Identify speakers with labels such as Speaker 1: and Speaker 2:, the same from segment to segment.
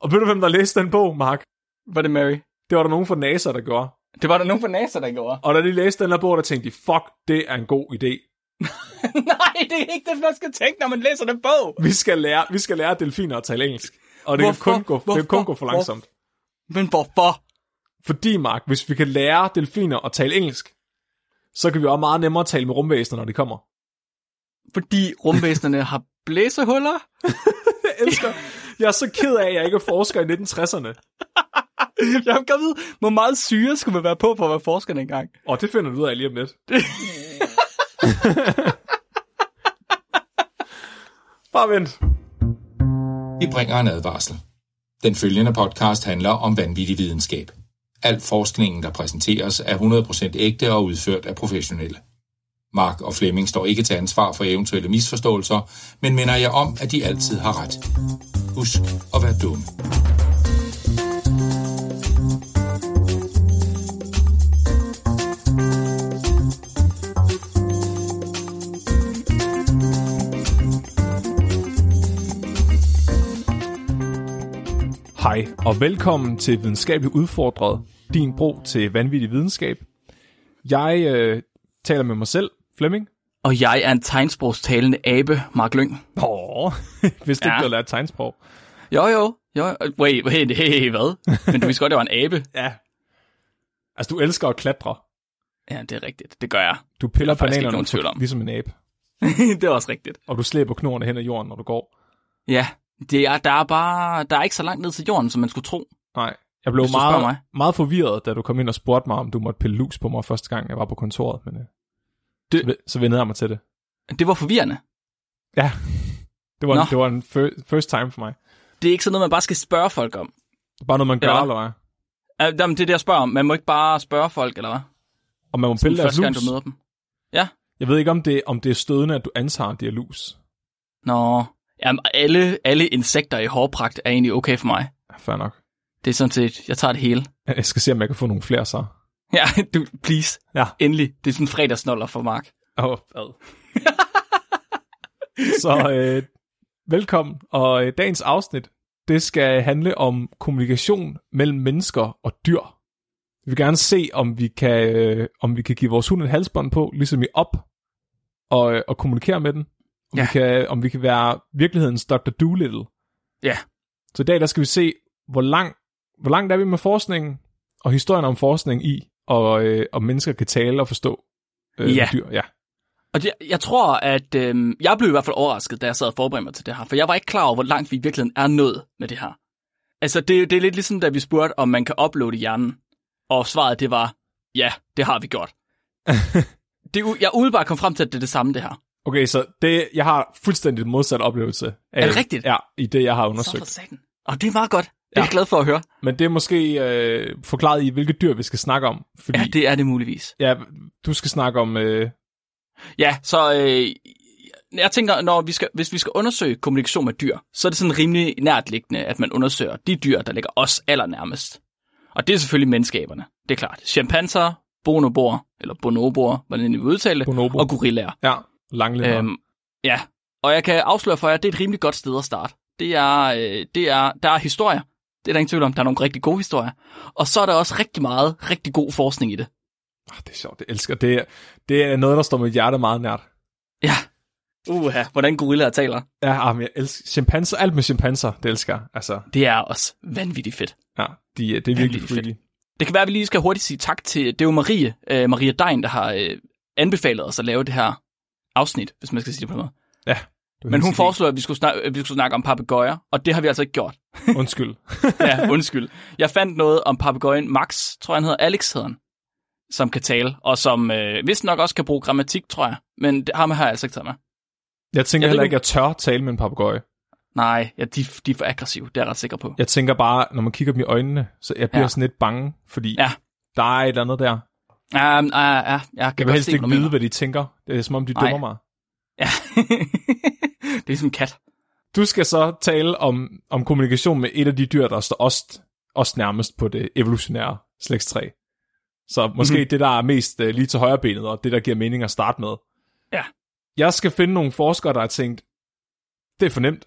Speaker 1: Og ved du, hvem der læste den bog, Mark?
Speaker 2: Var det Mary?
Speaker 1: Det var der nogen fra NASA, der gjorde.
Speaker 2: Det var der nogen fra NASA, der gjorde.
Speaker 1: Og da de læste den her bog, der tænkte de, fuck, det er en god idé.
Speaker 2: Nej, det er ikke det, man skal tænke, når man læser den bog.
Speaker 1: Vi skal lære, vi skal lære delfiner at tale engelsk. Og det, kan
Speaker 2: Hvorfor?
Speaker 1: kun, gå, det kan kun
Speaker 2: Hvorfor?
Speaker 1: gå for langsomt.
Speaker 2: Men hvorfor?
Speaker 1: Fordi, Mark, hvis vi kan lære delfiner at tale engelsk, så kan vi også meget nemmere tale med rumvæsener, når de kommer.
Speaker 2: Fordi rumvæsenerne har blæsehuller.
Speaker 1: Jeg elsker. Jeg er så ked af, at jeg ikke er forsker i 1960'erne.
Speaker 2: Jeg kan vide, hvor meget syre skulle man være på for at være forsker dengang.
Speaker 1: Og det finder du ud af lige om lidt. Bare vent.
Speaker 3: Vi bringer en advarsel. Den følgende podcast handler om vanvittig videnskab. Al forskningen, der præsenteres, er 100% ægte og udført af professionelle. Mark og Flemming står ikke til ansvar for eventuelle misforståelser, men minder jer om, at de altid har ret. Husk at være dumme.
Speaker 1: Hej, og velkommen til Videnskabeligt Udfordret, din bro til vanvittig videnskab. Jeg øh, taler med mig selv, Flemming.
Speaker 2: Og jeg er en tegnsprogstalende abe, Mark Lyng.
Speaker 1: Åh, hvis det
Speaker 2: Ja.
Speaker 1: ikke blev lært tegnsprog.
Speaker 2: Jo, jo, jo. Wait, wait, hey, hey, hvad? Men du vidste godt, det var en abe.
Speaker 1: Ja. Altså, du elsker at klatre.
Speaker 2: Ja, det er rigtigt. Det gør jeg.
Speaker 1: Du piller
Speaker 2: er faktisk ikke
Speaker 1: bananerne
Speaker 2: nogen tvivl om.
Speaker 1: ligesom en abe,
Speaker 2: det er også rigtigt.
Speaker 1: og du slæber knoerne hen ad jorden, når du går.
Speaker 2: Ja, det er, der er bare der er ikke så langt ned til jorden, som man skulle tro.
Speaker 1: Nej, jeg blev
Speaker 2: Hvis du spørger
Speaker 1: meget,
Speaker 2: mig.
Speaker 1: meget forvirret, da du kom ind og spurgte mig, om du måtte pille lus på mig første gang, jeg var på kontoret. Men, øh,
Speaker 2: Det-
Speaker 1: det... Så vendede jeg mig til det.
Speaker 2: Det var forvirrende.
Speaker 1: Ja, det var,
Speaker 2: Nå.
Speaker 1: en, det var en fir- first time for mig.
Speaker 2: Det er ikke sådan noget, man bare skal spørge folk om.
Speaker 1: Det er bare noget, man gør,
Speaker 2: Eller
Speaker 1: eller,
Speaker 2: hvad?
Speaker 1: eller hvad?
Speaker 2: Uh, jamen, det er det, jeg spørger om. Man må ikke bare spørge folk, eller hvad?
Speaker 1: Og man må pille deres
Speaker 2: Første gang,
Speaker 1: lus.
Speaker 2: du møder dem.
Speaker 1: Jeg ved ikke, om det, om det er stødende, at du antager, at det er lus.
Speaker 2: Nå, jamen, alle, alle insekter i hårpragt er egentlig okay for mig.
Speaker 1: Ja, Fair nok.
Speaker 2: Det er sådan set, jeg tager det hele.
Speaker 1: Jeg skal se, om jeg kan få nogle flere så.
Speaker 2: Ja, du, please.
Speaker 1: Ja.
Speaker 2: Endelig. Det er sådan en fredagsnoller for Mark.
Speaker 1: Oh, ad. så øh, velkommen, og øh, dagens afsnit, det skal handle om kommunikation mellem mennesker og dyr. Vi vil gerne se, om vi kan, øh, om vi kan give vores hund et halsbånd på, ligesom i op, og, øh, og kommunikere med den. Om,
Speaker 2: Ja.
Speaker 1: vi kan, om vi kan være virkelighedens Dr. Doolittle.
Speaker 2: Ja.
Speaker 1: Så i dag der skal vi se, hvor, lang, hvor langt er vi med forskningen, og historien om forskning i, og øh, om mennesker kan tale og forstå øh,
Speaker 2: Ja.
Speaker 1: dyr. Ja.
Speaker 2: Og det, jeg tror, at øh, jeg blev i hvert fald overrasket, da jeg sad og forberedte mig til det her, for jeg var ikke klar over, hvor langt vi i virkeligheden er nået med det her. Altså, det, det er lidt ligesom, da vi spurgte, om man kan uploade hjernen, og svaret det var, ja, det har vi gjort. det, er u- jeg umiddelbart kom frem til, at det er det samme, det her.
Speaker 1: Okay, så det, jeg har fuldstændig modsat oplevelse. Af,
Speaker 2: Er det rigtigt?
Speaker 1: Ja, i det, jeg har
Speaker 2: Så for
Speaker 1: undersøgt.
Speaker 2: satan. Og det er meget godt. Det er
Speaker 1: Ja.
Speaker 2: jeg glad for at høre.
Speaker 1: Men det er måske øh, forklaret i, hvilke dyr vi skal snakke om. Fordi,
Speaker 2: Ja, det er det muligvis.
Speaker 1: ja, du skal snakke om... Øh,
Speaker 2: Ja, så øh, jeg tænker, når vi skal, hvis vi skal undersøge kommunikation med dyr, så er det sådan rimelig nærtliggende, at man undersøger de dyr, der ligger os allernærmest. Og det er selvfølgelig menneskaberne, det er klart. Chimpanser, bonoboer, eller bonoboer, hvordan I vil udtale det,
Speaker 1: Bonobo.
Speaker 2: og gorillaer.
Speaker 1: ja, langlænder. Øhm,
Speaker 2: Øhm, ja, og jeg kan afsløre for jer, at det er et rimelig godt sted at starte. Det er, øh, det er, der er historier. Det er der ingen tvivl om. Der er nogle rigtig gode historier. Og så er der også rigtig meget, rigtig god forskning i det.
Speaker 1: oh, det er sjovt, det elsker. Det, er- det er noget, der står mit hjerte meget nært.
Speaker 2: Ja. Uha, hvordan gorillaer taler.
Speaker 1: Ja, ah, men jeg elsker chimpanser. Alt med chimpanser, det elsker jeg. Altså,
Speaker 2: Det er også vanvittigt fedt.
Speaker 1: ja, de, det er virkelig
Speaker 2: Vanvittigt fedt.
Speaker 1: freaky.
Speaker 2: Det kan være, at vi lige skal hurtigt sige tak til, det er jo Marie, øh, Maria Dein, der har øh, anbefalet os at lave det her afsnit, hvis man skal sige det på den måde.
Speaker 1: Ja, du er
Speaker 2: Men
Speaker 1: helt
Speaker 2: hun
Speaker 1: sikkert.
Speaker 2: foreslår, at vi skulle snakke, at vi skulle snakke om papegøjer, og det har vi altså ikke gjort.
Speaker 1: Undskyld.
Speaker 2: Ja, undskyld. Jeg fandt noget om papegøjen Max, tror jeg han hedder, Alex hedder han, som kan tale, og som øh, vist nok også kan bruge grammatik, tror jeg. Men det, ham har jeg altså ikke taget med.
Speaker 1: Jeg tænker
Speaker 2: Jeg ved
Speaker 1: heller
Speaker 2: ikke,
Speaker 1: ikke, jeg tør tale med en papegøje.
Speaker 2: Nej, ja, de, de er for aggressive, det er jeg ret sikker på.
Speaker 1: Jeg tænker bare, når man kigger dem i øjnene, så jeg bliver
Speaker 2: Ja.
Speaker 1: ja. sådan lidt bange, fordi
Speaker 2: Ja.
Speaker 1: ja. der er et eller andet der.
Speaker 2: Ja, um, uh, uh, jeg kan
Speaker 1: Jeg vil
Speaker 2: godt
Speaker 1: helst
Speaker 2: se,
Speaker 1: ikke
Speaker 2: hvad du
Speaker 1: vide,
Speaker 2: mener.
Speaker 1: hvad de tænker. Det er som om, de
Speaker 2: Nej.
Speaker 1: dømmer mig.
Speaker 2: Ja. det er som en kat.
Speaker 1: Du skal så tale om, om kommunikation med et af de dyr, der står os, os nærmest på det evolutionære slægtstræ. Så måske
Speaker 2: Mhm.
Speaker 1: mm-hmm. det, der er mest øh, lige til højre benet, og det, der giver mening at starte med.
Speaker 2: Ja.
Speaker 1: Jeg skal finde nogle forskere, der har tænkt, det er for nemt.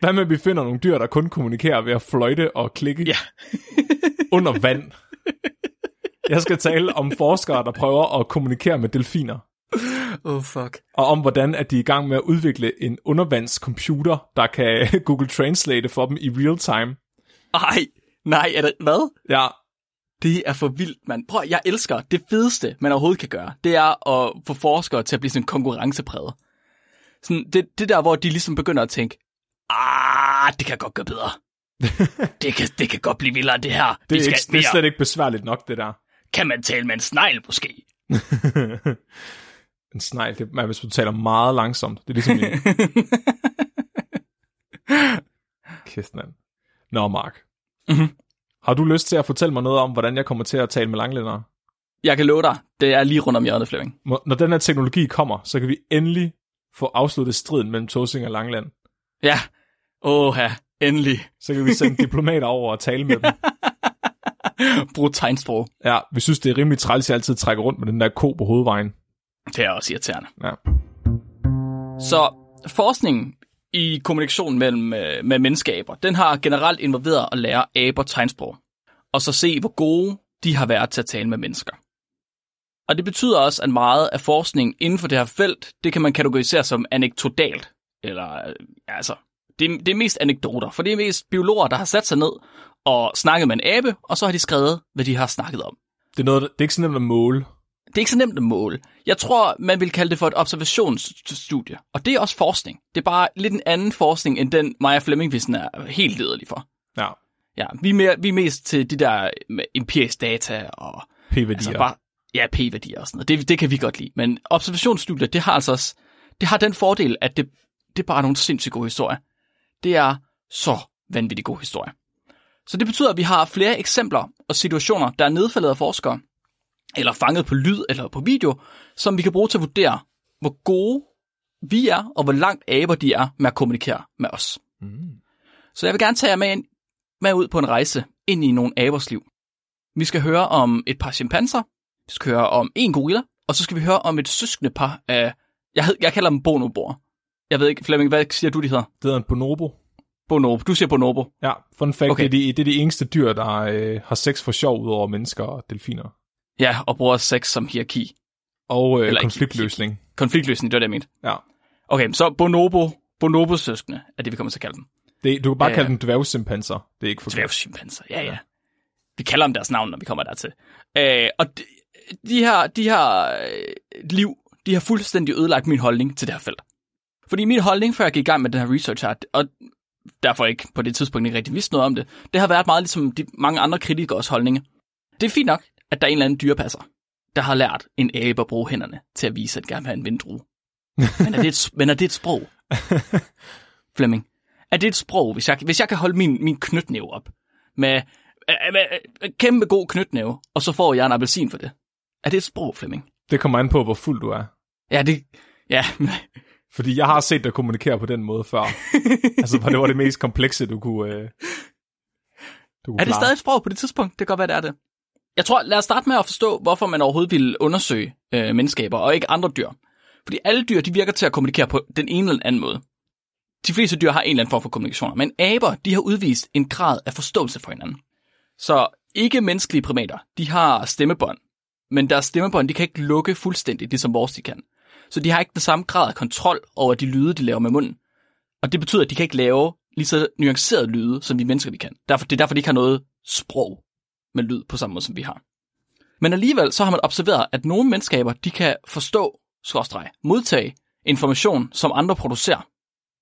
Speaker 1: Hvad med, at vi finder nogle dyr, der kun kommunikerer ved at fløjte og klikke
Speaker 2: Ja.
Speaker 1: under vand? Jeg skal tale om forskere, der prøver at kommunikere med delfiner,
Speaker 2: Oh, fuck.
Speaker 1: og om hvordan at de er i gang med at udvikle en undervandscomputer, der kan Google Translate for dem i real time.
Speaker 2: Ej, nej, er det, hvad?
Speaker 1: Ja,
Speaker 2: Det er for vildt, mand. Prøv, at- jeg elsker det fedeste, man overhovedet kan gøre. Det er at få forskere til at blive sådan konkurrencepræget. Sådan, det, det der, hvor de ligesom begynder at tænke, ah, det kan godt gøre bedre. det, kan, det kan godt blive vildere, det her.
Speaker 1: det,
Speaker 2: Det,
Speaker 1: er,
Speaker 2: skal
Speaker 1: ikke, det er
Speaker 2: mere.
Speaker 1: slet ikke besværligt nok, det der.
Speaker 2: Kan man tale med en snegl, måske?
Speaker 1: en snegl, det er, hvis du taler meget langsomt. Det er ligesom en... Kæft, mand. Nå, Mark.
Speaker 2: Mhm.
Speaker 1: Har du lyst til at fortælle mig noget om, hvordan jeg kommer til at tale med langlændere?
Speaker 2: Jeg kan love dig, det er lige rundt om hjørnet, Flemming.
Speaker 1: Må- Når den her teknologi kommer, så kan vi endelig få afsluttet striden mellem Tosing og Langland.
Speaker 2: Ja. Åh, endelig.
Speaker 1: Så kan vi sende diplomater over og tale med dem.
Speaker 2: Brug tegnsprog.
Speaker 1: Ja, vi synes, det er rimelig træls, at jeg altid trækker rundt med den der ko på hovedvejen.
Speaker 2: Det er også irriterende.
Speaker 1: Ja.
Speaker 2: Så forskningen i kommunikation mellem øh, med menneskeaber, den har generelt involveret at lære aber tegnsprog, og så se, hvor gode de har været til at tale med mennesker. Og det betyder også, at meget af forskningen inden for det her felt, det kan man kategorisere som anekdotalt, eller øh, ja, altså, det, er- det er mest anekdoter, for det er mest biologer, der har sat sig ned og snakket med en abe, og så har de skrevet, hvad de har snakket om.
Speaker 1: Det er, noget, det er ikke så nemt at måle.
Speaker 2: Det er ikke så nemt at måle. Jeg tror, man vil kalde det for et observationsstudie. Og det er også forskning. Det er bare lidt en anden forskning, end den Maja Flemming, hvis den er helt lederlig for.
Speaker 1: Ja,
Speaker 2: Ja, vi er, mere, vi er mest til de der med empirisk data og
Speaker 1: p-værdier.
Speaker 2: altså bare, ja, p-værdier og sådan noget. Det, det kan vi godt lide. Men observationsstudier, det har altså også, det har den fordel, at det, det er bare nogle sindssygt gode historier. Det er så vanvittigt gode historier. Så det betyder, at vi har flere eksempler og situationer, der er nedfaldet af forskere, eller fanget på lyd eller på video, som vi kan bruge til at vurdere, hvor gode vi er, og hvor langt aber de er med at kommunikere med os.
Speaker 1: Mm.
Speaker 2: Så jeg vil gerne tage jer med, ind, med ud på en rejse ind i nogle abers liv. Vi skal høre om et par chimpanser, vi skal høre om en gorilla, og så skal vi høre om et søskende par af, jeg, hed, jeg kalder dem bonobor. Jeg ved ikke, Flemming, hvad siger du, de hedder?
Speaker 1: Det hedder en bonobo.
Speaker 2: Bonobo. Du siger bonobo.
Speaker 1: Ja, fun fact, okay.
Speaker 2: Okay.
Speaker 1: det, er de, det er de eneste dyr, der øh, har sex for sjov ud over mennesker og delfiner.
Speaker 2: Ja, og bruger sex som hierarki.
Speaker 1: Og øh,
Speaker 2: Eller ikke
Speaker 1: konfliktløsning.
Speaker 2: Konfliktløsning, det var det, jeg mente.
Speaker 1: Ja.
Speaker 2: Okay, så bonobo, bonobos søskende, er det, vi kommer til at kalde dem.
Speaker 1: Det, du kan bare
Speaker 2: Ja,
Speaker 1: kalde
Speaker 2: ja.
Speaker 1: dem dværgsimpanser. Det er ikke forkert.
Speaker 2: Dværgschimpanser, ja, ja. Vi kalder dem deres navn, når vi kommer dertil. Øh, og de, de her, de her øh, liv, de har fuldstændig ødelagt min holdning til det her felt. Fordi min holdning, før jeg gik i gang med den her research, her, og derfor ikke på det tidspunkt ikke rigtig vidste noget om det, det har været meget ligesom de mange andre kritikers holdninger. Det er fint nok, at der er en eller anden dyrepasser, der har lært en abe at bruge hænderne til at vise, at den gerne vil have en vindrue. Men er det et, men er det et sprog? Flemming, er det et sprog, hvis jeg, hvis jeg kan holde min, min knytnæve op med, øh, med, med, med kæmpe god knytnæve, og så får jeg en appelsin for det? Er det et sprog, Flemming?
Speaker 1: Det kommer an på, hvor fuld du er.
Speaker 2: Ja, det... Ja,
Speaker 1: Fordi jeg har set dig kommunikere på den måde før. altså, for det var det mest komplekse, du kunne... Øh, du kunne
Speaker 2: Er det
Speaker 1: klare.
Speaker 2: stadig et sprog på det tidspunkt? Det kan godt være, det er det. Jeg tror, lad os starte med at forstå, hvorfor man overhovedet ville undersøge øh, menneskeaber og ikke andre dyr. Fordi alle dyr, de virker til at kommunikere på den ene eller den anden måde. De fleste dyr har en eller anden form for kommunikation, men aber, de har udvist en grad af forståelse for hinanden. Så ikke menneskelige primater, de har stemmebånd, men deres stemmebånd, de kan ikke lukke fuldstændigt, ligesom vores de kan. Så de har ikke den samme grad af kontrol over de lyde, de laver med munden. Og det betyder, at de kan ikke lave lige så nuancerede lyde, som vi mennesker vi kan. Derfor, det er derfor, de ikke har noget sprog med lyd på samme måde, som vi har. Men alligevel så har man observeret, at nogle menneskaber, de kan forstå, skråstreg, modtage information, som andre producerer.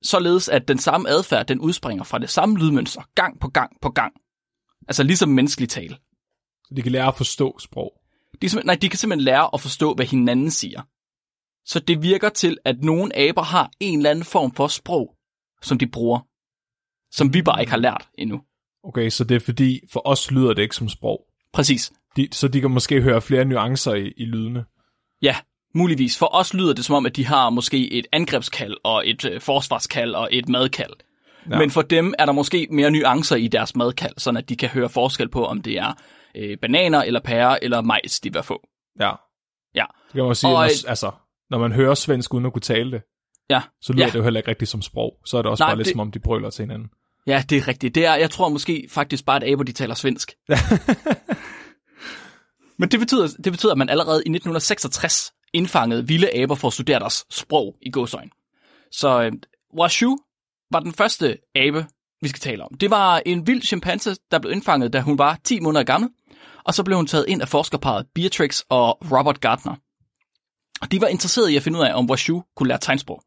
Speaker 2: Således at den samme adfærd, den udspringer fra det samme lydmønster, gang på gang på gang. Altså ligesom menneskelig tale.
Speaker 1: Så de kan lære at forstå sprog.
Speaker 2: De, er simpel- nej, de kan simpelthen lære at forstå, hvad hinanden siger. Så det virker til, at nogle aber har en eller anden form for sprog, som de bruger, som vi bare ikke har lært endnu.
Speaker 1: Okay, så det er fordi, for os lyder det ikke som sprog.
Speaker 2: Præcis.
Speaker 1: De, så de kan måske høre flere nuancer i, i lydene.
Speaker 2: Ja, muligvis. For os lyder det som om, at de har måske et angrebskald, og et øh, forsvarskald, og et madkald.
Speaker 1: Ja.
Speaker 2: Ja. Men for dem er der måske mere nuancer i deres madkald, sådan at de kan høre forskel på, om det er øh, bananer, eller pærer, eller majs, de vil få.
Speaker 1: Ja.
Speaker 2: Ja.
Speaker 1: Det kan man jo sige,
Speaker 2: Og
Speaker 1: når,
Speaker 2: et-
Speaker 1: altså, når man hører svensk uden at kunne tale det,
Speaker 2: Ja.
Speaker 1: så lyder
Speaker 2: Ja.
Speaker 1: det jo heller ikke rigtigt som sprog. Så er det også
Speaker 2: Nej,
Speaker 1: bare lidt
Speaker 2: det-
Speaker 1: som om, de brøler til hinanden.
Speaker 2: Ja, det er rigtigt. Det er, jeg tror måske faktisk bare, at aber de taler svensk. Men det betyder, det betyder, at man allerede i 1966 indfangede vilde aber for at studere deres sprog i gåsøjne. Så øh, Washu var den første abe, vi skal tale om. Det var en vild chimpanse, der blev indfanget, da hun var 10 måneder gammel, og så blev hun taget ind af forskerparet Beatrix og Robert Gardner. Og de var interesserede i at finde ud af, om Washu kunne lære tegnsprog.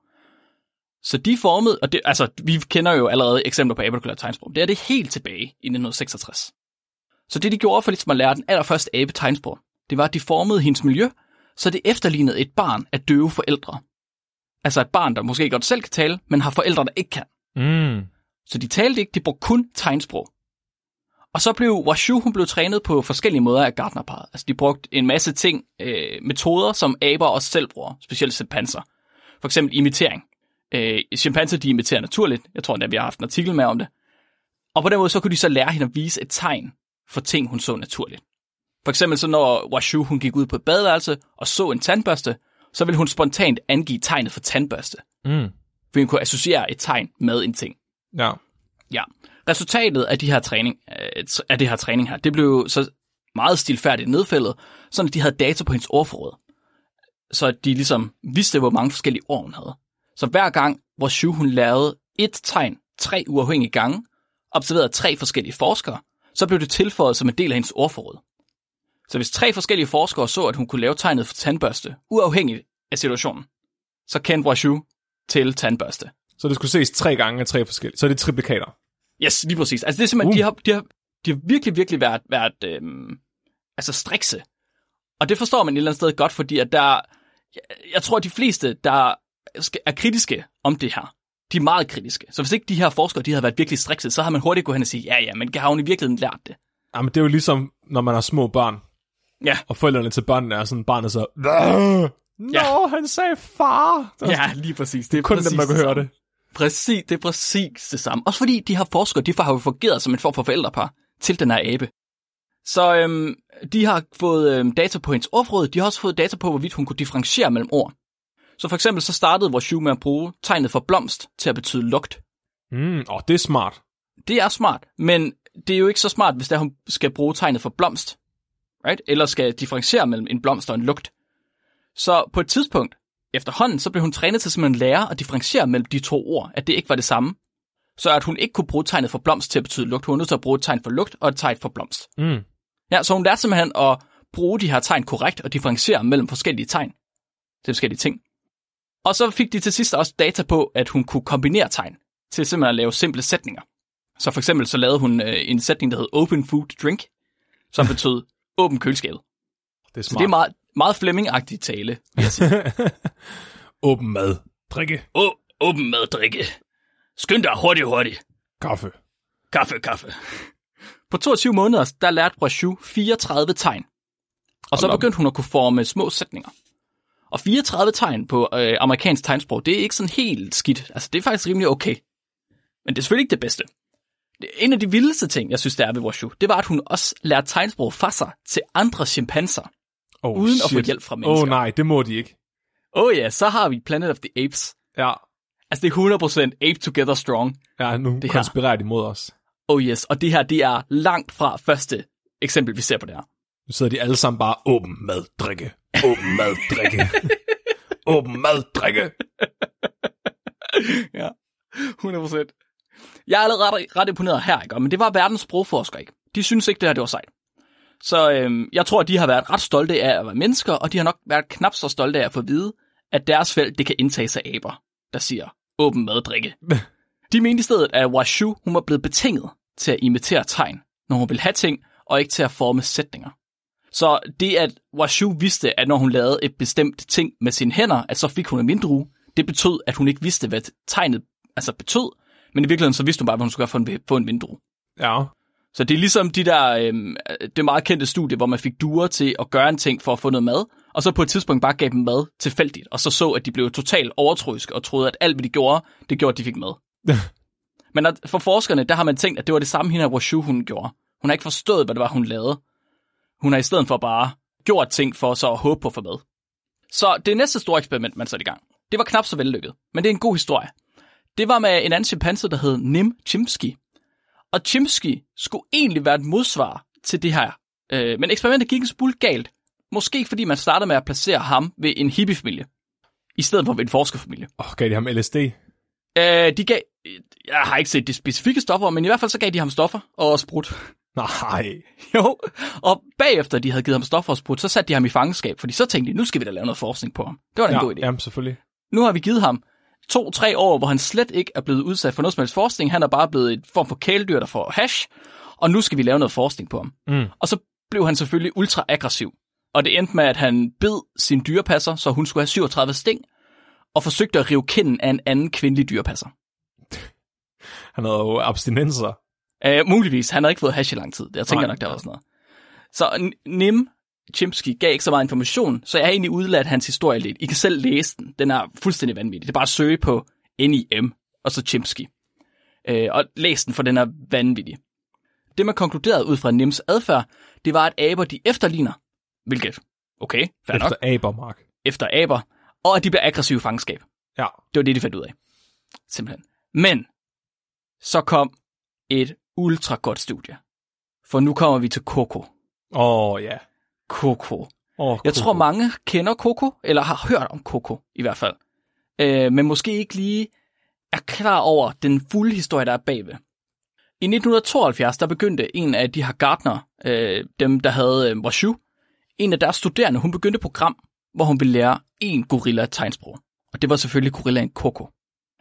Speaker 2: Så de formede, og det, altså, vi kender jo allerede eksempler på abekulær tegnsprog. Det er det helt tilbage i 1966. Så det, de gjorde for ligesom at lære den allerførste abe tegnsprog, det var, at de formede hendes miljø, så det efterlignede et barn af døve forældre. Altså et barn, der måske godt selv kan tale, men har forældre, der ikke kan.
Speaker 1: Mm.
Speaker 2: Så de talte ikke, de brugte kun tegnsprog. Og så blev Washu, hun blev trænet på forskellige måder af gardnerparet. Altså de brugte en masse ting, øh, metoder, som aber også selv bruger, specielt chimpanser. For eksempel imitering. Øh, chimpanser, de imiterer naturligt. Jeg tror endda, vi har haft en artikel med om det. Og på den måde, så kunne de så lære hende at vise et tegn for ting, hun så naturligt. For eksempel så når Washu, hun gik ud på et badeværelse og så en tandbørste, så ville hun spontant angive tegnet for tandbørste.
Speaker 1: Mm.
Speaker 2: For hun kunne associere et tegn med en ting.
Speaker 1: Ja.
Speaker 2: Ja. Resultatet af, de her træning, øh, af det her træning her, det blev så meget stilfærdigt nedfældet, sådan at de havde data på hendes ordforråd. Så at de ligesom vidste, hvor mange forskellige ord hun havde. Så hver gang, hvor Shu hun lavede et tegn tre uafhængige gange, observerede tre forskellige forskere, så blev det tilføjet som en del af hendes ordforråd. Så hvis tre forskellige forskere så, at hun kunne lave tegnet for tandbørste, uafhængigt af situationen, så kendte Washu til tandbørste.
Speaker 1: Så det skulle ses tre gange af tre forskellige. Så er det triplikater.
Speaker 2: Yes, lige præcis. Altså det er simpelthen,
Speaker 1: Uh.
Speaker 2: uh. de, har, de, har, de har virkelig, virkelig været, været øhm, altså strikse. Og det forstår man et eller andet sted godt, fordi at der, jeg, jeg tror, at de fleste, der skal- er kritiske om det her, de er meget kritiske. Så hvis ikke de her forskere, de havde været virkelig strikse, så har man hurtigt gået hen og sige, ja, ja, men har hun i virkeligheden lært det?
Speaker 1: Jamen, det er jo ligesom, når man har små børn.
Speaker 2: Ja.
Speaker 1: Og forældrene til børnene er sådan, barnet så... Nå, ja. han sagde far! Der er
Speaker 2: Ja, lige præcis. Det er
Speaker 1: kun dem, der kan høre det.
Speaker 2: Præcis, det er præcis det samme. Også fordi de her forskere, de har jo fungeret som en form for forældrepar til den her abe. Så øhm, de har fået øhm, data på hendes ordforråd, de har også fået data på, hvorvidt hun kunne differentiere mellem ord. Så for eksempel så startede vores Shu med at bruge tegnet for blomst til at betyde lugt.
Speaker 1: Mm, åh, det er smart.
Speaker 2: Det er smart, men det er jo ikke så smart, hvis der hun skal bruge tegnet for blomst. Right? Eller skal differentiere mellem en blomst og en lugt. Så på et tidspunkt, efterhånden, så blev hun trænet til simpelthen at lære at differentiere mellem de to ord, at det ikke var det samme. Så at hun ikke kunne bruge tegnet for blomst til at betyde lugt. Hun var nødt til at bruge et tegn for lugt og et tegn for blomst.
Speaker 1: Mm.
Speaker 2: Ja, så hun lærte simpelthen at bruge de her tegn korrekt og differentiere mellem forskellige tegn til forskellige ting. Og så fik de til sidst også data på, at hun kunne kombinere tegn til simpelthen at lave simple sætninger. Så for eksempel så lavede hun øh, en sætning, der hed open food drink, som betød åben køleskabet.
Speaker 1: Det er
Speaker 2: Så
Speaker 1: smart.
Speaker 2: det er meget, meget flemmingagtig tale.
Speaker 1: Åben mad. Drikke.
Speaker 2: Åh, åben med drikke. Skynd dig hurtigt, hurtigt.
Speaker 1: Kaffe.
Speaker 2: Kaffe, kaffe. På 22 måneder, der lærte Brashu 34 tegn. Og så
Speaker 1: Hold op.
Speaker 2: begyndte hun at kunne forme små sætninger. Og 34 tegn på øh, amerikansk tegnsprog, det er ikke sådan helt skidt. Altså, det er faktisk rimelig okay. Men det er selvfølgelig ikke det bedste. Det- En af de vildeste ting, jeg synes, der er ved Brashu, det var, at hun også lærte tegnsprog fra sig til andre chimpanser.
Speaker 1: Oh,
Speaker 2: Uden at få
Speaker 1: shit.
Speaker 2: hjælp fra
Speaker 1: Åh
Speaker 2: mennesker.
Speaker 1: oh, nej, det må de ikke.
Speaker 2: Åh oh, ja, så har vi Planet of the Apes.
Speaker 1: Ja,
Speaker 2: Altså, det er 100% Ape Together Strong.
Speaker 1: ja nu
Speaker 2: Det her.
Speaker 1: konspirerer de mod os.
Speaker 2: Oh yes, og det her, det er langt fra første eksempel, vi ser på det her.
Speaker 1: Nu sidder de alle sammen bare, åben mad, drikke. Åben mad, drikke. åben mad, drikke.
Speaker 2: ja, 100%. Jeg er allerede ret, ret imponeret her, ikke? Og- men det var verdens sprogforskere, ikke? De synes ikke, det her det var sejt. Så øhm, jeg tror, de har været ret stolte af at være mennesker, og de har nok været knap så stolte af at få at vide, at deres felt, det kan indtages af aber, der siger, åben mad, drikke. De mente i stedet, at Washu, hun var blevet betinget til at imitere tegn, når hun ville have ting, og ikke til at forme sætninger. Så det, at Washu vidste, at når hun lavede et bestemt ting med sine hænder, at så fik hun en vindrue, det betød, at hun ikke vidste, hvad tegnet altså betød, men i virkeligheden så vidste hun bare, hvad hun skulle gøre for en, for en vindrue.
Speaker 1: Ja,
Speaker 2: Så det er ligesom de der, øhm, det meget kendte studie, hvor man fik duer til at gøre en ting for at få noget mad, og så på et tidspunkt bare gav dem mad tilfældigt, og så så, at de blev totalt overtroiske og troede, at alt, hvad de gjorde, det gjorde, at de fik mad. Men at, for forskerne, der har man tænkt, at det var det samme, hende Washu, hun gjorde. Hun har ikke forstået, hvad det var, hun lavede. Hun har i stedet for bare gjort ting for så at håbe på at få mad. Så det næste store eksperiment, man satte i gang, Det var knap så vellykket, men det er en god historie. Det var med en anden chimpanse, der hed Nim Chimsky. Og Chimsky skulle egentlig være et modsvar til det her. Øh, men eksperimentet gik en smule galt. Måske fordi man startede med at placere ham ved en hippiefamilie, i stedet for ved en forskerfamilie.
Speaker 1: Åh, oh, gav de ham LSD?
Speaker 2: Øh, de gav, jeg har ikke set de specifikke stoffer, men i hvert fald så gav de ham stoffer og sprut.
Speaker 1: Nej.
Speaker 2: Jo, og bagefter de havde givet ham stoffer og sprut, så satte de ham i fangenskab, fordi så tænkte de, nu skal vi da lave noget forskning på ham. Det var da en
Speaker 1: ja,
Speaker 2: god idé.
Speaker 1: Jamen, selvfølgelig.
Speaker 2: Nu har vi givet ham to-tre år, hvor han slet ikke er blevet udsat for noget som helst forskning. Han er bare blevet et form for kæledyr, der får hash, og nu skal vi lave noget forskning på ham.
Speaker 1: Mm.
Speaker 2: Og så blev han selvfølgelig ultra aggressiv. Og det endte med, at han bed sin dyrepasser, så hun skulle have 37 sting, og forsøgte at rive kinden af en anden kvindelig dyrepasser.
Speaker 1: Han havde jo abstinenser.
Speaker 2: Uh, muligvis. Han havde ikke fået hash i lang tid. Jeg tænker
Speaker 1: Nej.
Speaker 2: nok, der var sådan noget. Så N- Nim Chimsky gav ikke så meget information, så jeg har egentlig udladt hans historie lidt. I kan selv læse den. Den er fuldstændig vanvittig. Det er bare at søge på NIM og så Chimsky. Uh, og læs den, for den er vanvittig. Det, man konkluderede ud fra Nims adfærd, det var, at aber de efterligner, hvilket, okay, fair nok,
Speaker 1: Efter Abermark.
Speaker 2: efter aber, og at de bliver aggressive i fangenskab.
Speaker 1: Ja.
Speaker 2: Det var det, de fandt ud af. Simpelthen. Men så kom et ultra godt studie. For nu kommer vi til Coco.
Speaker 1: Åh, oh, ja.
Speaker 2: Coco.
Speaker 1: Oh,
Speaker 2: Jeg tror, mange kender Coco, eller har hørt om Coco i hvert fald. Øh, men måske ikke lige er klar over den fulde historie, der er bagved. I 1972, der begyndte en af de her gartner, øh, dem der havde øh, Washu, en af deres studerende, hun begyndte et program, hvor hun ville lære en gorilla et tegnsprog. Og det var selvfølgelig gorillaen Coco.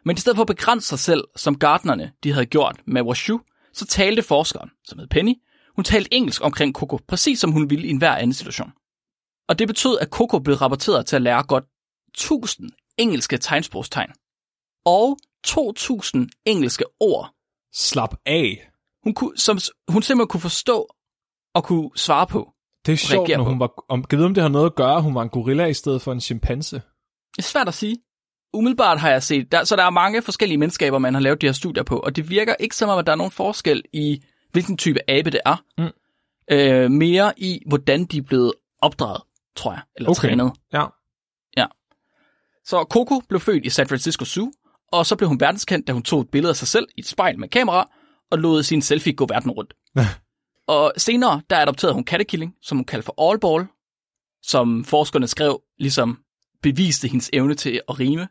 Speaker 2: Men i stedet for at begrænse sig selv, som gartnerne de havde gjort med Washu, så talte forskeren, som hed Penny, hun talte engelsk omkring Coco, præcis som hun ville i enhver anden situation. Og det betød, at Coco blev rapporteret til at lære godt 1000 engelske tegnsprogstegn og 2000 engelske ord,
Speaker 1: Slap af.
Speaker 2: hun, kunne, som, s- hun simpelthen kunne forstå og kunne svare på.
Speaker 1: Det er sjovt,
Speaker 2: reagere
Speaker 1: når
Speaker 2: på.
Speaker 1: hun var... Om, kan vide, om det har noget at gøre, at hun var en gorilla i stedet for en chimpanse?
Speaker 2: Det er svært at sige. Umiddelbart har jeg set, der, så der er mange forskellige menneskaber, man har lavet de her studier på, og det virker ikke som om, at der er nogen forskel i, hvilken type abe det er.
Speaker 1: Mm.
Speaker 2: Øh, mere i, hvordan de er blevet opdraget, tror jeg, eller okay.
Speaker 1: Okay.
Speaker 2: trænet.
Speaker 1: Ja.
Speaker 2: Så Coco blev født i San Francisco Zoo, og så blev hun verdenskendt, da hun tog et billede af sig selv i et spejl med kamera, og lod sin selfie gå verden rundt. og senere, der adopterede hun kattekilling, som hun kaldte for Allball, som forskerne skrev, ligesom beviste hendes evne til at rime.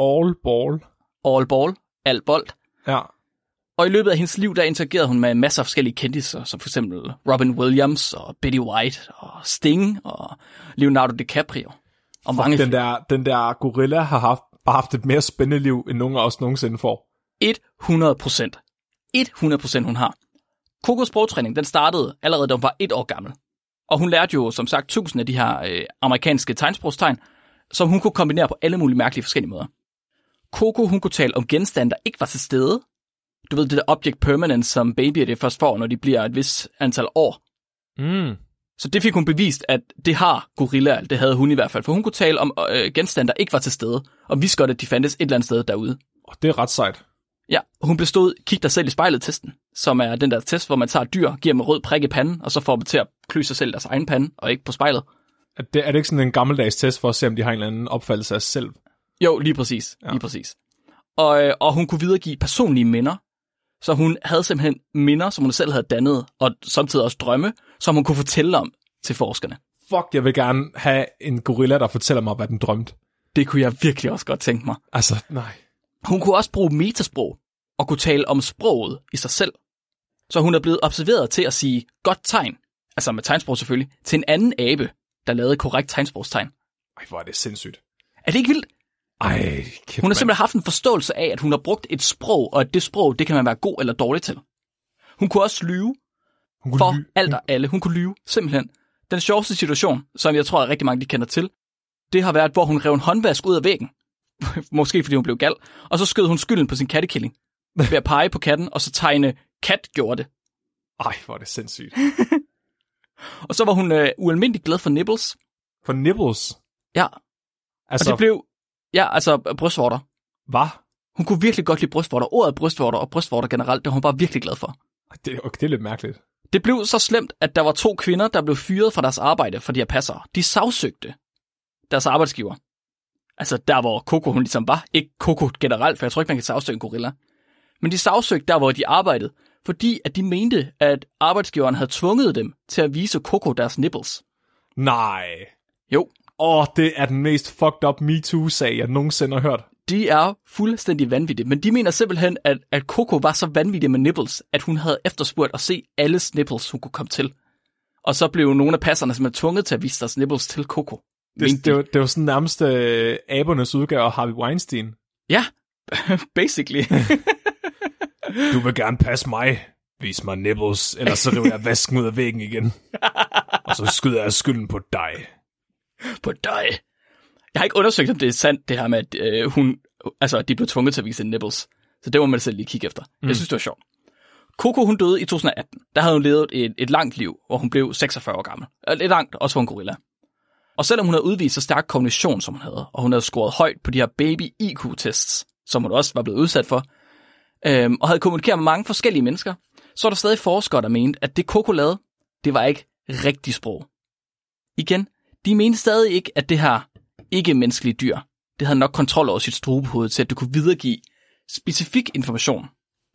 Speaker 1: All ball.
Speaker 2: Allball, alt bold.
Speaker 1: Ja.
Speaker 2: Og i løbet af hendes liv, der interagerede hun med masser af forskellige kendiser, som for eksempel Robin Williams og Betty White og Sting og Leonardo DiCaprio. Og mange
Speaker 1: Den der, den der gorilla har haft, bare haft et mere spændende liv, end nogen af os nogensinde får.
Speaker 2: 100 procent. 100 procent hun har. Kokos sprogtræning, den startede allerede, da hun var et år gammel. Og hun lærte jo, som sagt, tusind af de her øh, amerikanske tegnsprogstegn, som hun kunne kombinere på alle mulige mærkelige forskellige måder. Coco, hun kunne tale om genstande, der ikke var til stede. Du ved, det der object permanence, som babyer det først får, når de bliver et vist antal år.
Speaker 1: Mm.
Speaker 2: Så det fik hun bevist, at det har gorillaer, det havde hun i hvert fald, for hun kunne tale om øh, genstande, der ikke var til stede, og vidste godt, at de fandtes et eller andet sted derude.
Speaker 1: Og det er ret sejt.
Speaker 2: Ja, hun bestod Kig dig selv i spejlet-testen, som er den der test, hvor man tager et dyr, giver dem en rød prik i panden, og så får dem til at klø sig selv i deres egen pande, og ikke på spejlet.
Speaker 1: Er det, er det ikke sådan en gammeldags test for at se, om de har en eller anden opfattelse af sig selv?
Speaker 2: Jo, lige præcis. Ja.
Speaker 1: Ja.
Speaker 2: Lige præcis. Og, øh, og hun kunne videregive personlige minder, så hun havde simpelthen minder, som hun selv havde dannet, og samtidig også drømme, som hun kunne fortælle om til forskerne.
Speaker 1: Fuck, jeg vil gerne have en gorilla, der fortæller mig, hvad den drømte.
Speaker 2: Det kunne jeg virkelig også godt tænke mig.
Speaker 1: Altså, nej.
Speaker 2: Hun kunne også bruge metasprog og kunne tale om sproget i sig selv. Så hun er blevet observeret til at sige godt tegn, altså med tegnsprog selvfølgelig, til en anden abe, der lavede korrekt tegnsprogstegn.
Speaker 1: Ej, hvor er det sindssygt.
Speaker 2: Er det ikke vildt?
Speaker 1: Ej, kæft,
Speaker 2: Hun har
Speaker 1: mand.
Speaker 2: simpelthen haft en forståelse af, at hun har brugt et sprog, og at det sprog, det kan man være god eller dårlig til. Hun kunne også lyve
Speaker 1: hun kunne
Speaker 2: for
Speaker 1: ly-
Speaker 2: alt og alle. Hun kunne lyve, simpelthen. Den sjoveste situation, som jeg tror, at rigtig mange de kender til, det har været, hvor hun rev en håndvask ud af væggen. Måske fordi hun blev gal. Og så skød hun skylden på sin kattekilling. Ved at pege på katten, og så tegne kat gjorde det.
Speaker 1: Ej, hvor er det sindssygt.
Speaker 2: Og så var hun øh, ualmindelig glad for nipples.
Speaker 1: For nipples.
Speaker 2: Ja, og
Speaker 1: Altså,
Speaker 2: det blev... Ja, altså brystvorter.
Speaker 1: hvad?
Speaker 2: Hun kunne virkelig godt lide brystvorter. Ordet brystvorter og brystvorter generelt, det var hun bare virkelig glad for.
Speaker 1: Ej, Det, okay, det er lidt mærkeligt.
Speaker 2: Det blev så slemt, at der var to kvinder, der blev fyret fra deres arbejde for de her passere. De sagsøgte deres arbejdsgiver. Altså der, hvor Coco hun ligesom var. Ikke Coco generelt, for jeg tror ikke, man kan sagsøge en gorilla. Men de sagsøgte der, hvor de arbejdede, fordi at de mente, at arbejdsgiveren havde tvunget dem til at vise Coco deres nipples.
Speaker 1: Nej.
Speaker 2: Jo,
Speaker 1: Åh, det er den mest fucked up MeToo-sag, jeg nogensinde har hørt.
Speaker 2: de er fuldstændig vanvittige, men de mener simpelthen, at, at Coco var så vanvittig med nipples, at hun havde efterspurgt at se alle nipples, hun kunne komme til. Og så blev nogle af passerne simpelthen tvunget til at vise deres nipples til Coco.
Speaker 1: Det, det, var, det var sådan nærmest øh, abernes udgave af Harvey Weinstein.
Speaker 2: Ja, basically.
Speaker 1: Du vil gerne passe mig. Vis mig nipples, ellers så river jeg vasken ud af væggen igen. Og så skyder jeg skylden på dig.
Speaker 2: På dig. Jeg har ikke undersøgt, om det er sandt, det her med, at øh, hun, altså, at de blev tvunget til at vise nipples. Så det må man selv lige kigge efter. Mm. Jeg synes, det var sjovt. Coco, hun døde i 2018. Der havde hun levet et, et langt liv, hvor hun blev 46 år gammel. Og Lidt langt, også for en gorilla. Og selvom hun havde udvist så stærk kognition, som hun havde, og hun havde scoret højt på de her baby-IQ-tests, som hun også var blevet udsat for, øhm, og havde kommunikeret med mange forskellige mennesker, så er der stadig forskere, der mente, at det Coco lavede, det var ikke rigtig sprog. Igen, de mente stadig ikke, at det her ikke-menneskelige dyr, det havde nok kontrol over sit strubehoved til, at det kunne videregive specifik information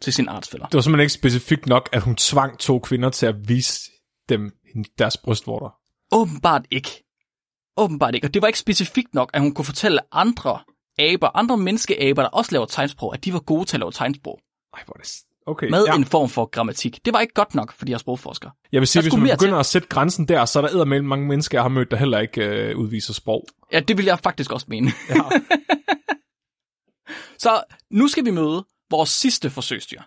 Speaker 2: til sin artsfælder.
Speaker 1: Det var simpelthen ikke specifikt nok, at hun tvang to kvinder til at vise dem deres brystvorter.
Speaker 2: Åbenbart ikke. Åbenbart ikke. Og det var ikke specifikt nok, at hun kunne fortælle andre aber, andre menneskeaber, der også laver tegnsprog, at de var gode til at lave tegnsprog.
Speaker 1: Ej, hvor er det... s- Okay,
Speaker 2: Med
Speaker 1: ja.
Speaker 2: en form for grammatik. Det var ikke godt nok for de her sprogforskere.
Speaker 1: Jeg vil sige,
Speaker 2: der
Speaker 1: hvis
Speaker 2: skulle
Speaker 1: man
Speaker 2: mere
Speaker 1: begynder til. at sætte grænsen der, så er der eddermellem mange mennesker, jeg har mødt, der heller ikke øh, udviser sprog.
Speaker 2: Ja, det vil jeg faktisk også mene.
Speaker 1: Ja.
Speaker 2: Så nu skal vi møde vores sidste forsøgsdyr.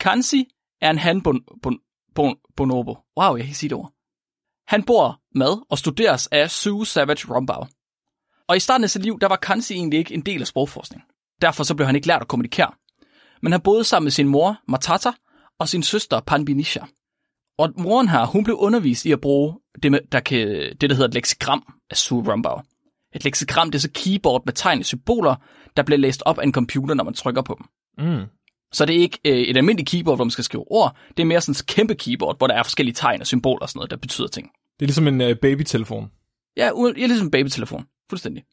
Speaker 2: Kansi er en hanbon, bon, bon, bonobo. Wow, jeg kan ikke sige det ord. Han bor med og studeres af Sue Savage Rombau. Og i starten af sit liv, der var Kansi egentlig ikke en del af sprogforskning. Derfor så blev han ikke lært at kommunikere. Men han boede sammen med sin mor, Matata, og sin søster, Panbinisha. Og moren her, hun blev undervist i at bruge det, med, der, kan, det der hedder et leksigram af Sue Rombau. Et leksigram, det er så keyboard med tegn og symboler, der bliver læst op af en computer, når man trykker på dem.
Speaker 1: Mm.
Speaker 2: Så det er ikke øh, et almindeligt keyboard, hvor man skal skrive ord. Det er mere sådan et kæmpe keyboard, hvor der er forskellige tegn og symboler og sådan noget, der betyder ting.
Speaker 1: Det er ligesom en øh, babytelefon.
Speaker 2: Ja, u- ja ligesom en babytelefon. Fuldstændig.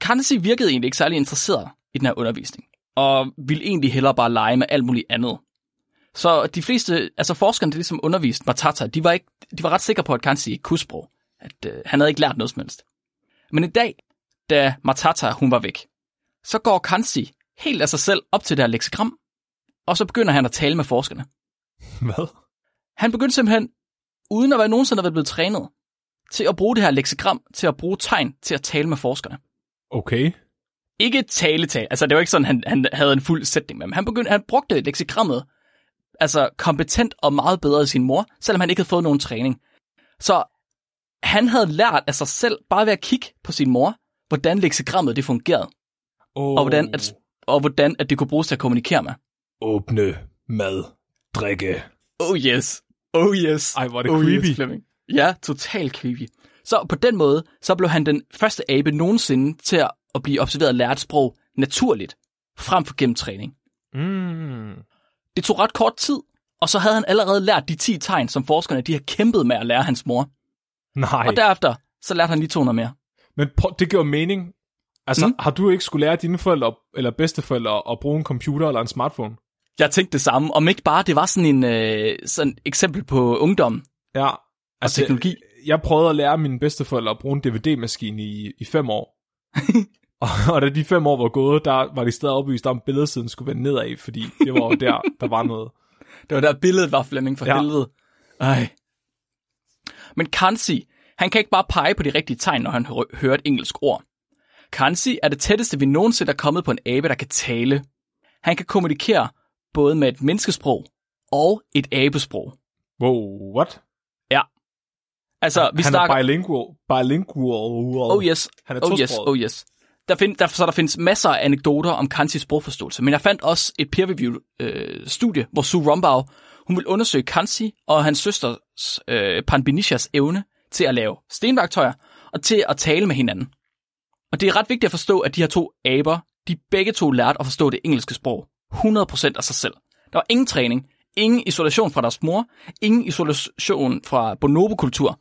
Speaker 2: Kansi virkede egentlig ikke særlig interesseret i den her undervisning, og ville egentlig hellere bare lege med alt muligt andet. Så de fleste, altså forskerne, der ligesom underviste Matata, de var, ikke, de var ret sikre på, at Kansi ikke kunne sprog. At øh, han havde ikke lært noget som helst. Men i dag, da Matata hun var væk, så går Kansi helt af sig selv op til det her leksigram, og så begynder han at tale med forskerne.
Speaker 1: Hvad?
Speaker 2: Han begyndte simpelthen, uden at være nogensinde at være blevet trænet, til at bruge det her leksigram, til at bruge tegn, til at tale med forskerne.
Speaker 1: Okay.
Speaker 2: Ikke tale-tale, altså det var ikke sådan, han, han havde en fuld sætning med dem. Han, begyndte, han brugte leksikrammet, altså kompetent og meget bedre end sin mor, selvom han ikke havde fået nogen træning. Så han havde lært af sig selv, bare ved at kigge på sin mor, hvordan leksikrammet det fungerede,
Speaker 1: Oh.
Speaker 2: og hvordan, at, og hvordan at det kunne bruges til at kommunikere med.
Speaker 1: Åbne, mad, drikke.
Speaker 2: Oh yes. Oh yes.
Speaker 1: Ej, hvor er det
Speaker 2: oh
Speaker 1: creepy.
Speaker 2: Yes, Flemming. ja, totalt creepy. Så på den måde, så blev han den første abe nogensinde til at- at blive observeret og lære et sprog naturligt, frem for gennem træning.
Speaker 1: Mm.
Speaker 2: Det tog ret kort tid, og så havde han allerede lært de 10 tegn, som forskerne de har kæmpet med at lære hans mor.
Speaker 1: Nej,
Speaker 2: Og derefter, så lærte han lige 200 mere.
Speaker 1: men prøv, det giver mening. Altså, mm.
Speaker 2: Mm.
Speaker 1: har du ikke skulle lære dine forældre eller bedsteforældre at bruge en computer eller en smartphone?
Speaker 2: Jeg tænkte det samme, om ikke bare det var sådan en øh, sådan et eksempel på ungdommen
Speaker 1: Ja. Altså,
Speaker 2: og teknologi.
Speaker 1: jeg prøvede at lære mine bedsteforældre at bruge en DVD-maskine i, i fem år. og, og da de fem år var gået, der var de stadig opvist om, at billedsiden skulle vende nedad, fordi det var jo der, der var noget.
Speaker 2: Det var der billedet var, Flemming, for
Speaker 1: Ja.
Speaker 2: ja. helvede. Ej. Men Kansi, han kan ikke bare pege på de rigtige tegn, når han hø- hører et engelsk ord. Kansi er det tætteste, vi nogensinde er kommet på en abe, der kan tale. Han kan kommunikere både med et menneskesprog og et abesprog.
Speaker 1: Wow, what?
Speaker 2: Altså, vi
Speaker 1: han
Speaker 2: snakker...
Speaker 1: er bilingual. bilingual.
Speaker 2: Oh yes,
Speaker 1: Han er
Speaker 2: oh yes,
Speaker 1: tosproget.
Speaker 2: oh yes. Der find, der, så der findes masser af anekdoter om Kansis sprogforståelse, men jeg fandt også et peer-reviewed øh, studie, hvor Sue Rombau, hun ville undersøge Kansi og hans søsters øh, Panbinishas evne til at lave stenværktøjer og til at tale med hinanden. Og det er ret vigtigt at forstå, at de her to aber, de begge to lærte at forstå det engelske sprog 100% af sig selv. Der var ingen træning, ingen isolation fra deres mor, ingen isolation fra bonobokultur,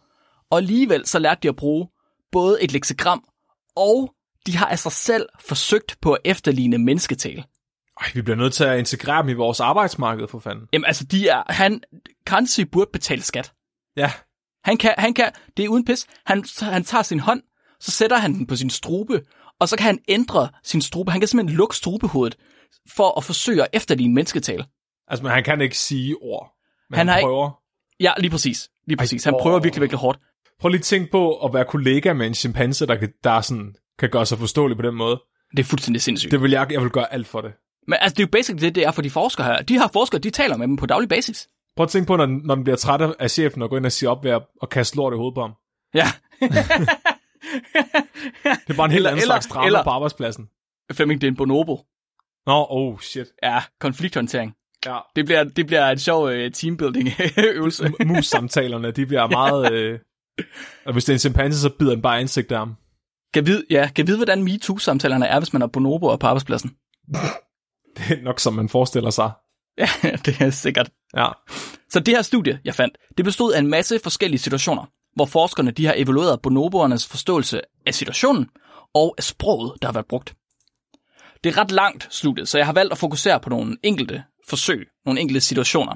Speaker 2: og alligevel så lærte de at bruge både et leksigram og de har af sig selv forsøgt på at efterligne mennesketale.
Speaker 1: Ej, vi bliver nødt til at integrere dem i vores arbejdsmarked, for fanden.
Speaker 2: Jamen altså, de er, han, Kansi burde betale skat.
Speaker 1: Ja,
Speaker 2: Han kan, han kan, det er uden pis, han, han tager sin hånd, så sætter han den på sin strube, og så kan han ændre sin strube. Han kan simpelthen lukke strubehovedet for at forsøge at efterligne mennesketale.
Speaker 1: altså, men han kan ikke sige ord. Men han,
Speaker 2: Han har
Speaker 1: han
Speaker 2: ikke-
Speaker 1: prøver.
Speaker 2: Ja, lige præcis. Lige præcis. Han
Speaker 1: åh.
Speaker 2: prøver virkelig, virkelig hårdt.
Speaker 1: Prøv lige at tænke på at være kollega med en chimpanse, der, kan, der sådan, kan gøre sig forståelig på den måde.
Speaker 2: Det er fuldstændig sindssygt. Det...
Speaker 1: Det vil jeg, jeg vil gøre alt for det.
Speaker 2: Men altså, det er jo basically det, det er for de forskere her. De har forskere, de taler med dem på daglig basis.
Speaker 1: Prøv at tænke på, når, den- når den bliver træt af- af chefen og går ind og siger op ved at, og kaste lort i hovedet på ham.
Speaker 2: Ja.
Speaker 1: Det er bare en helt
Speaker 2: Eller-
Speaker 1: anden
Speaker 2: eller-
Speaker 1: slags drama
Speaker 2: eller-
Speaker 1: på arbejdspladsen.
Speaker 2: Fleming, det er en bonobo.
Speaker 1: Nå, oh shit.
Speaker 2: Ja, konflikthåndtering.
Speaker 1: Ja.
Speaker 2: Det bliver, det bliver en sjov uh, teambuilding-øvelse.
Speaker 1: M- Mus-samtalerne, de bliver meget... øh, og hvis det er en chimpanse, så bider den bare ansigt af ham.
Speaker 2: Kan vide, ja, kan vide, hvordan MeToo-samtalerne er, hvis man er bonoboer på arbejdspladsen.
Speaker 1: Det er nok, som man forestiller sig.
Speaker 2: Ja, det er sikkert.
Speaker 1: Ja.
Speaker 2: Så det her studie, jeg fandt, det bestod af en masse forskellige situationer, hvor forskerne de har evalueret bonoboernes forståelse af situationen og af sproget, der har været brugt. Det er ret langt studiet, så jeg har valgt at fokusere på nogle enkelte forsøg, nogle enkelte situationer.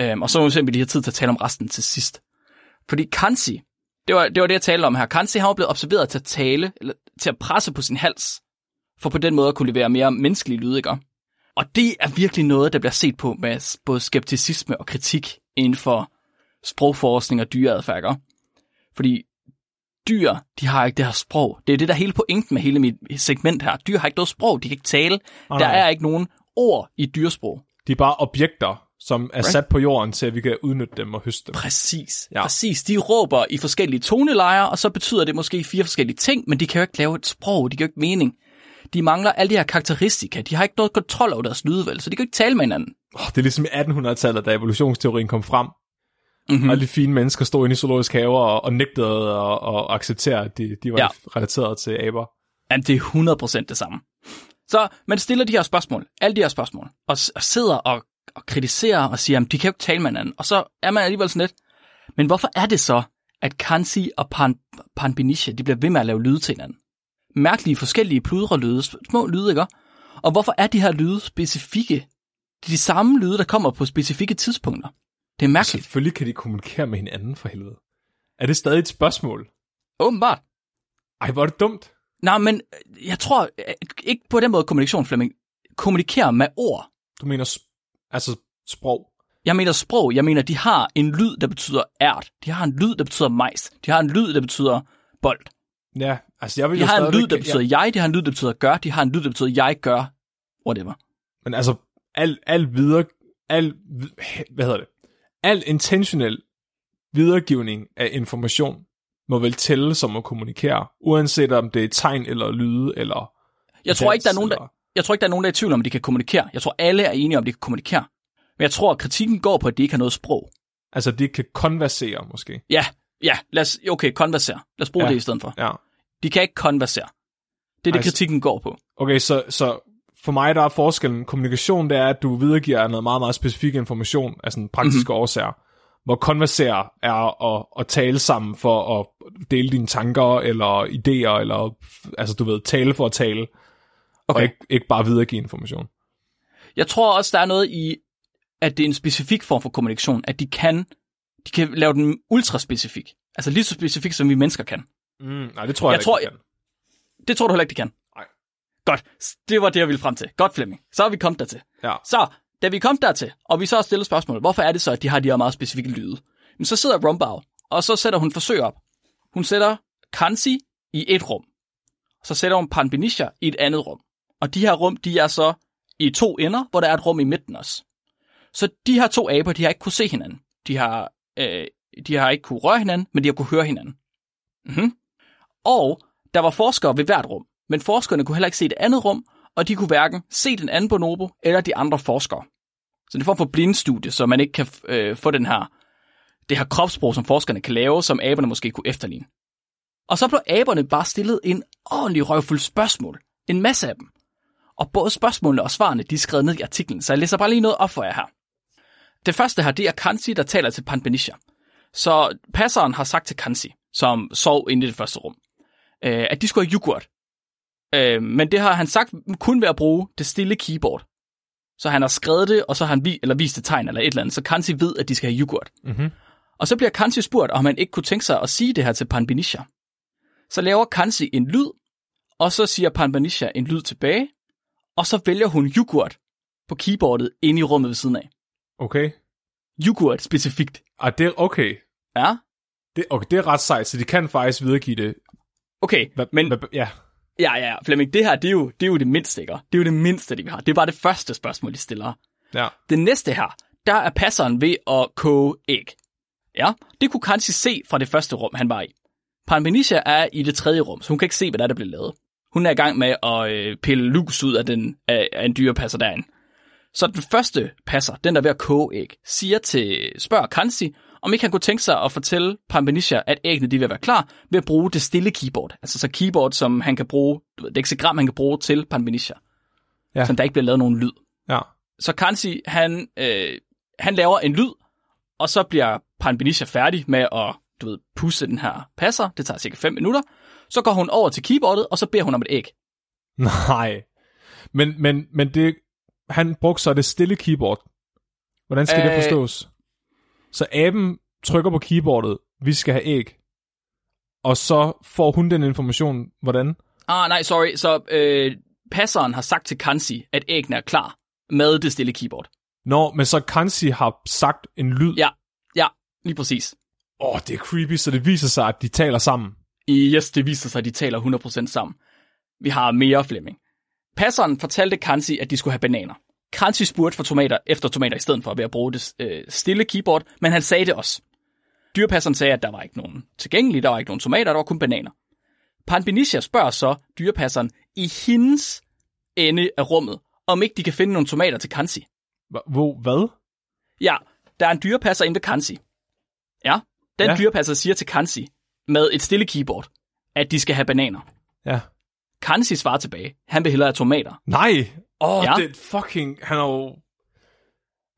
Speaker 2: Øhm, og så må vi se, om vi lige har tid til at tale om resten til sidst. Fordi Kansi, det var, det var det, jeg talte om her. Kansi har jo blevet observeret til at tale, eller til at presse på sin hals, for på den måde at kunne levere mere menneskelige lyde, ikke? Og det er virkelig noget, der bliver set på med s- både skepticisme og kritik inden for sprogforskning og dyreadfærd. ikke? Fordi dyr, de har ikke det her sprog. Det er det, der er hele pointen med hele mit segment her. Dyr har ikke noget sprog, de kan ikke tale.
Speaker 1: Åh,
Speaker 2: der
Speaker 1: nej.
Speaker 2: er ikke nogen ord i dyresprog.
Speaker 1: De er bare objekter, som er sat på jorden til, at vi kan udnytte dem og høste dem.
Speaker 2: Præcis, ja.
Speaker 1: Ja.
Speaker 2: præcis. De råber i forskellige toneleje, og så betyder det måske fire forskellige ting, men de kan jo ikke lave et sprog, de kan jo ikke mening. De mangler alle de her karakteristika, de har ikke noget kontrol over deres lyde, vel, så de kan jo ikke tale med hinanden.
Speaker 1: Oh, det er ligesom i 1800-tallet, da evolutionsteorien kom frem.
Speaker 2: Mhm.
Speaker 1: Mm-hmm. Alle de fine mennesker stod inde i zoologisk haver og, og nægtede og, og acceptere, at de, de var
Speaker 2: Ja.
Speaker 1: ja. relateret til aber.
Speaker 2: Jamen, det er 100% det samme. Så man stiller de her spørgsmål, alle de her spørgsmål, og, s- og sidder og, og kritiserer og siger, at de kan jo ikke tale med hinanden. Og så er man alligevel sådan lidt, men hvorfor er det så, at Kansi og Pan, Panbinisha, de bliver ved med at lave lyde til hinanden? Mærkelige forskellige pludrelyde, små lyde, ikke? Og hvorfor er de her lyde specifikke? Det er de samme lyde, der kommer på specifikke tidspunkter. Det er mærkeligt.
Speaker 1: Selvfølgelig kan de kommunikere med hinanden for helvede. Er det stadig et spørgsmål?
Speaker 2: Åbenbart.
Speaker 1: Ej, hvor er det dumt.
Speaker 2: Nej, men øh, jeg tror øh, ikke på den måde kommunikation, Flemming. Kommunikere med ord.
Speaker 1: Du mener sp- altså sprog.
Speaker 2: Jeg mener sprog. Jeg mener, de har en lyd, der betyder ært. De har en lyd, der betyder majs. De har en lyd, der betyder bold.
Speaker 1: Ja, altså jeg vil
Speaker 2: De
Speaker 1: jo
Speaker 2: har en
Speaker 1: stadigvæk-
Speaker 2: lyd, der betyder
Speaker 1: Ja,
Speaker 2: jeg. De har en lyd, der betyder gør. De har en lyd, der betyder jeg gør. Whatever.
Speaker 1: men altså, al, al videre... Al, hvad hedder det? Al intentionel videregivning af information må vel tælle som at kommunikere, uanset om det er tegn eller lyde eller...
Speaker 2: Jeg tror,
Speaker 1: dans
Speaker 2: ikke, der er nogen,
Speaker 1: eller-
Speaker 2: der, jeg tror ikke, der er nogen, der er i tvivl om, at de kan kommunikere. Jeg tror, alle er enige om, at de kan kommunikere. Men jeg tror, at kritikken går på, at de ikke har noget sprog.
Speaker 1: Altså, de kan konversere, måske.
Speaker 2: Ja, ja, lad os, okay, konversere. Lad os bruge ja.
Speaker 1: Ja.
Speaker 2: det i stedet for.
Speaker 1: Ja.
Speaker 2: De kan ikke konversere. Det er det,
Speaker 1: Ej, så-
Speaker 2: kritikken går på.
Speaker 1: Okay, så, så for mig, der er forskellen. Kommunikation, det er, at du videregiver noget meget, meget specifik information af sådan
Speaker 2: Mhm.
Speaker 1: praktiske mm-hmm. årsager. Hvor konversere er at, at tale sammen for at dele dine tanker eller idéer, eller altså du ved, tale for at tale, okay. og
Speaker 2: Okay.
Speaker 1: ikke, ikke bare videregive information.
Speaker 2: Jeg tror også, der er noget i, at det er en specifik form for kommunikation, at de kan, de kan lave den ultraspecifik. Altså lige så specifik, som vi mennesker kan.
Speaker 1: Mm, nej, det tror jeg,
Speaker 2: Jeg
Speaker 1: ikke,
Speaker 2: tror,
Speaker 1: vi kan.
Speaker 2: Det tror du heller ikke, de kan.
Speaker 1: Nej.
Speaker 2: Godt. S- Det var det, jeg ville frem til. Godt, Flemming. Så er vi kommet dertil.
Speaker 1: Ja.
Speaker 2: Så, da vi kom dertil, og vi så har stillet spørgsmålet, hvorfor er det så, at de har de her meget specifikke lyde? Men så sidder Rumbau, og så sætter hun forsøg op. Hun sætter Kansi i et rum. Så sætter hun Panbinisha i et andet rum. Og de her rum, de er så i to ender, hvor der er et rum i midten også. Så de her to aber, de har ikke kunne se hinanden. De har, øh, de har ikke kunne røre hinanden, men de har kunne høre hinanden. Mm-hmm. Og der var forskere ved hvert rum, men forskerne kunne heller ikke se det andet rum, og de kunne hverken se den anden bonobo eller de andre forskere. Så det er en form for blindstudie, så man ikke kan øh, få den her, det her kropssprog, som forskerne kan lave, som aberne måske kunne efterligne. Og så blev aberne bare stillet en ordentlig røvfuld spørgsmål. En masse af dem. Og både spørgsmålene og svarene, de er skrevet ned i artiklen, så jeg læser bare lige noget op for jer her. Det første her, det er Kansi, der taler til Panbenisha. Så passeren har sagt til Kansi, som sov inde i det første rum, øh, at de skulle have yoghurt. Øh, men det har han sagt kun ved at bruge det stille keyboard. Så han har skrevet det, og så har han vi, eller vist et tegn eller et eller andet, så Kansi ved, at de skal have yoghurt.
Speaker 1: Mm-hmm.
Speaker 2: Og så bliver Kansi spurgt, om han ikke kunne tænke sig at sige det her til Panbanisha. Så laver Kansi en lyd, og så siger Panbanisha en lyd tilbage, og så vælger hun yoghurt på keyboardet inde i rummet ved siden af.
Speaker 1: Okay.
Speaker 2: Yoghurt specifikt.
Speaker 1: Ah, det er okay.
Speaker 2: Ja,
Speaker 1: Det, okay, det er ret sejt, så de kan faktisk videregive det.
Speaker 2: okay.
Speaker 1: Hva,
Speaker 2: men,
Speaker 1: hva, ja.
Speaker 2: Ja, ja, ja, Flemming, det her, det er, jo, det er jo det mindste, ikke? Det er jo det mindste, det vi har. Det er bare det første spørgsmål, de stiller.
Speaker 1: ja.
Speaker 2: Det næste her, der er passeren ved at koge æg. Ja, det kunne Kansi se fra det første rum, han var i. Panbenisha er i det tredje rum, så hun kan ikke se, hvad der, er, der bliver lavet. Hun er i gang med at øh, pille lus ud af, den, af, af en dyrepasser derinde. Så den første passer, den der er ved at koge æg, siger til, spørger Kansi, om ikke han kunne tænke sig at fortælle Pambanisha, at æggene de vil være klar ved at bruge det stille keyboard. Altså så keyboard, som han kan bruge, du ved, deksegram, han kan bruge til Pambanisha.
Speaker 1: Ja.
Speaker 2: Ja. Så der ikke bliver lavet nogen lyd.
Speaker 1: ja.
Speaker 2: Så Kansi, han, øh, han laver en lyd, og så bliver Panbenisha færdig med at du ved, pusse den her passer. Det tager cirka 5 minutter. Så går hun over til keyboardet, og så beder hun om et æg.
Speaker 1: Nej. Men, men, men det, han brugte så det stille keyboard. Hvordan skal øh...
Speaker 2: Øh.
Speaker 1: det forstås? Så aben trykker på keyboardet, vi skal have æg. Og så får hun den information, hvordan?
Speaker 2: Ah, nej, sorry. Så øh, passeren har sagt til Kansi, at æggene er klar med det stille keyboard.
Speaker 1: Nå, men så Kansi har sagt en lyd.
Speaker 2: Ja. Ja, lige præcis.
Speaker 1: Åh, det er creepy, så det viser sig, at de taler sammen.
Speaker 2: I Yes, det viser sig, at de taler 100% sammen. Vi har mere Flemming. Passeren fortalte Kansi, at de skulle have bananer. Kansi spurgte for tomater efter tomater i stedet for ved at bruge det øh, stille keyboard, men han sagde det også. Dyrepasseren sagde, at der var ikke nogen tilgængelige, der var ikke nogen tomater, der var kun bananer. Panbinisha spørger så dyrepasseren i hendes ende af rummet, om ikke de kan finde nogle tomater til Kansi.
Speaker 1: Hva- Hvor, hvad?
Speaker 2: Ja, der er en dyrepasser inde ved Kansi. Ja, den
Speaker 1: Ja.
Speaker 2: ja. dyrepasser siger til Kansi med et stille keyboard, at de skal have bananer.
Speaker 1: Ja.
Speaker 2: Kansi svarer tilbage, han vil hellere have tomater.
Speaker 1: Nej! Åh, oh,
Speaker 2: Ja.
Speaker 1: det fucking... Han er jo...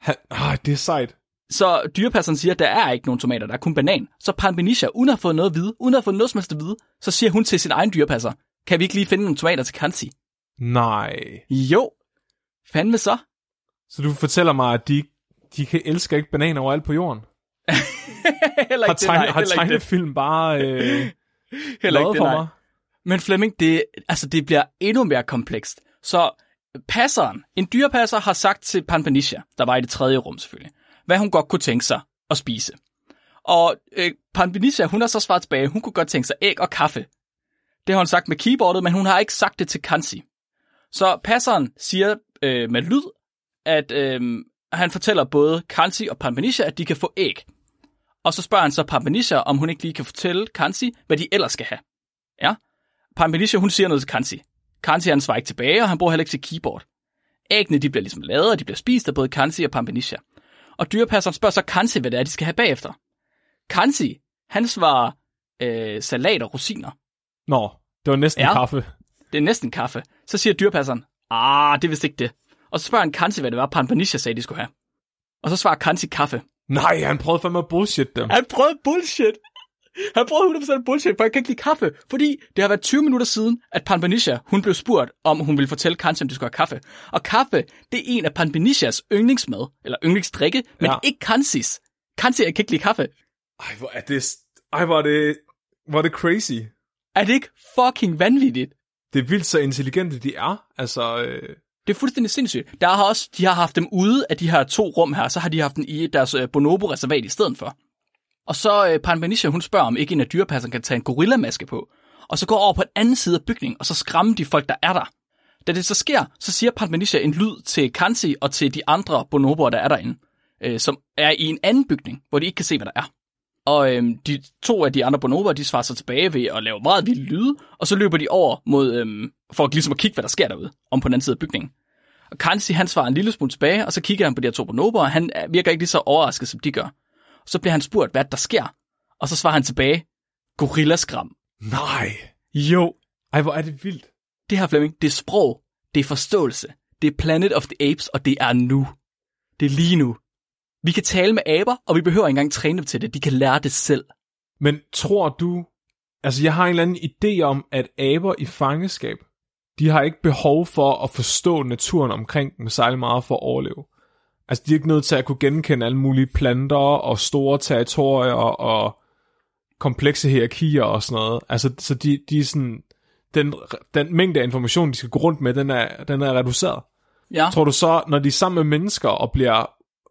Speaker 1: Han, ah, det er sejt.
Speaker 2: Så dyrepasseren siger, at der er ikke nogen tomater, der er kun banan. Så Panbenisha, uden at have fået noget at vide, uden at have fået noget som helst at vide, så siger hun til sin egen dyrepasser, kan vi ikke lige finde nogle tomater til Kansi?
Speaker 1: Nej.
Speaker 2: Jo, fandme så.
Speaker 1: Så du fortæller mig, at de, de kan elsker ikke bananer overalt på jorden?
Speaker 2: heller
Speaker 1: Har,
Speaker 2: ikke det, nej,
Speaker 1: tegne, har
Speaker 2: heller ikke det,
Speaker 1: tegnefilm bare øh,
Speaker 2: heller ikke
Speaker 1: lavet
Speaker 2: det,
Speaker 1: for
Speaker 2: nej.
Speaker 1: mig?
Speaker 2: Men Flemming, det, altså, det bliver endnu mere komplekst. Så passeren, en dyrepasser, har sagt til Panpanisha, der var i det tredje rum selvfølgelig, hvad hun godt kunne tænke sig at spise. Og øh, Panpanisha, hun har så svaret tilbage, hun kunne godt tænke sig æg og kaffe. Det har hun sagt med keyboardet, men hun har ikke sagt det til Kansi. Så passeren siger øh, med lyd, at øh, han fortæller både Kansi og Panpanisha, at de kan få æg. Og så spørger han så Panpanisha, om hun ikke lige kan fortælle Kansi, hvad de ellers skal have. Pampelisha, hun siger noget til Kansi. Kansi, han svarer ikke tilbage, og han bruger heller ikke sit keyboard. Æggene, de bliver ligesom lavet, og de bliver spist af både Kansi og Pampelisha. Og dyrepasseren spørger så Kansi, hvad det er, de skal have bagefter. Kansi, han svarer øh, salat og rosiner.
Speaker 1: Nå, det var næsten ja.
Speaker 2: Ja.
Speaker 1: kaffe.
Speaker 2: Det er næsten kaffe. Så siger dyrepasseren, ah, det er vist ikke det. Og så spørger han Kansi, hvad det var, Pampelisha sagde, de skulle have. Og så svarer Kansi kaffe.
Speaker 1: Nej, han prøvede fandme at bullshit dem.
Speaker 2: Han prøvede bullshit. Han prøvede 100% bullshit, for jeg kan ikke lide kaffe. Fordi det har været 20 minutter siden, at Panbanisha, hun blev spurgt, om hun ville fortælle Kansi, om de skulle have kaffe. Og kaffe, det er en af Panbanishas yndlingsmad, eller yndlingsdrikke, men
Speaker 1: Ja.
Speaker 2: ja. ikke Kansis. Kansi, jeg kan ikke lide kaffe.
Speaker 1: Ej, hvor er det... Ej, hvor er det... Hvor er det crazy.
Speaker 2: Er det ikke fucking vanvittigt?
Speaker 1: Det er vildt så intelligente, de er. Altså, øh,
Speaker 2: Det er fuldstændig sindssygt. Der har også, de har haft dem ude af de her to rum her, så har de haft den i deres øh, bonobo-reservat i stedet for. Og så øh, Panbanisha, hun spørger, om ikke en af dyrepasserne kan tage en gorillamaske på, og så går over på den anden side af bygningen, og så skræmmer de folk, der er der. Da det så sker, så siger Panbanisha en lyd til Kansi og til de andre bonoboer, der er derinde, øh, som er i en anden bygning, hvor de ikke kan se, hvad der er. Og øhm, de to af de andre bonoboer, de svarer sig tilbage ved at lave meget vilde lyde, og så løber de over mod, øhm, for ligesom at kigge, hvad der sker derude, om på den anden side af bygningen. Og Kansi, han svarer en lille smule tilbage, og så kigger han på de her to bonoboer, og han øh, virker ikke lige så overrasket, som de gør. Så bliver han spurgt, hvad der sker, og så svarer han tilbage, gorillaskram.
Speaker 1: nej.
Speaker 2: Jo.
Speaker 1: Ej, hvor er det vildt.
Speaker 2: Det her, Flemming, det er sprog, det er forståelse, det er Planet of the Apes, og det er nu. Det er lige nu. Vi kan tale med aber, og vi behøver ikke engang træne dem til det. De kan lære det selv.
Speaker 1: Men tror du... Altså, jeg har en eller anden idé om, at aber i fangeskab De har ikke behov for at forstå naturen omkring dem særlig meget for at overleve. Altså, de er ikke nødt til at kunne genkende alle mulige planter og store territorier og komplekse hierarkier og sådan noget. Altså, så de, de er sådan, den, den mængde af information, de skal gå rundt med, den er, den er reduceret.
Speaker 2: Ja.
Speaker 1: Tror du så, når de er sammen med mennesker og bliver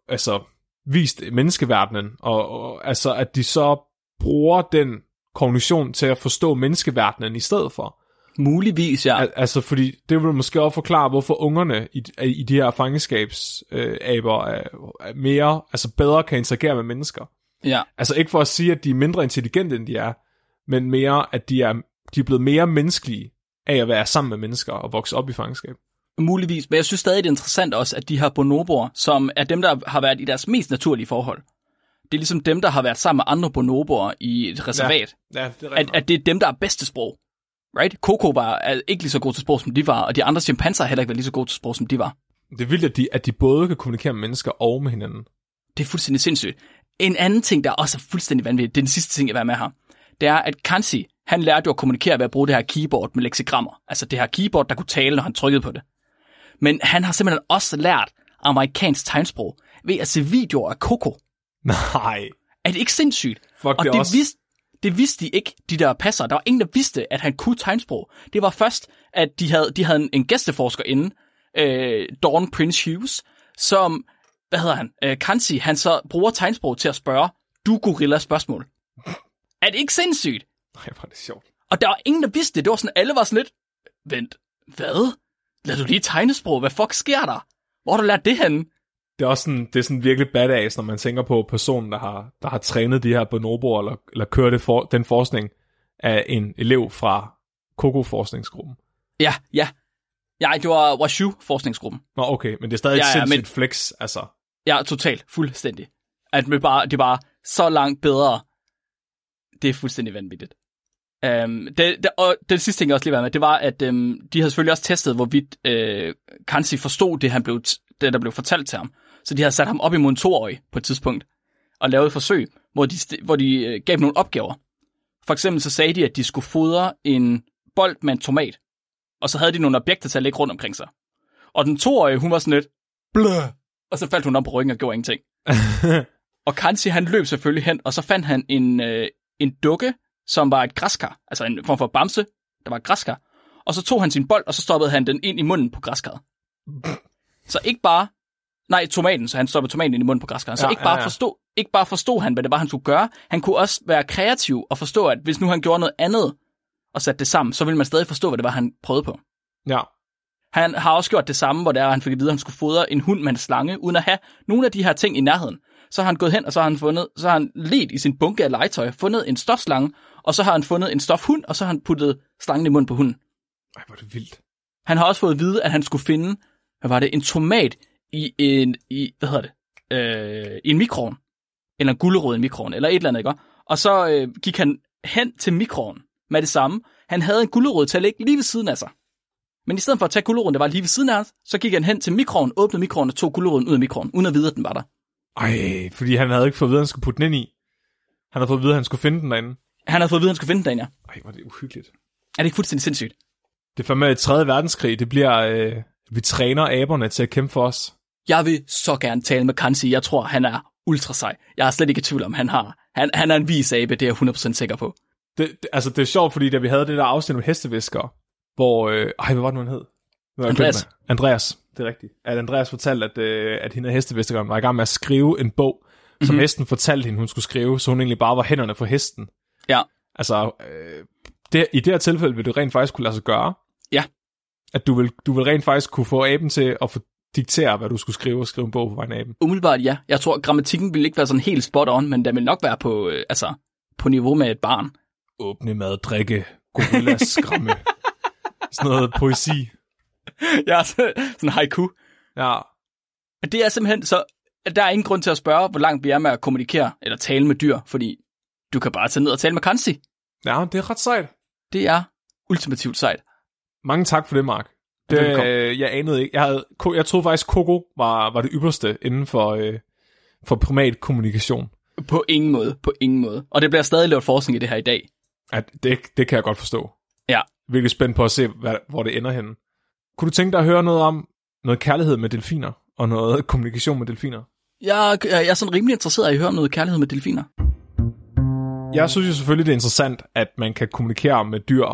Speaker 1: altså, vist menneskeverdenen, og, og altså, at de så bruger den kognition til at forstå menneskeverdenen i stedet for?
Speaker 2: Muligvis, ja.
Speaker 1: Al- altså, fordi det vil måske også forklare, hvorfor ungerne i, i de her fangeskabsaber øh, er, er mere, altså bedre kan interagere med mennesker.
Speaker 2: ja.
Speaker 1: Altså ikke for at sige, at de er mindre intelligente, end de er, men mere, at de er, de er blevet mere menneskelige af at være sammen med mennesker og vokse op i fangenskab.
Speaker 2: Muligvis, men jeg synes stadig, det er interessant også, at de her bonoboer, som er dem, der har været i deres mest naturlige forhold, det er ligesom dem, der har været sammen med andre bonoboer i et reservat,
Speaker 1: Ja, det er
Speaker 2: ja. at, at det er dem, der er bedst til sprog. Right? Coco var øh, ikke lige så god til sprog, som de var, og de andre chimpanser har heller ikke været lige så gode til sprog, som de var.
Speaker 1: Det er vildt, at de, at de både kan kommunikere med mennesker og med hinanden.
Speaker 2: Det er fuldstændig sindssygt. En anden ting, der også er fuldstændig vanvittig, det er den sidste ting, jeg vil være med her, det er, at Kansi, han lærte jo at kommunikere ved at bruge det her keyboard med leksikrammer. Altså det her keyboard, der kunne tale, når han trykkede på det. Men han har simpelthen også lært amerikansk tegnsprog ved at se videoer af Coco.
Speaker 1: Nej.
Speaker 2: Er det ikke sindssygt?
Speaker 1: Fuck,
Speaker 2: og
Speaker 1: det er
Speaker 2: det,
Speaker 1: også-
Speaker 2: vidste, det vidste de ikke, de der passer. Der var ingen, der vidste, at han kunne tegnsprog. Det var først, at de havde, de havde en, en gæsteforsker inde, øh, Dawn Prince Hughes, som, hvad hedder han, øh, Kansi, han så bruger tegnsprog til at spørge, du gorilla spørgsmål. Er det ikke sindssygt?
Speaker 1: Nej, hvor er det sjovt.
Speaker 2: Og der var ingen, der vidste det. Det var sådan, alle var sådan lidt, vent, hvad? Lad du lige tegnesprog? Hvad fuck sker der? Hvor har du lært det henne?
Speaker 1: Det er også sådan, det er sådan virkelig badass, når man tænker på personen, der har, der har trænet de her bonoboer, eller, eller kører det for, den forskning af en elev fra Koko-forskningsgruppen.
Speaker 2: Ja, ja. Ja, det var Washu-forskningsgruppen.
Speaker 1: Nå, okay, men det er stadig
Speaker 2: Ja,
Speaker 1: ja, ja,
Speaker 2: ja,
Speaker 1: et sindssygt
Speaker 2: men-
Speaker 1: men... flex, altså.
Speaker 2: Ja, totalt. Fuldstændig. At med bare, det er bare så langt bedre. Det er fuldstændig vanvittigt. Um, det, det, og den sidste ting, jeg også lige var med, det var, at um, de havde selvfølgelig også testet, hvorvidt øh, Kansi forstod det, han blev t- det, der blev fortalt til ham. Så de havde sat ham op imod en toårig på et tidspunkt, og lavet et forsøg, hvor de, st- hvor de øh, gav dem nogle opgaver. For eksempel så sagde de, at de skulle fodre en bold med en tomat, og så havde de nogle objekter til at lægge rundt omkring sig. Og den toårige, hun var sådan lidt, Blah. Og så faldt hun om på ryggen og gjorde ingenting. og Kansi, han løb selvfølgelig hen, og så fandt han en, øh, en dukke, som var et græskar. Altså en form for bamse, der var et græskar. Og så tog han sin bold, og så stoppede han den ind i munden på græskarret. Så ikke bare... Nej, tomaten, så han stoppede tomaten ind i munden på græskarret. Så
Speaker 1: Ja,
Speaker 2: ikke, bare
Speaker 1: ja, ja.
Speaker 2: Forstod, ikke bare forstod han, hvad det var, han skulle gøre. Han kunne også være kreativ og forstå, at hvis nu han gjorde noget andet og satte det sammen, så ville man stadig forstå, hvad det var, han prøvede på.
Speaker 1: Ja,
Speaker 2: Han har også gjort det samme, hvor det er, at han fik at vide, at han skulle fodre en hund med en slange, uden at have nogle af de her ting i nærheden. Så har han gået hen, og så har han, fundet, så har han let i sin bunke af legetøj, fundet en stofslange, og så har han fundet en stofhund, og så har han puttet slangen i munden på hunden.
Speaker 1: ej, hvor er det vildt.
Speaker 2: Han har også fået at vide, at han skulle finde, hvad var det, en tomat i en, i, hvad hedder det, øh, i en mikroovn. Eller en gulerod i en mikroovn, eller et eller andet, ikke? Og så øh, gik han hen til mikroovnen med det samme. Han havde en gulerod til at lægge lige ved siden af sig. Men i stedet for at tage guleroden, der var lige ved siden af os, så gik han hen til mikroovnen, åbnede mikroovnen og tog guleroden ud af mikroovnen, uden at vide, at den var der.
Speaker 1: Ej, fordi han havde ikke fået at vide, at han skulle putte den ind i. Han havde fået at vide, at han skulle finde den derinde.
Speaker 2: Han havde fået at vide, at han skulle finde den, ja.
Speaker 1: Ej, hvor er det uhyggeligt.
Speaker 2: Er det ikke fuldstændig sindssygt?
Speaker 1: Det er fandme et 3. verdenskrig. Det bliver, øh, vi træner aberne til at kæmpe for os.
Speaker 2: Jeg vil så gerne tale med Kansi. Jeg tror, han er ultra sej. Jeg er slet ikke i tvivl om, han har. Han, han er en vis abe, det er jeg 100% sikker på.
Speaker 1: Det, det, altså, det er sjovt, fordi da vi havde det der afsnit om hestevisker, hvor... Øh, ej, hvad var det nu, han hed? Nu har jeg glemt
Speaker 2: Andreas.
Speaker 1: det. Andreas, det er rigtigt. At Andreas fortalte, at, øh, at hende af hesteviskeren var i gang med at skrive en bog, som
Speaker 2: Mhm.
Speaker 1: mm-hmm. hesten fortalte hende, hun skulle skrive, så hun egentlig bare var hænderne for hesten.
Speaker 2: Ja.
Speaker 1: Altså, øh, det, i det her tilfælde vil det rent faktisk kunne lade sig gøre.
Speaker 2: Ja.
Speaker 1: At du vil, du vil rent faktisk kunne få aben til at få diktere, hvad du skulle skrive, og skrive en bog på vegne af aben.
Speaker 2: Umiddelbart ja. Jeg tror, grammatikken ville ikke være sådan helt spot on, men den vil nok være på, øh, altså, på niveau med et barn.
Speaker 1: Åbne mad, drikke, gorilla, skræmme. Sådan noget poesi.
Speaker 2: ja, så- sådan haiku.
Speaker 1: Ja.
Speaker 2: Det er simpelthen så... at Der er ingen grund til at spørge, hvor langt vi er med at kommunikere eller tale med dyr, fordi du kan bare tage ned og tale med Kansi.
Speaker 1: ja, det er ret sejt.
Speaker 2: Det er ultimativt sejt.
Speaker 1: Mange tak for det, Mark. Det,
Speaker 2: Velkommen.
Speaker 1: øh, jeg anede ikke. Jeg, havde, ko- jeg troede faktisk, Coco var, var det ypperste inden for, øh, for primat kommunikation.
Speaker 2: På ingen måde, på ingen måde. Og det bliver stadig lavet forskning i det her i dag.
Speaker 1: At det, det kan jeg godt forstå.
Speaker 2: Ja,
Speaker 1: Virkelig spændt på at se, hvad, hvor det ender henne. Kunne du tænke dig at høre noget om noget kærlighed med delfiner, og noget kommunikation med delfiner?
Speaker 2: Jeg, jeg er sådan rimelig interesseret i at høre om noget kærlighed med delfiner.
Speaker 1: Jeg synes jo selvfølgelig, det er interessant, at man kan kommunikere med dyr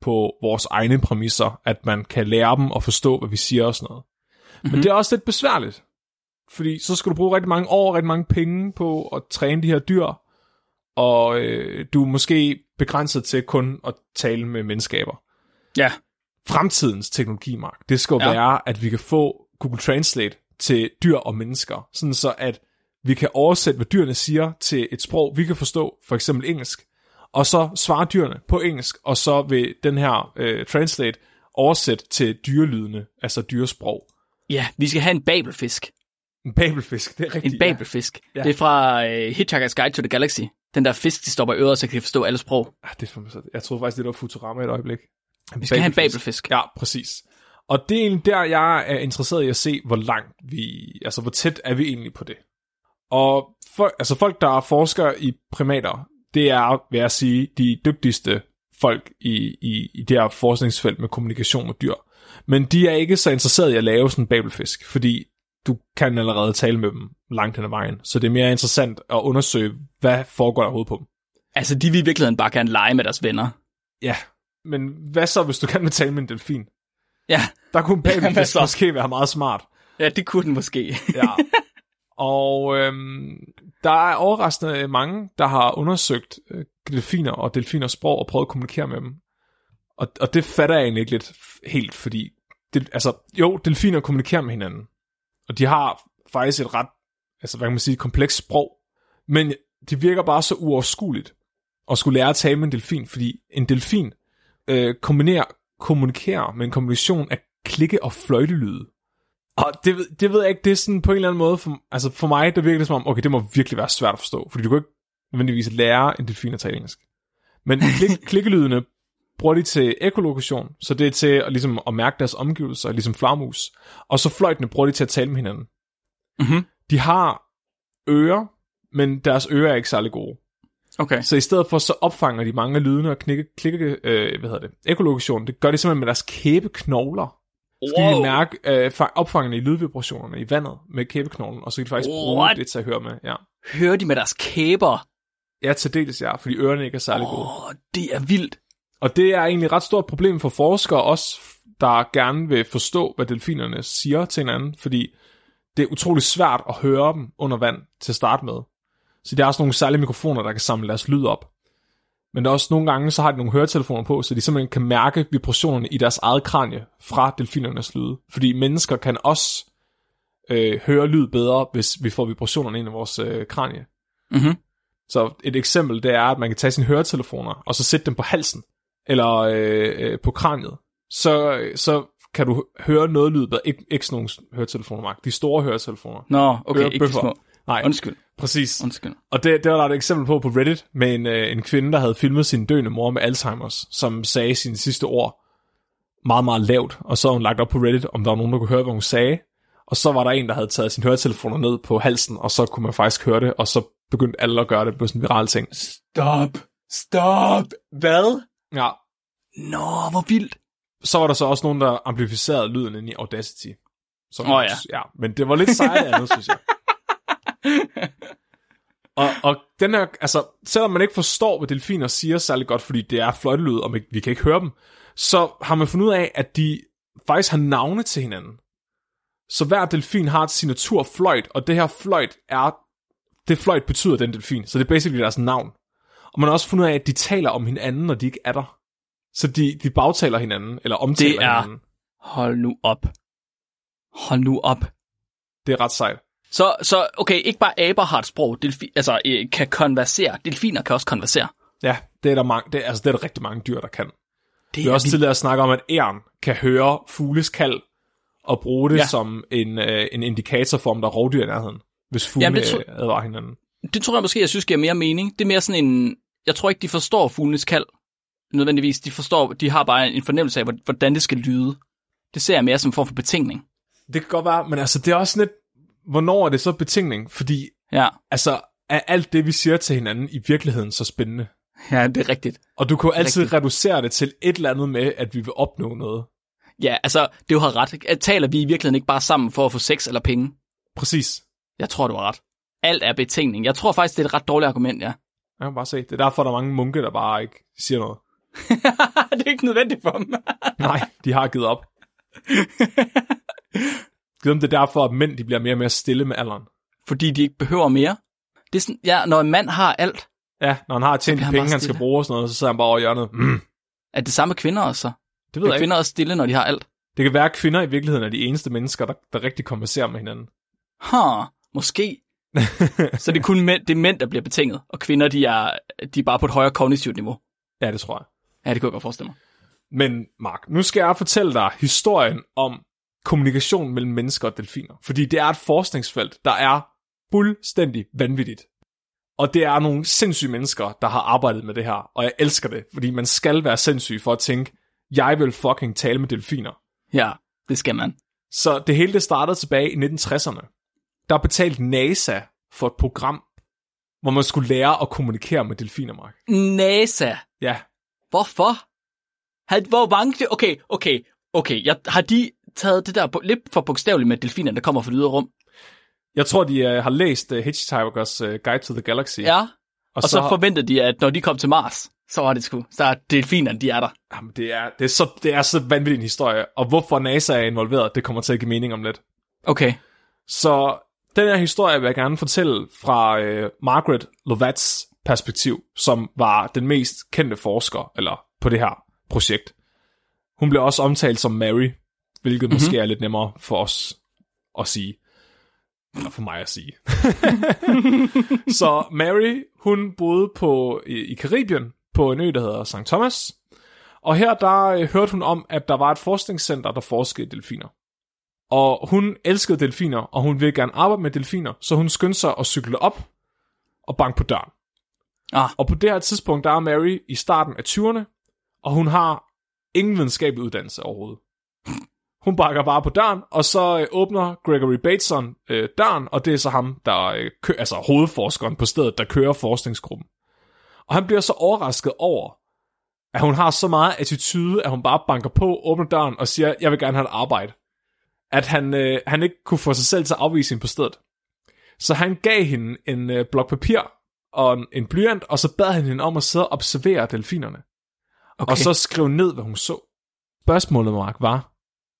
Speaker 1: på vores egne præmisser, at man kan lære dem at forstå, hvad vi siger og sådan noget. Mm-hmm. Men det er også lidt besværligt, fordi så skal du bruge rigtig mange år og rigtig mange penge på at træne de her dyr, og øh, du er måske begrænset til kun at tale med menneskaber.
Speaker 2: Ja,
Speaker 1: Fremtidens teknologi, Mark, det skal jo
Speaker 2: Ja.
Speaker 1: ja. være, at vi kan få Google Translate til dyr og mennesker, sådan så at vi kan oversætte, hvad dyrene siger til et sprog, vi kan forstå, for eksempel engelsk, og så svarer dyrene på engelsk, og så vil den her øh, Translate oversætte til dyrelydene, altså dyresprog.
Speaker 2: ja vi skal have en babelfisk.
Speaker 1: En babelfisk, det er rigtigt.
Speaker 2: En
Speaker 1: ja.
Speaker 2: babelfisk. Ja.
Speaker 1: Ja.
Speaker 2: Det er fra øh, Hitchhiker's Guide to the Galaxy. Den der fisk, de stopper i øret, så kan de forstå alle sprog.
Speaker 1: Ah, det er for, så- jeg troede faktisk, det var Futurama et øjeblik.
Speaker 2: Vi skal have en babelfisk.
Speaker 1: Ja, præcis. Og det er egentlig der, jeg er interesseret i at se, hvor langt vi... Altså, hvor tæt er vi egentlig på det? Og folk, altså folk, der er forskere i primater, det er, vil jeg sige, de dygtigste folk i, i, i det her forskningsfelt med kommunikation med dyr. Men de er ikke så interesserede i at lave sådan en babelfisk, fordi du kan allerede tale med dem langt hen ad vejen. Så det er mere interessant at undersøge, hvad foregår der overhovedet på dem.
Speaker 2: Altså, de vil i virkeligheden bare gerne lege med deres venner.
Speaker 1: Ja, men hvad så, hvis du kan tale med en delfin?
Speaker 2: Ja,
Speaker 1: Der kunne en
Speaker 2: Ja, hvad så?
Speaker 1: babelfisk måske være meget smart.
Speaker 2: ja det kunne den måske.
Speaker 1: Ja. og øhm, der er overraskende mange, der har undersøgt øh, delfiner og delfiners sprog og prøvet at kommunikere med dem. Og, og det fatter jeg egentlig ikke lidt f- helt, fordi det, altså, jo, delfiner kommunikerer med hinanden. Og de har faktisk et ret, altså hvad kan man sige, komplekst sprog. Men det virker bare så uoverskueligt at skulle lære at tale med en delfin, fordi en delfin øh, kombinerer, kommunikerer med en kombination af klikke- og fløjtelyde. Og det, ved- det ved jeg ikke, det er sådan på en eller anden måde, for, altså for mig, der virker det som om, okay, det må virkelig være svært at forstå, fordi du kan ikke nødvendigvis lære en delfin at tale engelsk. Men klik, klikkelydene bruger de til ekolokation, så det er til at, ligesom, at mærke deres omgivelser, ligesom flagmus. Og så fløjtene bruger de til at tale med hinanden.
Speaker 2: Mhm.
Speaker 1: De har ører, men deres ører er ikke særlig gode.
Speaker 2: Okay.
Speaker 1: Så i stedet for, så opfanger de mange af lydene og knikke, klikke, øh, hvad hedder det, ekolokation. Det gør de simpelthen med deres kæbeknogler. Så kan de mærke øh, fa- opfangerne i lydvibrationerne i vandet med kæbeknoglen, og så kan de faktisk bruge
Speaker 2: What?
Speaker 1: det til at høre med. Ja,
Speaker 2: Hører de med deres kæber?
Speaker 1: ja til dels ja, fordi ørerne ikke er særlig oh. gode.
Speaker 2: Åh, oh, det er vildt.
Speaker 1: Og det er egentlig et ret stort problem for forskere også, der gerne vil forstå, hvad delfinerne siger til hinanden, fordi det er utrolig svært at høre dem under vand til at starte med. Så der er også nogle særlige mikrofoner, der kan samle deres lyd op. Men der er også nogle gange, så har de nogle høretelefoner på, så de simpelthen kan mærke vibrationerne i deres eget kranje fra delfinernes lyde. Fordi mennesker kan også øh, høre lyd bedre, hvis vi får vibrationerne ind i vores øh, kranje.
Speaker 2: Mhm.
Speaker 1: Så et eksempel, det er, at man kan tage sine høretelefoner, og så sætte dem på halsen, eller øh, øh, på kraniet. Så, så kan du høre noget lyd, bedre. ikke, ikke sådan nogle høretelefoner, Mark. De store høretelefoner.
Speaker 2: Nå, okay, ikke de
Speaker 1: Ørebøffer.
Speaker 2: små.
Speaker 1: Nej,
Speaker 2: Undskyld,
Speaker 1: præcis.
Speaker 2: undskyld.
Speaker 1: Og det, det var der et eksempel på på Reddit, med en, øh, en kvinde, der havde filmet sin døende mor med Alzheimer's, som sagde sine sidste ord meget, meget lavt, og så havde hun lagt op på Reddit, om der var nogen, der kunne høre, hvad hun sagde, og så var der en, der havde taget sine høretelefoner ned på halsen, og så kunne man faktisk høre det, og så begyndte alle at gøre det på sådan en viral ting.
Speaker 2: Stop. Stop. Hvad?
Speaker 1: Ja,
Speaker 2: Nå, hvor vildt.
Speaker 1: så var der så også nogen, der amplificerede lyden inde i Audacity. Som,
Speaker 2: Åh, ja.
Speaker 1: ja. Men det var lidt sejere andet, synes jeg. Og, og den her, altså, selvom man ikke forstår, hvad delfiner siger særlig godt, fordi det er fløjtelyd, og vi- vi kan ikke høre dem, så har man fundet ud af, at de faktisk har navne til hinanden. Så hver delfin har sin naturfløjt, og det her fløjt er, det fløjt betyder den delfin, så det er basically deres navn. Og man har også fundet ud af, at de taler om hinanden, når de ikke er der. Så de, de bagtaler hinanden, eller omtaler
Speaker 2: er-
Speaker 1: hinanden.
Speaker 2: Hold nu op. Hold nu op.
Speaker 1: Det er ret sejt.
Speaker 2: Så, så okay, ikke bare aber har et sprog, delfi, altså øh, kan konversere. Delfiner kan også konversere.
Speaker 1: Ja, det er der, mange, det, er, altså, det er der rigtig mange dyr, der kan.
Speaker 2: Det
Speaker 1: Vi har også
Speaker 2: vildt.
Speaker 1: tidligere snakket om, at æren kan høre fugles kald og bruge det
Speaker 2: Ja.
Speaker 1: ja. som en, øh, en indikator for, om der er rovdyr i nærheden, hvis fugle
Speaker 2: Jamen,
Speaker 1: Jamen,
Speaker 2: det tror-
Speaker 1: advarer hinanden.
Speaker 2: det tror jeg måske, jeg synes giver mere mening. Det er mere sådan en, jeg tror ikke, de forstår fuglenes kald nødvendigvis. De forstår, de har bare en fornemmelse af, hvor- hvordan det skal lyde. Det ser jeg mere som en form for betingning.
Speaker 1: Det kan godt være, men altså, det er også sådan lidt, hvornår er det så betingning? Fordi
Speaker 2: Ja,
Speaker 1: altså, er alt det, vi siger til hinanden i virkeligheden så spændende?
Speaker 2: Ja, det er rigtigt.
Speaker 1: Og du kunne altid
Speaker 2: Rigtigt.
Speaker 1: reducere det til et eller andet med, at vi vil opnå noget.
Speaker 2: Ja, altså, det har ret. At Taler vi i virkeligheden ikke bare sammen for at få sex eller penge?
Speaker 1: Præcis.
Speaker 2: Jeg tror, du har ret. Alt er betingning. Jeg tror faktisk, det er et ret dårligt argument, ja.
Speaker 1: Jeg kan bare se. Det er derfor, der er mange munke, der bare ikke siger noget.
Speaker 2: det er ikke nødvendigt for dem.
Speaker 1: Nej, de har givet op. Givet om det er derfor, at mænd de bliver mere og mere stille med alderen.
Speaker 2: Fordi de ikke behøver mere. Det er sådan, ja, når en mand har alt,
Speaker 1: Ja, når han har tjent de
Speaker 2: bliver han
Speaker 1: penge,
Speaker 2: bare
Speaker 1: han skal
Speaker 2: stille.
Speaker 1: bruge og sådan noget, så sidder han bare over i hjørnet. Mm.
Speaker 2: er det samme med kvinder også så?
Speaker 1: Det ved
Speaker 2: Er
Speaker 1: jeg ikke.
Speaker 2: kvinder også stille, når de har alt?
Speaker 1: Det kan være, at kvinder i virkeligheden er de eneste mennesker, der, der rigtig konverserer med hinanden.
Speaker 2: Huh, måske. så det er kun mænd, det er mænd, der bliver betinget, og kvinder, de er, de er bare på et højere kognitivt niveau.
Speaker 1: Ja, det tror jeg.
Speaker 2: Ja, det kunne jeg godt forestille mig.
Speaker 1: Men Mark, nu skal jeg fortælle dig historien om kommunikation mellem mennesker og delfiner. Fordi det er et forskningsfelt, der er fuldstændig vanvittigt. Og det er nogle sindssyge mennesker, der har arbejdet med det her. Og jeg elsker det, fordi man skal være sindssyg for at tænke, jeg vil fucking tale med delfiner.
Speaker 2: Ja, det skal man.
Speaker 1: Så det hele det startede tilbage i 1960'erne. Der betalte NASA for et program, hvor man skulle lære at kommunikere med delfiner, Mark.
Speaker 2: NASA.
Speaker 1: Ja,
Speaker 2: Hvorfor? Had, hvor mange... det- Okay, okay, okay. Jeg, har de taget det der bu- lidt for bogstaveligt med delfinerne, der kommer fra det ydre rum?
Speaker 1: jeg tror, de øh, har læst uh, Hitchhiker's uh, Guide to the Galaxy.
Speaker 2: Ja. Og, og så, så forventede de, at når de kom til Mars, så var det sgu. Så er delfinerne, de er der.
Speaker 1: Jamen, det er, det, er så, det er så vanvittig en historie, og hvorfor NASA er involveret, det kommer til at give mening om lidt.
Speaker 2: Okay.
Speaker 1: Så den her historie vil jeg gerne fortælle fra øh, Margaret Lovats perspektiv, som var den mest kendte forsker eller på det her projekt. Hun blev også omtalt som Mary, hvilket mm-hmm. måske er lidt nemmere for os at sige. Eller for mig at sige. så Mary, hun boede på i, i Karibien på en ø, der hedder St. Thomas. Og her der øh, hørte hun om, at der var et forskningscenter, der forskede i delfiner. Og hun elskede delfiner, og hun ville gerne arbejde med delfiner, så hun skyndte sig at cykle op og banke på døren.
Speaker 2: Ah.
Speaker 1: Og på det her tidspunkt, der er Mary i starten af 20'erne, og hun har ingen videnskabelig uddannelse overhovedet. Hun bakker bare på døren, og så øh, åbner Gregory Bateson øh, døren, og det er så ham, der øh, kø- altså hovedforskeren på stedet, der kører forskningsgruppen. Og han bliver så overrasket over, at hun har så meget attitude, at hun bare banker på, åbner døren og siger, jeg vil gerne have et arbejde at han, øh, han ikke kunne få sig selv til at afvise hende på stedet. Så han gav hende en øh, blok papir og en, en blyant, og så bad han hende om at sidde og observere delfinerne. Okay. Og så skrive ned, hvad hun så. Spørgsmålet, Mark, var,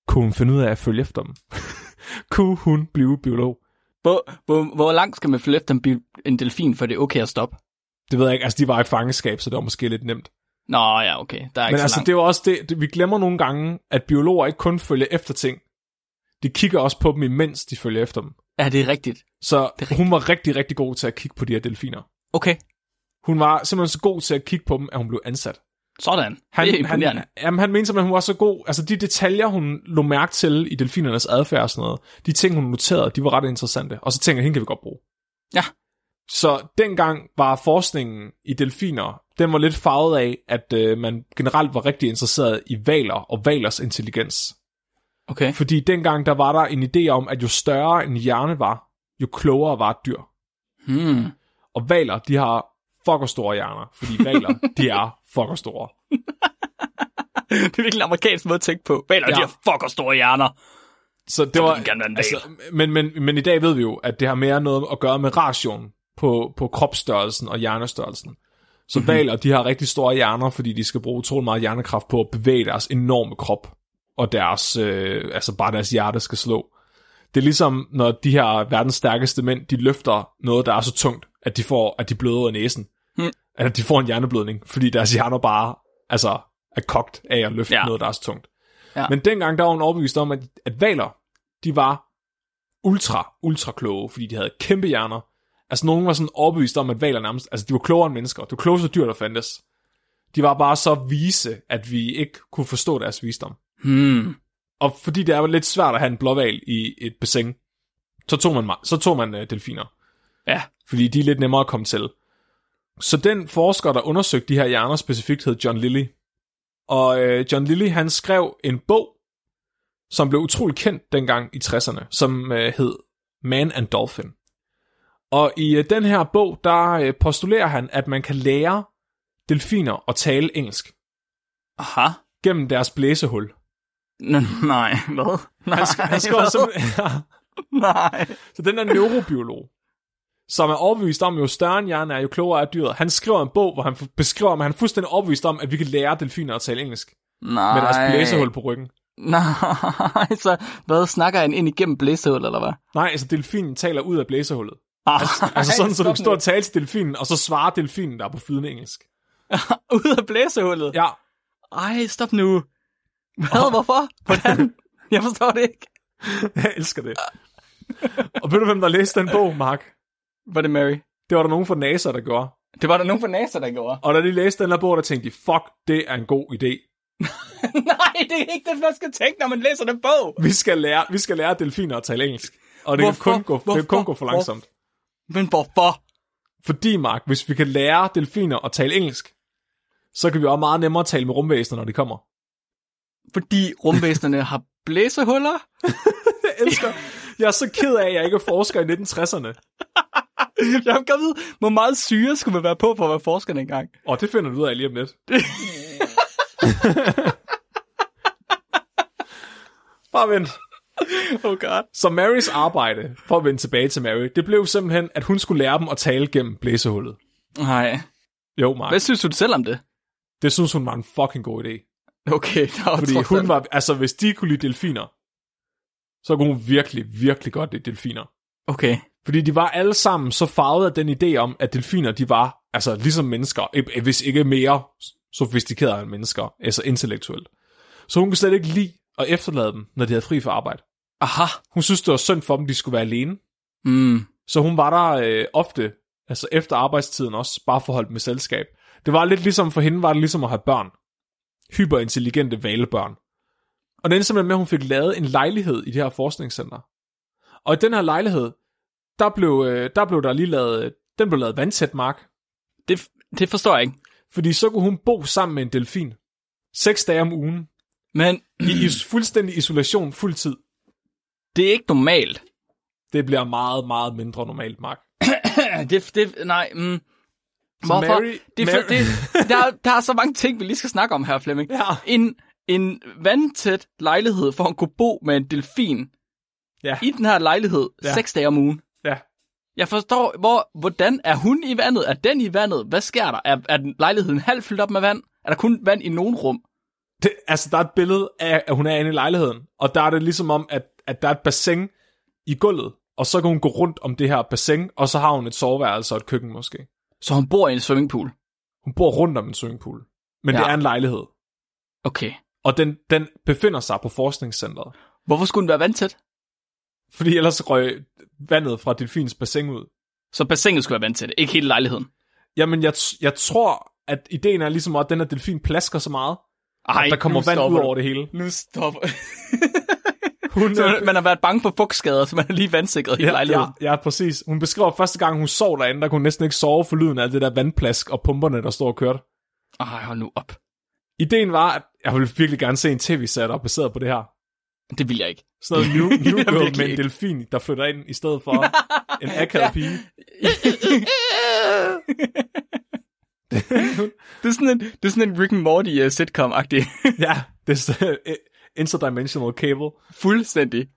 Speaker 1: kunne hun finde ud af at følge efter dem? kunne hun blive biolog?
Speaker 2: Hvor, hvor, hvor langt skal man flytte efter en, bi- en delfin, for det er okay at stoppe?
Speaker 1: Det ved jeg ikke. Altså, de var i fangenskab, så det var måske lidt nemt.
Speaker 2: Nå ja, okay. Der er ikke
Speaker 1: Men
Speaker 2: så
Speaker 1: altså,
Speaker 2: langt.
Speaker 1: det er jo også det, det, vi glemmer nogle gange, at biologer ikke kun følger efter ting. De kigger også på dem, imens de følger efter dem.
Speaker 2: Ja, det er rigtigt.
Speaker 1: Så
Speaker 2: Det er
Speaker 1: hun var rigtig, rigtig god til at kigge på de her delfiner.
Speaker 2: Okay,
Speaker 1: Hun var simpelthen så god til at kigge på dem, at hun blev ansat.
Speaker 2: sådan. Han,
Speaker 1: Han,
Speaker 2: det er
Speaker 1: han,
Speaker 2: imponerende. Han,
Speaker 1: jamen, han mente simpelthen, at hun var så god. Altså, de detaljer, hun lå mærke til i delfinernes adfærd og sådan noget, de ting, hun noterede, de var ret interessante. Og så tænker jeg, hende kan vi godt bruge.
Speaker 2: Ja.
Speaker 1: Så dengang var forskningen i delfiner, den var lidt farvet af, at øh, man generelt var rigtig interesseret i valer og valers intelligens.
Speaker 2: okay.
Speaker 1: Fordi dengang der var der en idé om, at jo større en hjerne var, jo klogere var et dyr.
Speaker 2: Hmm.
Speaker 1: Og valer, de har fucker store hjerner, fordi valer, de er fucker store.
Speaker 2: det er virkelig en amerikansk måde at tænke på. Valer, ja.
Speaker 1: Ja.
Speaker 2: de har fucker store hjerner.
Speaker 1: Så det
Speaker 2: Så
Speaker 1: var, altså,
Speaker 2: vil den gerne være en
Speaker 1: men, men, men i dag ved vi jo, at det har mere noget at gøre med rationen på, på kropsstørrelsen og hjernestørrelsen. Så
Speaker 2: Mhm.
Speaker 1: mm-hmm. valer, de har rigtig store hjerner, fordi de skal bruge utrolig meget hjernekraft på at bevæge deres enorme krop, og deres, øh, altså bare deres hjerte skal slå. Det er ligesom, når de her verdens stærkeste mænd, de løfter noget, der er så tungt, at de får, at de bløder ud af næsen.
Speaker 2: Mm.
Speaker 1: At de får en hjerneblødning, fordi deres hjerner bare, altså, er kogt af at løfte
Speaker 2: Ja.
Speaker 1: ja. noget, der er så tungt.
Speaker 2: Ja.
Speaker 1: Men dengang, der var hun overbevist om, at, at valer, de var ultra, ultra kloge, fordi de havde kæmpe hjerner. Altså, nogen var sådan overbevist om, at valer nærmest, altså, de var klogere end mennesker. Det var klogeste dyr, der fandtes. De var bare så vise, at vi ikke kunne forstå deres visdom.
Speaker 2: Hmm.
Speaker 1: Og fordi det er jo lidt svært at have en blåval i et bassin, så tog man, ma- så tog man øh, delfiner.
Speaker 2: Ja.
Speaker 1: Fordi de er lidt nemmere at komme til. Så den forsker, der undersøgte de her hjerner specifikt, hed John Lilly. Og øh, John Lilly, han skrev en bog, som blev utrolig kendt dengang i 60'erne, som øh, hed Man and Dolphin. Og i øh, den her bog, der øh, postulerer han, at man kan lære delfiner at tale engelsk
Speaker 2: Aha.
Speaker 1: gennem deres blæsehul.
Speaker 2: N- nej, hvad? Nej,
Speaker 1: Han, han skrev
Speaker 2: hvad?
Speaker 1: simpelthen, ja,
Speaker 2: nej.
Speaker 1: så den der neurobiolog, som er overbevist om, jo større en hjerne er, jo klogere er dyret, han skriver en bog, hvor han f- beskriver, at han er fuldstændig overbevist om, at vi kan lære delfiner at tale engelsk
Speaker 2: Nej.
Speaker 1: med deres blæsehul på ryggen.
Speaker 2: Nej, så hvad snakker han ind igennem blæsehul, eller hvad?
Speaker 1: Nej, altså delfinen taler ud af blæsehullet.
Speaker 2: Altså,
Speaker 1: Altså sådan, så du kan stå og tale til delfinen, og så svarer delfinen der er på flydende engelsk.
Speaker 2: Ud af blæsehullet?
Speaker 1: Ja,
Speaker 2: Ej, stop nu. Hvad, hvorfor? Hvordan? Jeg forstår det ikke.
Speaker 1: jeg elsker det. Og ved du, hvem der læste den bog, Mark?
Speaker 2: Var det Mary?
Speaker 1: Det var der nogen fra NASA, der gjorde.
Speaker 2: Det var der nogen fra NASA, der gjorde.
Speaker 1: Og da de læste den her bog, der tænkte de, fuck, det er en god idé.
Speaker 2: Nej, det er ikke det, man skal tænke, når man læser den bog.
Speaker 1: Vi skal lære, vi skal lære delfiner at tale engelsk. Og det, kan
Speaker 2: Hvorfor?
Speaker 1: kun, gå, det kan kun
Speaker 2: Hvorfor?
Speaker 1: gå for langsomt.
Speaker 2: Men hvorfor?
Speaker 1: Fordi, Mark, hvis vi kan lære delfiner at tale engelsk, så kan vi også meget nemmere tale med rumvæsener, når de kommer.
Speaker 2: Fordi rumvæsenerne har blæsehuller?
Speaker 1: Jeg elsker. Jeg er så ked af, at jeg ikke er forsker i 1960'erne.
Speaker 2: Jeg kan vide, hvor meget syre skulle man være på for at være forsker dengang.
Speaker 1: Og det finder du ud af lige om lidt. Bare vent.
Speaker 2: Oh god.
Speaker 1: Så Marys arbejde, for at vende tilbage til Mary, det blev simpelthen, at hun skulle lære dem at tale gennem blæsehullet.
Speaker 2: Nej.
Speaker 1: Jo, Mark.
Speaker 2: Hvad synes du selv om det?
Speaker 1: Det synes hun var en fucking god idé.
Speaker 2: Okay, der var
Speaker 1: Fordi
Speaker 2: trods alt-
Speaker 1: hun var, altså hvis de kunne lide delfiner, så kunne hun virkelig, virkelig godt lide delfiner.
Speaker 2: Okay.
Speaker 1: Fordi de var alle sammen så farvet af den idé om, at delfiner, de var altså ligesom mennesker, i- hvis ikke mere sofistikerede end mennesker, altså intellektuelt. Så hun kunne slet ikke lide at efterlade dem, når de havde fri fra arbejde.
Speaker 2: Aha.
Speaker 1: Hun synes, det var synd for dem, de skulle være alene.
Speaker 2: Mm.
Speaker 1: Så hun var der øh, ofte, altså efter arbejdstiden også, bare for at holde dem i selskab. Det var lidt ligesom for hende, var det ligesom at have børn. Hyperintelligente valebørn. Og den simpelthen med, at hun fik lavet en lejlighed i det her forskningscenter. Og i den her lejlighed, der blev, øh, der blev der lige lavet, øh, den blev lavet vandtæt mark,
Speaker 2: Det, det forstår jeg ikke.
Speaker 1: fordi så kunne hun bo sammen med en delfin. Seks dage om ugen.
Speaker 2: Men
Speaker 1: I is- fuldstændig isolation, fuld tid.
Speaker 2: det er ikke normalt.
Speaker 1: Det bliver meget, meget mindre normalt, Mark.
Speaker 2: det, det, nej, mm.
Speaker 1: Så
Speaker 2: Hvorfor?
Speaker 1: Mary-
Speaker 2: det, er for,
Speaker 1: Mary-
Speaker 2: det, der, er- der er så mange ting, vi lige skal snakke om her, Flemming.
Speaker 1: Ja.
Speaker 2: En, en vandtæt lejlighed, for hun kunne bo med en delfin
Speaker 1: Ja.
Speaker 2: i den her lejlighed
Speaker 1: Ja.
Speaker 2: ja. seks dage om ugen.
Speaker 1: Ja.
Speaker 2: Jeg forstår, hvor, hvordan er hun i vandet? Er den i vandet? Hvad sker der? Er, er den- lejligheden halvt fyldt op med vand? Er der kun vand i nogen rum?
Speaker 1: Det, altså, der er et billede af, at hun er inde i lejligheden, og der er det ligesom om, at, at der er et bassin i gulvet, og så kan hun gå rundt om det her bassin, og så har hun et soveværelse og et køkken måske.
Speaker 2: Så hun bor i en swimmingpool.
Speaker 1: Hun bor rundt om en swimmingpool, men ja. det
Speaker 2: Ja.
Speaker 1: er en lejlighed,
Speaker 2: Okay.
Speaker 1: og den, den befinder sig på forskningscenteret,
Speaker 2: Hvorfor skulle den være vandtæt?
Speaker 1: fordi ellers røg vandet fra delfins bassin ud.
Speaker 2: Så bassinet skulle være vandtæt, ikke hele lejligheden.
Speaker 1: Jamen, jeg, t- jeg tror, at ideen er ligesom, at den her delfin plasker så meget,
Speaker 2: Ej,
Speaker 1: at der kommer
Speaker 2: nu
Speaker 1: vand
Speaker 2: stopper
Speaker 1: ud
Speaker 2: du.
Speaker 1: over det hele.
Speaker 2: Nu stopper...
Speaker 1: Hun,
Speaker 2: Så man, man har været bange for fugtskader, så man er lige vandsikret i ja,
Speaker 1: ja,
Speaker 2: lejligheden.
Speaker 1: ja, ja, præcis. Hun beskriver at første gang, hun sov derinde, der kunne hun næsten ikke sove for lyden af alt det der vandplask og pumperne, der står og kørte.
Speaker 2: Ja. Ej, hold nu op.
Speaker 1: Ideen var, at jeg ville virkelig gerne se en tv-serie, der er baseret på det her.
Speaker 2: Det vil jeg ikke.
Speaker 1: Sådan noget New, new
Speaker 2: Ja,
Speaker 1: Girl med
Speaker 2: virkelig
Speaker 1: en
Speaker 2: ikke.
Speaker 1: delfin, der flytter ind i stedet for en akavet
Speaker 2: Ja.
Speaker 1: pige.
Speaker 2: det, er sådan en, det er sådan en Rick and Morty uh, sitcom-agtig.
Speaker 1: Ja, det er så- eh, interdimensional cable.
Speaker 2: Fuldstændig.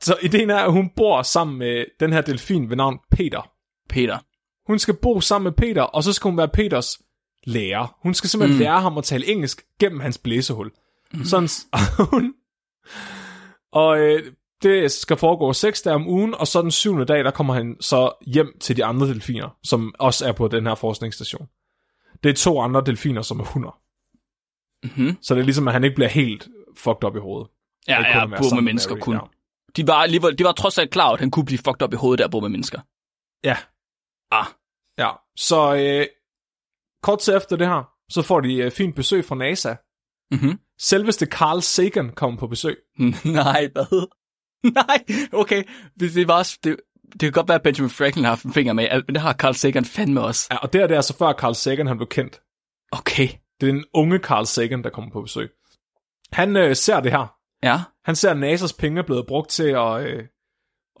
Speaker 1: Så ideen er, at hun bor sammen med den her delfin ved navn Peter.
Speaker 2: Peter.
Speaker 1: Hun skal bo sammen med Peter, og så skal hun være Peters lærer. Hun skal simpelthen mm. lære ham at tale engelsk gennem hans blæsehul. Mm. Sådan, s- og hun... Og øh, det skal foregå seks dage om ugen, og så den syvende dag, der kommer han så hjem til de andre delfiner, som også er på den her forskningsstation. Det er to andre delfiner, som er hunder.
Speaker 2: Mhm.
Speaker 1: Så det er ligesom, at han ikke bliver helt fucked op i hovedet.
Speaker 2: Ja,
Speaker 1: Ikke kun
Speaker 2: ja,
Speaker 1: at være
Speaker 2: bo
Speaker 1: sammen med
Speaker 2: med mennesker
Speaker 1: Mary,
Speaker 2: kun.
Speaker 1: ja.
Speaker 2: De var, alligevel, de var trods alt klar, over, at han kunne blive fucked op i hovedet der, bo med mennesker.
Speaker 1: Ja,
Speaker 2: Ah,
Speaker 1: ja. Så øh, kort tid efter det her, så får de øh, fint besøg fra NASA,
Speaker 2: mhm.
Speaker 1: Selveste Carl Sagan kom på besøg.
Speaker 2: Nej, hvad? Nej, okay. Det, det, var også, det, det kan godt være, at Benjamin Franklin har haft en finger med, men det har Carl Sagan fandme også.
Speaker 1: Ja, og det er det altså før Carl Sagan han blev kendt.
Speaker 2: Okay,
Speaker 1: Det er den unge Carl Sagan, der kommer på besøg. Han øh, ser det her.
Speaker 2: ja.
Speaker 1: Han ser, at NASA's penge er blevet brugt til at, øh,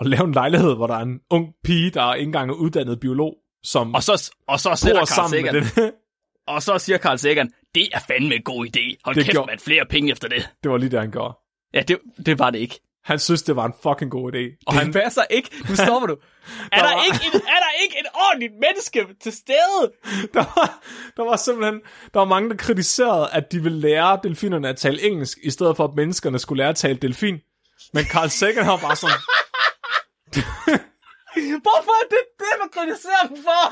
Speaker 1: at lave en lejlighed, hvor der er en ung pige, der ikke engang er uddannet biolog, som
Speaker 2: Og så, og så sætter
Speaker 1: bor
Speaker 2: Carl
Speaker 1: sammen
Speaker 2: Sagan.
Speaker 1: med den.
Speaker 2: Og så siger Carl Sagan, det er fandme en god idé. Hold
Speaker 1: Det
Speaker 2: det kæft,
Speaker 1: gjorde-
Speaker 2: man, flere penge efter det.
Speaker 1: Det var lige det, han gjorde.
Speaker 2: Ja, det, det var det ikke.
Speaker 1: Han synes, det var en fucking god idé.
Speaker 2: Og han passer ikke. Nu stopper du. er, der
Speaker 1: var-
Speaker 2: ikke en, er der ikke et ordentligt menneske til stede?
Speaker 1: Der var, der var simpelthen der var mange, der kritiserede, at de ville lære delfinerne at tale engelsk, i stedet for, at menneskerne skulle lære at tale delfin. Men Carl Sagan har bare sådan,
Speaker 2: Hvorfor er det det, man kritiserer dem for?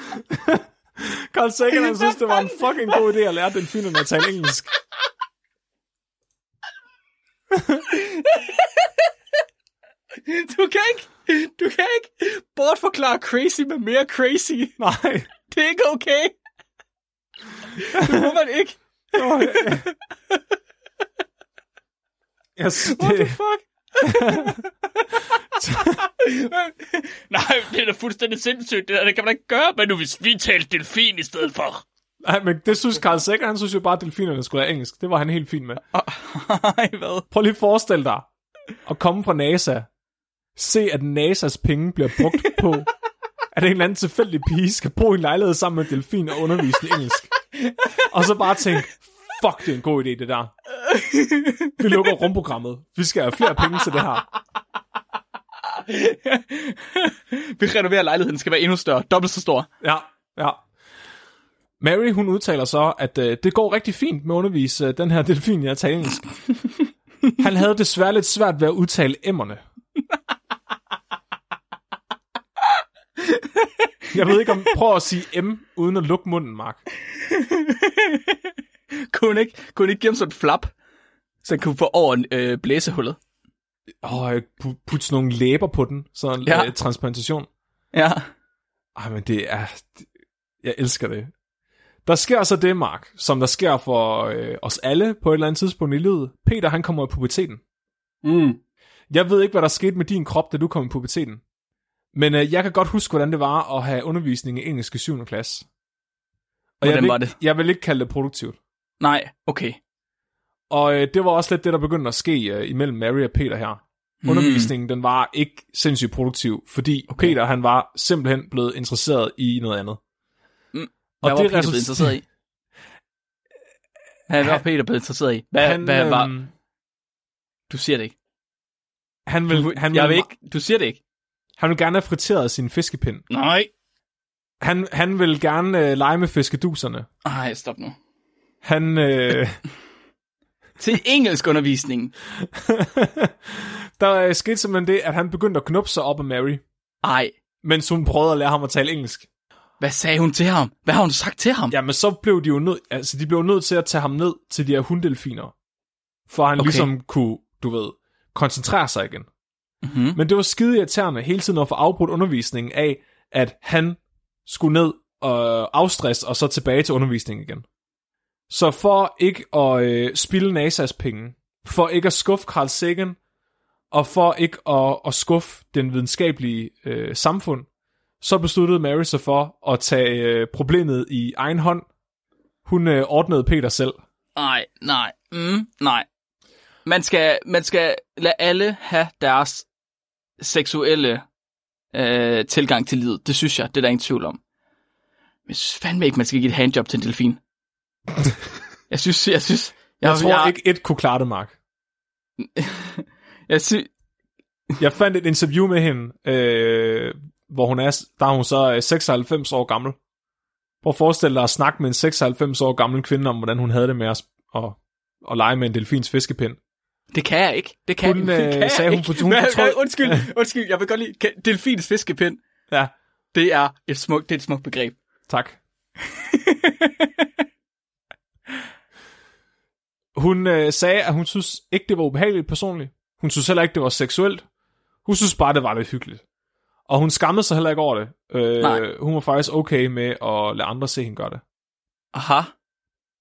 Speaker 1: Carl Sagan han synes, det var en fucking god idé at lære delfinerne at tale engelsk.
Speaker 2: Du kan ikke, du kan ikke bortforklare crazy med mere crazy.
Speaker 1: Nej,
Speaker 2: Det er ikke okay. Det må man ikke.
Speaker 1: det var... Jeg, synes,
Speaker 2: What the
Speaker 1: det,
Speaker 2: fuck? Nej, det er da fuldstændig sindssygt. Det, der, det kan man ikke gøre. Men nu hvis vi talte delfin i stedet for.
Speaker 1: nej, men det synes Carl Sagan, han synes jo bare, at delfinerne skulle lære engelsk. Det var han helt fin med.
Speaker 2: Nej, hvad?
Speaker 1: Prøv lige at forestille dig at komme fra NASA, se at NASAs penge bliver brugt på, at en eller anden tilfældig pige skal bo i en lejlighed sammen med en delfin og undervise den engelsk. Og så bare tænke, fuck, det er en god idé, det der. Vi lukker rumprogrammet. Vi skal have flere penge til det her.
Speaker 2: Vi renoverer lejligheden, den skal være endnu større, dobbelt så stor.
Speaker 1: Ja, ja. Mary, hun udtaler så, at øh, det går rigtig fint med at undervise øh, den her delfin i at tale engelsk. Han havde desværre lidt svært ved at udtale emmerne. Jeg ved ikke om... Prøv at sige M, uden at lukke munden, Mark.
Speaker 2: Kunne hun ikke, kunne hun ikke give ham sådan et flap, så han kunne få over øh, blæsehullet?
Speaker 1: Åh, jeg pu- putte sådan nogle læber på den. Sådan en
Speaker 2: Ja.
Speaker 1: ja. transplantation.
Speaker 2: Ja.
Speaker 1: Ej, men det er... det- Jeg elsker det. Der sker så det, Mark, som der sker for øh, os alle på et eller andet tidspunkt i livet. Peter, han kommer i puberteten.
Speaker 2: Mm.
Speaker 1: Jeg ved ikke, hvad der skete med din krop, da du kom i puberteten. Men øh, jeg kan godt huske, hvordan det var at have undervisning i engelsk i 7. klasse. Og jeg
Speaker 2: Hvordan
Speaker 1: vil,
Speaker 2: var
Speaker 1: ikke-
Speaker 2: det?
Speaker 1: Jeg vil ikke kalde det produktivt.
Speaker 2: Nej, okay.
Speaker 1: Og øh, det var også lidt det, der begyndte at ske øh, imellem Mary og Peter her.
Speaker 2: Mm.
Speaker 1: Undervisningen, den var ikke sindssygt produktiv, fordi okay.
Speaker 2: Okay.
Speaker 1: Peter, han var simpelthen blevet interesseret i noget andet.
Speaker 2: Mm.
Speaker 1: Og
Speaker 2: Hvad var Peter
Speaker 1: resulter-
Speaker 2: blevet interesseret i? Hvad var Peter blevet interesseret i? Hvad,
Speaker 1: Han,
Speaker 2: hvad var...
Speaker 1: øhm,
Speaker 2: Du siger det ikke.
Speaker 1: han, vil, han,
Speaker 2: Jeg
Speaker 1: vil,
Speaker 2: vil ikke... Du siger det ikke.
Speaker 1: han vil gerne have friteret sin fiskepind.
Speaker 2: Nej.
Speaker 1: Han, han vil gerne øh, lege med fiskeduserne.
Speaker 2: Nej, stop nu.
Speaker 1: Han, øh,
Speaker 2: Til engelsk undervisning.
Speaker 1: der øh, skete simpelthen det, at han begyndte at knuppe sig op af Mary,
Speaker 2: Ej.
Speaker 1: mens hun prøvede at lære ham at tale engelsk.
Speaker 2: Hvad sagde hun til ham? Hvad har hun sagt til ham?
Speaker 1: Jamen, så blev de jo nødt, altså, de blev nødt til at tage ham ned til de her hunddelfiner, for at han okay.
Speaker 2: Okay.
Speaker 1: ligesom kunne, du ved, koncentrere sig igen.
Speaker 2: Mm-hmm.
Speaker 1: Men det var skide irriterende hele tiden at få afbrudt undervisningen af, at han skulle ned og afstress, og så tilbage til undervisningen igen. Så for ikke at øh, spille NASA's penge, for ikke at skuffe Carl Sagan, og for ikke at, at skuffe den videnskabelige øh, samfund, så besluttede Mary sig for at tage øh, problemet i egen hånd. Hun øh, ordnede Peter selv.
Speaker 2: Nej, nej, mm, nej. Man skal, man skal lade alle have deres seksuelle øh, tilgang til livet. Det synes jeg, det er der ingen tvivl om. Men jeg synes fandme ikke, man skal give et handjob til en delfin. Jeg synes, jeg synes...
Speaker 1: Jeg tror ikke, et kunne klare det, Mark.
Speaker 2: Jeg synes,
Speaker 1: Jeg fandt et interview med hende, øh, hvor hun er, der er hun så øh, 96 år gammel. Prøv at forestille dig at snakke med en 96 år gammel kvinde om, hvordan hun havde det med at, at, at lege med en delfins fiskepind.
Speaker 2: det kan jeg ikke. Det kan,
Speaker 1: Hun,
Speaker 2: det
Speaker 1: øh,
Speaker 2: kan jeg
Speaker 1: sagde, hun
Speaker 2: ikke.
Speaker 1: for- hun
Speaker 2: Men-
Speaker 1: fortrød-
Speaker 2: men Undskyld, undskyld, jeg vil godt lige... kan- Delfins fiskepind,
Speaker 1: Ja,
Speaker 2: det er et smukt, det er et smukt begreb.
Speaker 1: tak. hun øh, sagde, at hun synes ikke, det var ubehageligt personligt. Hun synes heller ikke, det var seksuelt. Hun synes bare, det var lidt hyggeligt. Og hun skammede sig heller ikke over det.
Speaker 2: Nej.
Speaker 1: Øh, hun var faktisk okay med at lade andre se hende gøre det.
Speaker 2: Aha.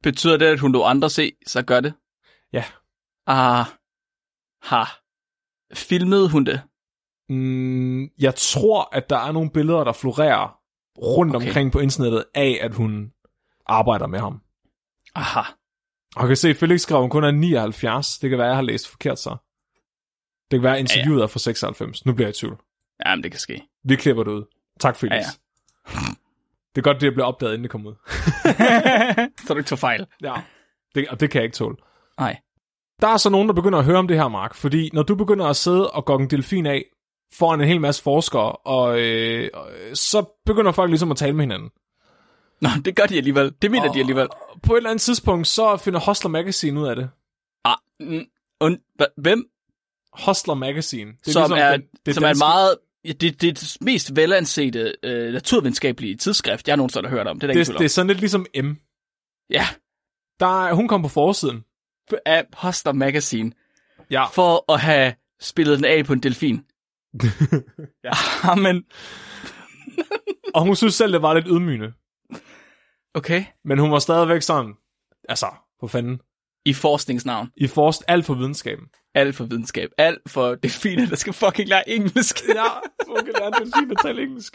Speaker 2: Betyder det, at hun lå andre se, så gør det?
Speaker 1: Ja.
Speaker 2: Ah. Ha. Filmede hun det?
Speaker 1: Mm, jeg tror, at der er nogle billeder, der florerer rundt okay.
Speaker 2: Okay.
Speaker 1: omkring på internettet af, at hun arbejder med ham.
Speaker 2: Aha.
Speaker 1: Og jeg kan se, at Felix skrev, at hun kun er 79. Det kan være, at jeg har læst forkert så. Det kan være, at interviewet er fra 96. Nu bliver jeg i tvivl.
Speaker 2: Jamen, det kan ske.
Speaker 1: Vi klipper det ud. Tak, Felix.
Speaker 2: Ja,
Speaker 1: Ja,
Speaker 2: ja.
Speaker 1: Det er godt, det bliver opdaget, inden det kommer ud.
Speaker 2: så du ikke tog fejl.
Speaker 1: Ja. Det, og det kan jeg ikke tåle.
Speaker 2: Nej.
Speaker 1: Der er så nogen, der begynder at høre om det her, Mark, fordi når du begynder at sidde og gokke en delfin af foran en hel masse forskere, og, øh, og, øh, så begynder folk ligesom at tale med hinanden.
Speaker 2: Nå, det gør de alligevel. Det mener oh. de alligevel.
Speaker 1: På et eller andet tidspunkt, så finder Hustler Magazine ud af det.
Speaker 2: Ah, mm, und, hva- hvem?
Speaker 1: Hustler Magazine. Det
Speaker 2: Det som ligesom er,
Speaker 1: den- det
Speaker 2: som er et
Speaker 1: danske-
Speaker 2: meget... ja, Det, det er det mest velansete øh, naturvidenskabelige tidsskrift, jeg nogensinde har hørt om. Det er der ingen
Speaker 1: det,
Speaker 2: tvivl
Speaker 1: det
Speaker 2: om.
Speaker 1: er sådan lidt ligesom M.
Speaker 2: Ja,
Speaker 1: Der, er- hun kom på forsiden.
Speaker 2: af Hustler Magazine.
Speaker 1: Ja.
Speaker 2: for at have spillet den af på en delfin. Ah, ja. Amen.
Speaker 1: Og hun synes selv, det var lidt ydmygende.
Speaker 2: Okay.
Speaker 1: Men hun var stadigvæk sådan, altså, for fanden,
Speaker 2: I forskningsnavn.
Speaker 1: I forst alt for videnskaben.
Speaker 2: Alt for videnskab. Alt for delfiner, der skal fucking lære engelsk.
Speaker 1: Ja, hun kan lære delfin at tale engelsk.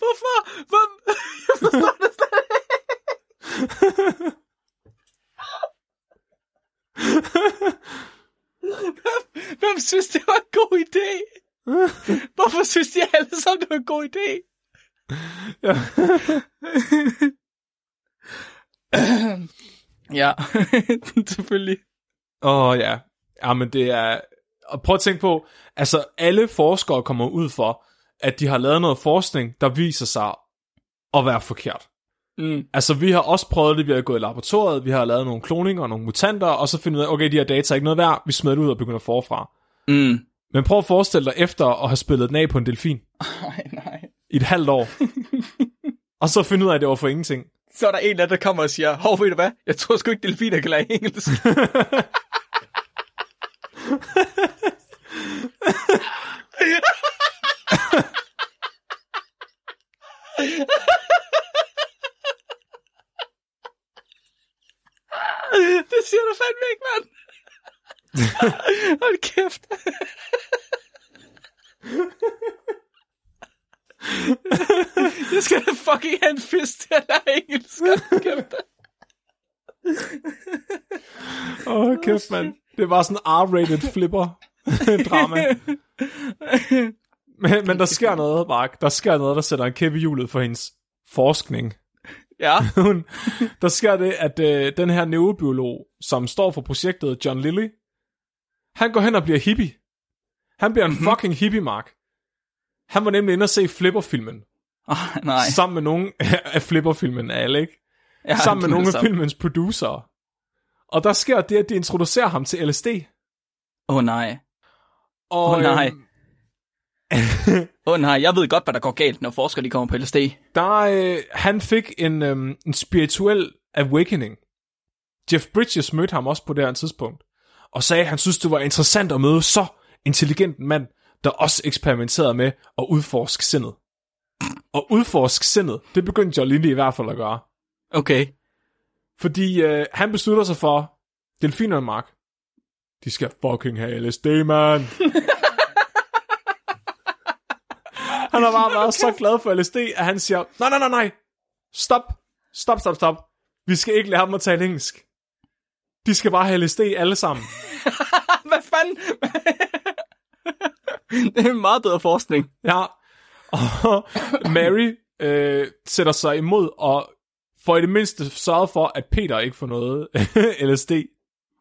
Speaker 2: Hvorfor? Hvor... Jeg forstår det slet ikke. Hvem, hvem synes, det var en god idé? Hvorfor synes de alle sammen, det var en god idé?
Speaker 1: Ja.
Speaker 2: ja, selvfølgelig.
Speaker 1: Åh oh, ja, jamen det er... Og prøv at tænke på, altså alle forskere kommer ud for, at de har lavet noget forskning, der viser sig at være forkert.
Speaker 2: Mm.
Speaker 1: Altså vi har også prøvet det, vi har gået i laboratoriet, vi har lavet nogle kloninger og nogle mutanter, og så finder vi ud af, okay, de her data er ikke noget værd, vi smider det ud og begynder forfra.
Speaker 2: Mm.
Speaker 1: Men prøv at forestille dig efter at have spillet den af på en delfin
Speaker 2: Nej, nej.
Speaker 1: i et halvt år, og så finde ud af, at det var for ingenting.
Speaker 2: Så er der en eller anden, der kommer og siger, hov, ved du hvad? Jeg tror sgu ikke, delfiner kan lære engelsk. det siger du fandme ikke, mand. Hold kæft. Jeg skal da fucking have en fisk til at lære engelsk. Hold kæft.
Speaker 1: Åh, oh, kæft mand. Det var sådan R-rated flipper drama. Men, men der sker noget, Mark. Der sker noget, der sætter en kæppe i hjulet for hendes forskning.
Speaker 2: Ja,
Speaker 1: Hun, der sker det, at øh, den her neurobiolog, som står for projektet, John Lilly, han går hen og bliver hippie. Han bliver en
Speaker 2: Mhm.
Speaker 1: fucking hippie, Mark. Han var nemlig inde og se Flipper-filmen.
Speaker 2: oh, nej.
Speaker 1: Sammen med nogen af Flipper-filmen af alle, ikke?
Speaker 2: Ja,
Speaker 1: sammen med
Speaker 2: det er
Speaker 1: nogle
Speaker 2: det
Speaker 1: af
Speaker 2: samme.
Speaker 1: filmens producerer. Og der sker det, at de introducerer ham til LSD.
Speaker 2: Åh oh, nej.
Speaker 1: Og,
Speaker 2: Åh, nej.
Speaker 1: øhm,
Speaker 2: Åh oh, nej, jeg ved godt, hvad der går galt, når forskere de kommer på LSD.
Speaker 1: der, øh, han fik en, øhm, en spirituel awakening. Jeff Bridges mødte ham også på det her tidspunkt, og sagde, at han synes, det var interessant at møde så intelligent en mand, der også eksperimenterede med at udforske sindet. Og udforske sindet, det begyndte John Lilly i hvert fald at gøre.
Speaker 2: Okay.
Speaker 1: Fordi øh, han beslutter sig for, delfinerne, Mark, de skal fucking have LSD, man. han har bare været så glad for LSD, at han siger, nej, nej, nej, nej, stop, stop, stop, stop. Vi skal ikke lære dem at tale engelsk. De skal bare have LSD alle sammen.
Speaker 2: Ah, Hvad fanden? det er en meget bedre forskning.
Speaker 1: Ja. Og Mary øh, sætter sig imod og får i det mindste sørget for, at Peter ikke får noget LSD.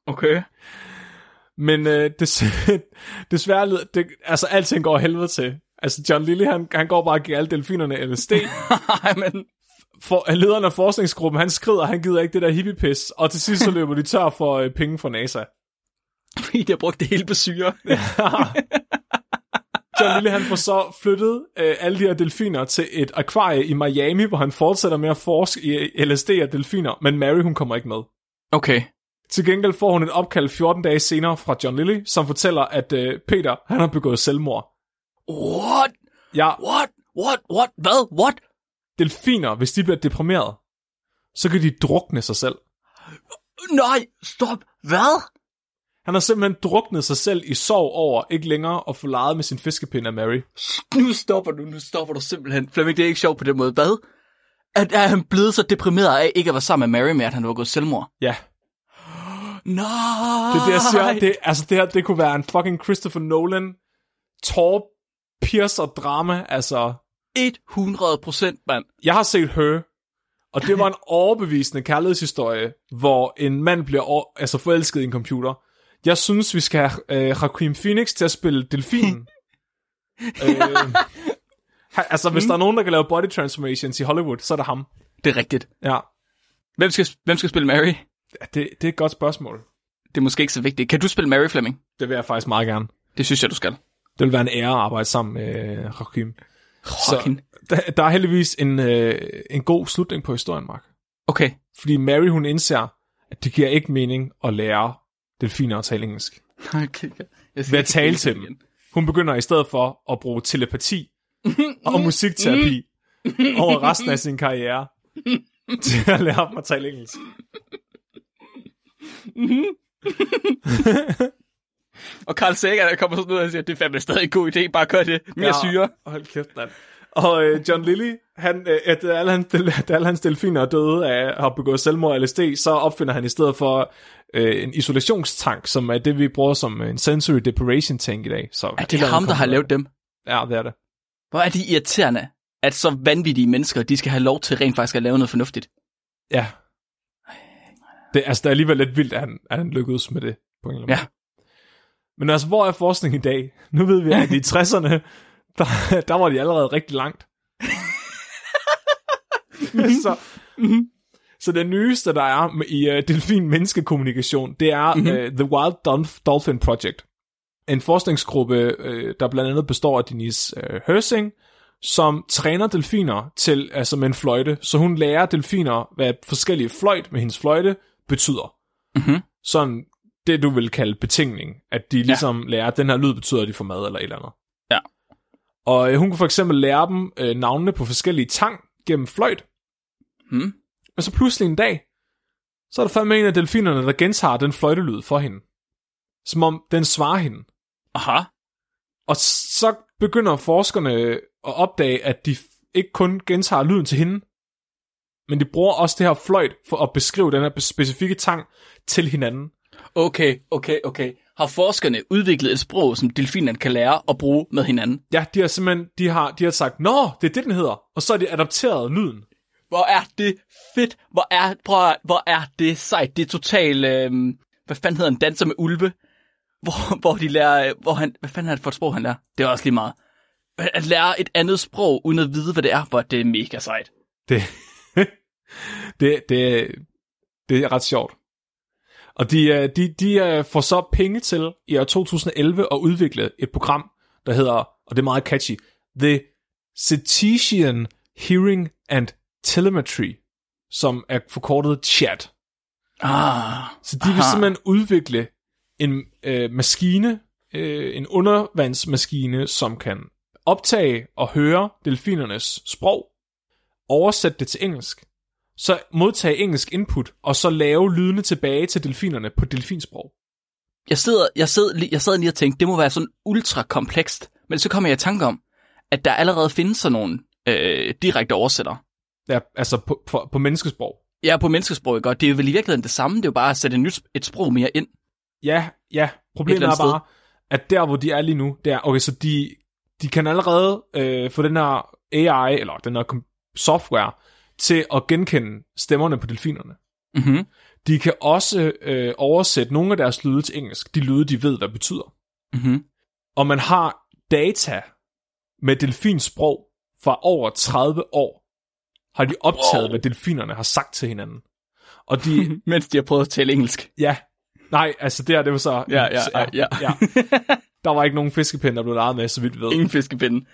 Speaker 2: Okay.
Speaker 1: Men øh, des, desværre, lyder- det, altså alting går af helvede til. Altså John Lilly, han, han går bare og giver alle delfinerne LSD.
Speaker 2: Nej, men...
Speaker 1: For, øh, lederen af forskningsgruppen, han skrider, han gider ikke det der hippiepis. Og til sidst så løber de tør for øh, penge fra NASA.
Speaker 2: Fordi de har brugt det hele på syre.
Speaker 1: John Lilly, han får så flyttet øh, alle de her delfiner til et akvarie i Miami, hvor han fortsætter med at forske i øh, LSD og delfiner. Men Mary, hun kommer ikke med.
Speaker 2: Okay.
Speaker 1: Til gengæld får hun et opkald 14 dage senere fra John Lilly, som fortæller, at øh, Peter, han har begået selvmord.
Speaker 2: What?
Speaker 1: Ja,
Speaker 2: What? What? What? Hvad? What?
Speaker 1: delfiner, hvis de bliver deprimeret, så kan de drukne sig selv.
Speaker 2: Nej, stop. Hvad?
Speaker 1: Han har simpelthen druknet sig selv i sorg over ikke længere at få leget med sin fiskepind af Mary.
Speaker 2: Nu stopper du. Nu stopper du simpelthen. Flemming, det er ikke sjovt på den måde. Hvad? at, er han blevet så deprimeret af ikke at være sammen med Mary med, at han var gået selvmord?
Speaker 1: Ja.
Speaker 2: Nej!
Speaker 1: Det er det, jeg siger. Det, altså, det her, det kunne være en fucking Christopher Nolan tår piercer drama. Altså,
Speaker 2: 100 procent, mand.
Speaker 1: jeg har set Her, og det var en overbevisende kærlighedshistorie, hvor en mand bliver over, altså forelsket i en computer. Jeg synes, vi skal have øh, Joaquin Phoenix til at spille delfinen. øh, ha- altså, hvis der er nogen, der kan lave body transformations i Hollywood, så er det ham.
Speaker 2: Det er rigtigt.
Speaker 1: Ja,
Speaker 2: Hvem skal, hvem skal spille Mary?
Speaker 1: ja det, det er et godt spørgsmål.
Speaker 2: Det er måske ikke så vigtigt. Kan du spille Mary Fleming?
Speaker 1: Det vil jeg faktisk meget gerne.
Speaker 2: Det synes jeg, du skal.
Speaker 1: Det vil være en ære at arbejde sammen med Joachim.
Speaker 2: Fucking.
Speaker 1: Der, der er heldigvis en, øh, en god slutning på historien, Mark.
Speaker 2: Okay.
Speaker 1: Fordi Mary, hun indser, at det giver ikke mening at lære delfiner at tale engelsk.
Speaker 2: okay. Jeg skal
Speaker 1: Ved at tale
Speaker 2: ikke spille
Speaker 1: til
Speaker 2: igen.
Speaker 1: dem. Hun begynder i stedet for at bruge telepati og musikterapi over resten af sin karriere til at lære dem at tale engelsk.
Speaker 2: Og Carl Sagan der kommer sådan ud og siger, det er fandme stadig en god idé, bare gør det mere ja. syre.
Speaker 1: Hold kæft, mand. Og øh, John Lilly, han, øh, at alle hans, del- da alle hans delfiner er døde af har begået selvmord og LSD, så opfinder han i stedet for øh, en isolationstank, som er det, vi bruger som en sensory deprivation tank i dag. Så
Speaker 2: Er det ham, der har lavet dem?
Speaker 1: Ja, det er det.
Speaker 2: Hvor er de irriterende, at så vanvittige mennesker, de skal have lov til rent faktisk at lave noget fornuftigt.
Speaker 1: Ja. Det, altså, det er alligevel lidt vildt, at han, at han lykkedes med det. På en eller anden
Speaker 2: Ja.
Speaker 1: måde. Men altså, hvor er forskning i dag? Nu ved vi, at i 60'erne, der, der var de allerede rigtig langt. så, så det nyeste, der er i uh, delfin-menneskekommunikation, det er uh, The Wild Dolph- Dolphin Project. En forskningsgruppe, uh, der blandt andet består af Denise uh, Hersing, som træner delfiner til, altså med en fløjte, så hun lærer delfiner, hvad forskellige fløjt med hendes fløjte betyder.
Speaker 2: Mhm.
Speaker 1: Sådan det, du vil kalde betingning, at de ligesom ja. lærer, at den her lyd betyder, at de får mad eller et eller andet.
Speaker 2: Ja.
Speaker 1: Og øh, hun kunne for eksempel lære dem øh, navnene på forskellige tang gennem fløjt,
Speaker 2: Hmm?
Speaker 1: men så pludselig en dag, så er der fandme en af delfinerne, der gentager den fløjtelyd for hende. Som om den svarer hende.
Speaker 2: Aha.
Speaker 1: Og så begynder forskerne at opdage, at de ikke kun gentager lyden til hende, men de bruger også det her fløjt for at beskrive den her specifikke tang til hinanden.
Speaker 2: Okay, okay, okay. Har forskerne udviklet et sprog, som delfinerne kan lære at bruge med hinanden?
Speaker 1: Ja, de har simpelthen de har, de har sagt, Nå, det er det, den hedder. Og så er de adopteret lyden.
Speaker 2: Hvor er det fedt. Hvor er, prøv, at- hvor er det sejt. Det er totalt, øh, hvad fanden hedder en danser med ulve? Hvor, hvor de lærer, øh, hvor han, hvad fanden er det for et sprog, han lærer? Det er også lige meget. At at lære et andet sprog, uden at vide, hvad det er, hvor det er mega sejt.
Speaker 1: Det, det, det, det er ret sjovt. Og de, øh, de, de øh, får så penge til i år 2011 at udvikle et program, der hedder, og det er meget catchy, The Cetacean Hearing and Telemetry, som er forkortet CHAT.
Speaker 2: Ah,
Speaker 1: Så de vil
Speaker 2: Aha.
Speaker 1: simpelthen udvikle en øh, maskine, øh, en undervandsmaskine, som kan optage og høre delfinernes sprog, oversætte det til engelsk, så modtage engelsk input, og så lave lydene tilbage til delfinerne på delfinsprog.
Speaker 2: jeg sidder, jeg sidder, lige- jeg sidder lige og tænkte, det må være sådan ultra komplekst. Men så kommer jeg i tanke om, at der allerede findes sådan nogle øh, direkte oversættere.
Speaker 1: Ja, altså på, på, på menneskesprog.
Speaker 2: Ja, på menneskesprog, godt. Det er vel i virkeligheden det samme. Det er jo bare at sætte et, nyt, et sprog mere ind.
Speaker 1: Ja, ja. Problemet er
Speaker 2: Et eller
Speaker 1: bare,
Speaker 2: andet
Speaker 1: sted. at der hvor de er lige nu, det er, okay, så de, de kan allerede øh, få den her AI, eller den her kom- software, til at genkende stemmerne på delfinerne.
Speaker 2: Mm-hmm.
Speaker 1: De kan også øh, oversætte nogle af deres lyde til engelsk, de lyde, de ved, hvad betyder.
Speaker 2: Mm-hmm.
Speaker 1: Og man har data med delfinsprog fra over 30 år, har de optaget, wow.
Speaker 2: Wow.
Speaker 1: hvad delfinerne har sagt til hinanden. Og de,
Speaker 2: Mens de har prøvet at tale engelsk.
Speaker 1: ja, nej, altså det her, det var så...
Speaker 2: Ja, ja, ja, ja.
Speaker 1: Der var ikke nogen fiskepinde, der blev leget med, så vidt vi ved.
Speaker 2: Ingen fiskepinde.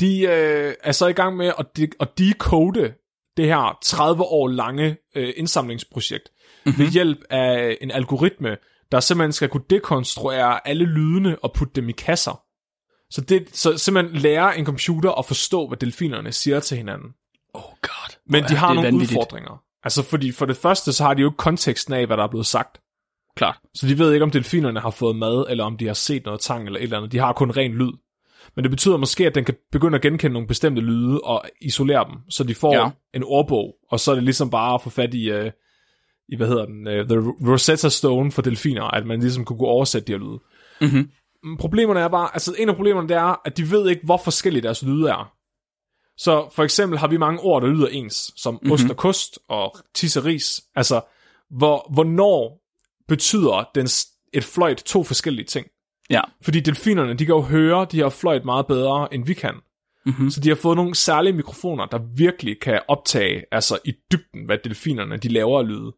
Speaker 1: De øh, er så i gang med at, de, at decode det her 30 år lange øh, indsamlingsprojekt
Speaker 2: Mhm.
Speaker 1: mm-hmm. ved hjælp af en algoritme, der simpelthen skal kunne dekonstruere alle lydene og putte dem i kasser. Så, det, så simpelthen lærer en computer at forstå, hvad delfinerne siger til hinanden.
Speaker 2: Oh god.
Speaker 1: Men
Speaker 2: Hvor
Speaker 1: de
Speaker 2: er
Speaker 1: har
Speaker 2: det
Speaker 1: nogle
Speaker 2: vanvittigt.
Speaker 1: udfordringer. Altså fordi for det første, så har de jo ikke konteksten af, hvad der er blevet sagt.
Speaker 2: Klart.
Speaker 1: Så de ved ikke, om delfinerne har fået mad, eller om de har set noget tang eller et eller andet. De har kun ren lyd. Men det betyder måske, at den kan begynde at genkende nogle bestemte lyde og isolere dem, så de får
Speaker 2: Ja.
Speaker 1: ja. en ordbog, og så er det ligesom bare at få fat i, øh, i hvad hedder den, øh, The Rosetta Stone for delfiner, at man ligesom kunne gå oversætte de her lyde.
Speaker 2: Mm-hmm.
Speaker 1: Men problemerne er bare, altså en af problemerne det er, at de ved ikke, hvor forskellige deres lyde er. Så for eksempel har vi mange ord, der lyder ens, som mm-hmm. ost og kost og tis og ris. Altså, hvor, hvornår betyder den, s- et fløjt to forskellige ting?
Speaker 2: Ja.
Speaker 1: Fordi delfinerne, de kan jo høre de her fløjt meget bedre, end vi kan.
Speaker 2: Mm-hmm.
Speaker 1: Så de har fået nogle særlige mikrofoner, der virkelig kan optage, altså i dybden, hvad delfinerne de laver af lyde.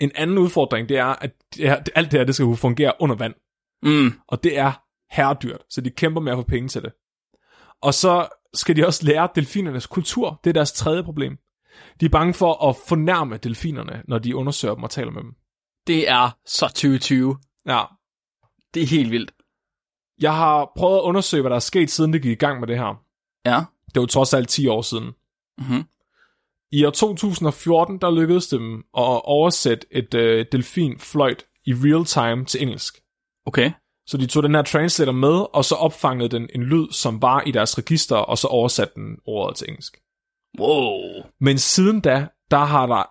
Speaker 1: En anden udfordring, det er, at det her, alt det her, det skal kunne fungere under vand.
Speaker 2: Mm.
Speaker 1: Og det er herredyrt, så de kæmper med at få penge til det. Og så skal de også lære delfinernes kultur. Det er deres tredje problem. De er bange for at fornærme delfinerne, når de undersøger dem og taler med dem.
Speaker 2: Det er så 2020.
Speaker 1: Ja.
Speaker 2: Det er helt vildt.
Speaker 1: Jeg har prøvet at undersøge, hvad der er sket, siden det gik i gang med det her.
Speaker 2: Ja.
Speaker 1: Det er jo trods alt 10 år siden.
Speaker 2: Mm-hmm.
Speaker 1: I år 2014, der lykkedes det dem at oversætte et øh, delfinfløjt i real time til engelsk.
Speaker 2: Okay.
Speaker 1: Så de tog den her translator med, og så opfangede den en lyd, som var i deres register, og så oversatte den ordet til engelsk.
Speaker 2: Wow.
Speaker 1: Men siden da, der har, der,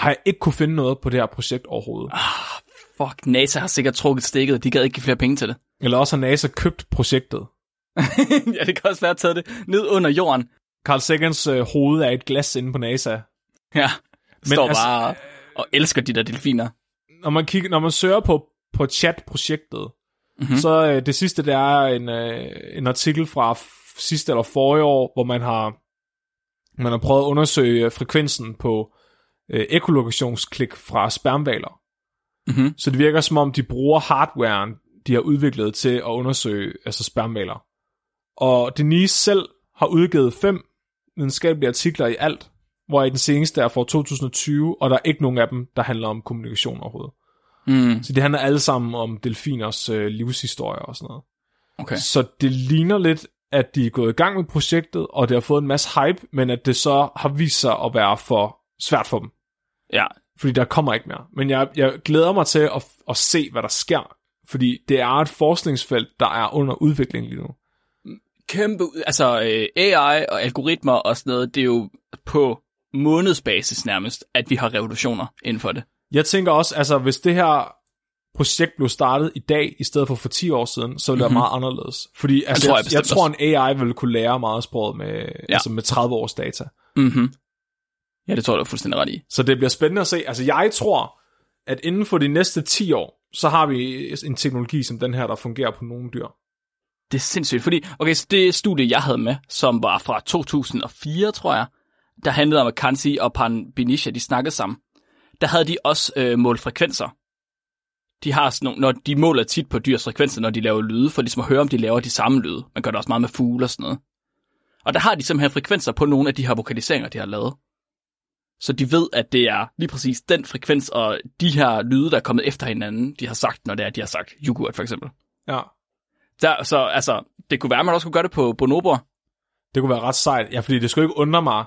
Speaker 1: har jeg ikke kunne finde noget på det her projekt overhovedet.
Speaker 2: Ah, Fuck, NASA har sikkert trukket stikket. De gad ikke give flere penge til det.
Speaker 1: Eller også har NASA købt projektet.
Speaker 2: ja, det kan også være taget det ned under jorden.
Speaker 1: Carl Sagans øh, hoved er et glas inde på NASA.
Speaker 2: Ja. Men Står
Speaker 1: altså-
Speaker 2: altså, bare og elsker de der delfiner.
Speaker 1: Når man, kigger, når man søger på, på chat-projektet,
Speaker 2: Mhm.
Speaker 1: mm-hmm. så øh, det sidste, der er en, øh, en artikel fra f- sidste eller forrige år, hvor man har, man har prøvet at undersøge øh, frekvensen på øh, ekolokationsklik fra spermvaler.
Speaker 2: Mm-hmm.
Speaker 1: Så det virker som om, de bruger hardwaren, de har udviklet til at undersøge altså spermvaler. Og Denise selv har udgivet fem videnskabelige artikler i alt, hvor i den seneste er fra 2020, og der er ikke nogen af dem, der handler om kommunikation overhovedet.
Speaker 2: Mm.
Speaker 1: Så det handler alle sammen om delfiners øh, livshistorier og sådan noget.
Speaker 2: Okay.
Speaker 1: Så det ligner lidt, at de er gået i gang med projektet, og det har fået en masse hype, men at det så har vist sig at være for svært for dem
Speaker 2: Ja.
Speaker 1: fordi der kommer ikke mere. Men jeg, jeg glæder mig til at, at se, hvad der sker, fordi det er et forskningsfelt, der er under udvikling lige nu.
Speaker 2: Kæmpe, altså øh, AI og algoritmer og sådan noget, det er jo på månedsbasis nærmest, at vi har revolutioner inden for det.
Speaker 1: Jeg tænker også, altså hvis det her projekt blev startet i dag, i stedet for for 10 år siden, så ville det være meget anderledes. Fordi altså,
Speaker 2: Mhm. tror
Speaker 1: tror
Speaker 2: jeg
Speaker 1: jeg, jeg,
Speaker 2: bestemt
Speaker 1: tror, en AI ville kunne lære meget af sproget med, ja. altså, med 30 års data.
Speaker 2: Mm-hmm. Ja, det tror jeg, du er fuldstændig ret i.
Speaker 1: Så det bliver spændende at se. Altså jeg tror, at inden for de næste 10 år, så har vi en teknologi som den her, der fungerer på nogle dyr.
Speaker 2: Det er sindssygt, fordi okay, så det studie, jeg havde med, som var fra 2004, tror jeg, der handlede om, at Kansi og Pan Binicia, de snakkede sammen, der havde de også øh, målt frekvenser. De, har sådan nogle, når de måler tit på dyrs frekvenser, når de laver lyde, for ligesom at høre, om de laver de samme lyde. Man gør det også meget med fugle og sådan noget. Og der har de simpelthen frekvenser på nogle af de her vokaliseringer, de har lavet. Så de ved, at det er lige præcis den frekvens og de her lyde, der er kommet efter hinanden, de har sagt, når det er, de har sagt yoghurt for eksempel.
Speaker 1: Ja.
Speaker 2: Der, så altså, det kunne være, at man også kunne gøre det på bonoboer.
Speaker 1: Det kunne være ret sejt. Ja, fordi det skulle ikke undre mig,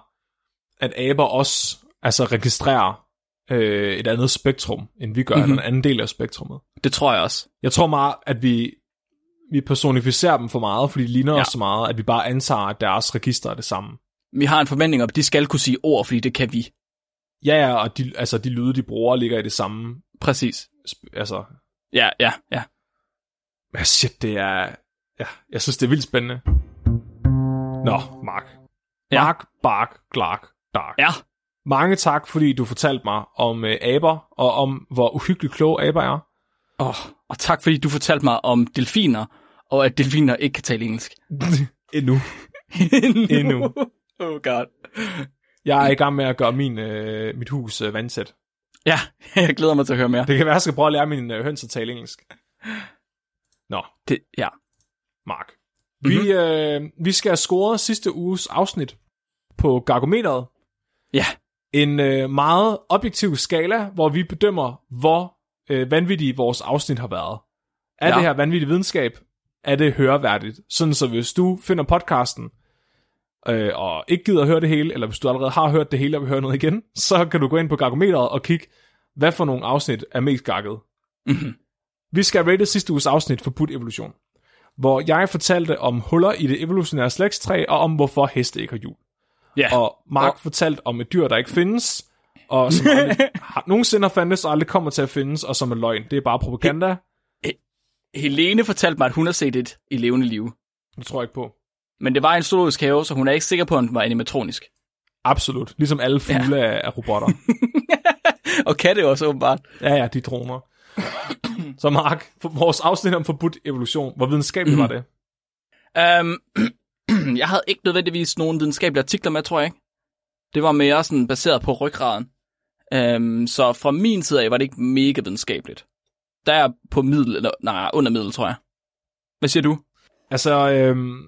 Speaker 1: at aber også altså, registrerer øh, et andet spektrum, end vi gør,
Speaker 2: Mhm.
Speaker 1: mm-hmm. eller en anden del af spektrummet.
Speaker 2: Det tror jeg også.
Speaker 1: Jeg tror meget, at vi, vi personificerer dem for meget, fordi de ligner
Speaker 2: Ja.
Speaker 1: ja. os så meget, at vi bare antager, at deres register er det samme.
Speaker 2: Vi har en forventning om, at de skal kunne sige ord, fordi det kan vi.
Speaker 1: Ja, ja, og de, altså, de lyde, de bruger, ligger i det samme.
Speaker 2: Præcis.
Speaker 1: sp- Altså,
Speaker 2: Ja, ja, ja.
Speaker 1: ja, shit, det er... Ja, jeg synes, det er vildt spændende. Nå, Mark.
Speaker 2: Ja.
Speaker 1: Mark, Bark, Clark, Dark.
Speaker 2: Ja,
Speaker 1: Mange tak, fordi du fortalte mig om øh, aber, og om hvor uhyggeligt kloge aber er.
Speaker 2: oh, og tak fordi du fortalte mig om delfiner, og at delfiner ikke kan tale engelsk.
Speaker 1: Endnu. Endnu.
Speaker 2: oh god.
Speaker 1: Jeg er i gang med at gøre min, øh, mit hus øh, vandsæt.
Speaker 2: Ja, jeg glæder mig til at høre mere.
Speaker 1: Det kan være, jeg skal prøve at lære min øh, høns at tale engelsk. Nå,
Speaker 2: Det, ja.
Speaker 1: Mark. Vi,
Speaker 2: Mhm.
Speaker 1: mm-hmm. øh, vi skal have scoret sidste uges afsnit på Gargometeret.
Speaker 2: Ja.
Speaker 1: En øh, meget objektiv skala, hvor vi bedømmer, hvor øh, vanvittige vores afsnit har været. Er
Speaker 2: Ja.
Speaker 1: ja. det her vanvittig videnskab? Er det høreværdigt? Sådan så hvis du finder podcasten øh, og ikke gider at høre det hele, eller hvis du allerede har hørt det hele og vil høre noget igen, så kan du gå ind på Gargometeret og kigge, hvad for nogle afsnit er mest gakket.
Speaker 2: Mhm.
Speaker 1: Vi skal rate sidste uges afsnit for Budt Evolution. hvor jeg fortalte om huller i det evolutionære slægtstræ, og om hvorfor heste ikke har hjul.
Speaker 2: Ja.
Speaker 1: Og Mark
Speaker 2: Og-
Speaker 1: fortalte om et dyr, der ikke findes, og som aldrig, har, nogensinde har fandtes, og aldrig kommer til at findes, og som er løgn. Det er bare propaganda.
Speaker 2: Helene fortalte mig, at hun har set et i levende liv.
Speaker 1: Det tror jeg ikke på.
Speaker 2: Men det var i en zoologisk have, så hun er ikke sikker på, at den var animatronisk.
Speaker 1: Absolut. Ligesom alle fugle ja. er, er robotter.
Speaker 2: Og kan det også åbenbart.
Speaker 1: Ja, ja, de droner. Så Mark, for- vores afsnit om forbudt evolution, hvor videnskabeligt
Speaker 2: Mhm.
Speaker 1: var det?
Speaker 2: Um, jeg havde ikke nødvendigvis nogen videnskabelige artikler med, tror jeg ikke. Det var mere sådan baseret på ryggraden. Um, så fra min side af var det ikke mega videnskabeligt. Der er på middel, eller nej, under middel, tror jeg. Hvad siger du?
Speaker 1: Altså, øhm,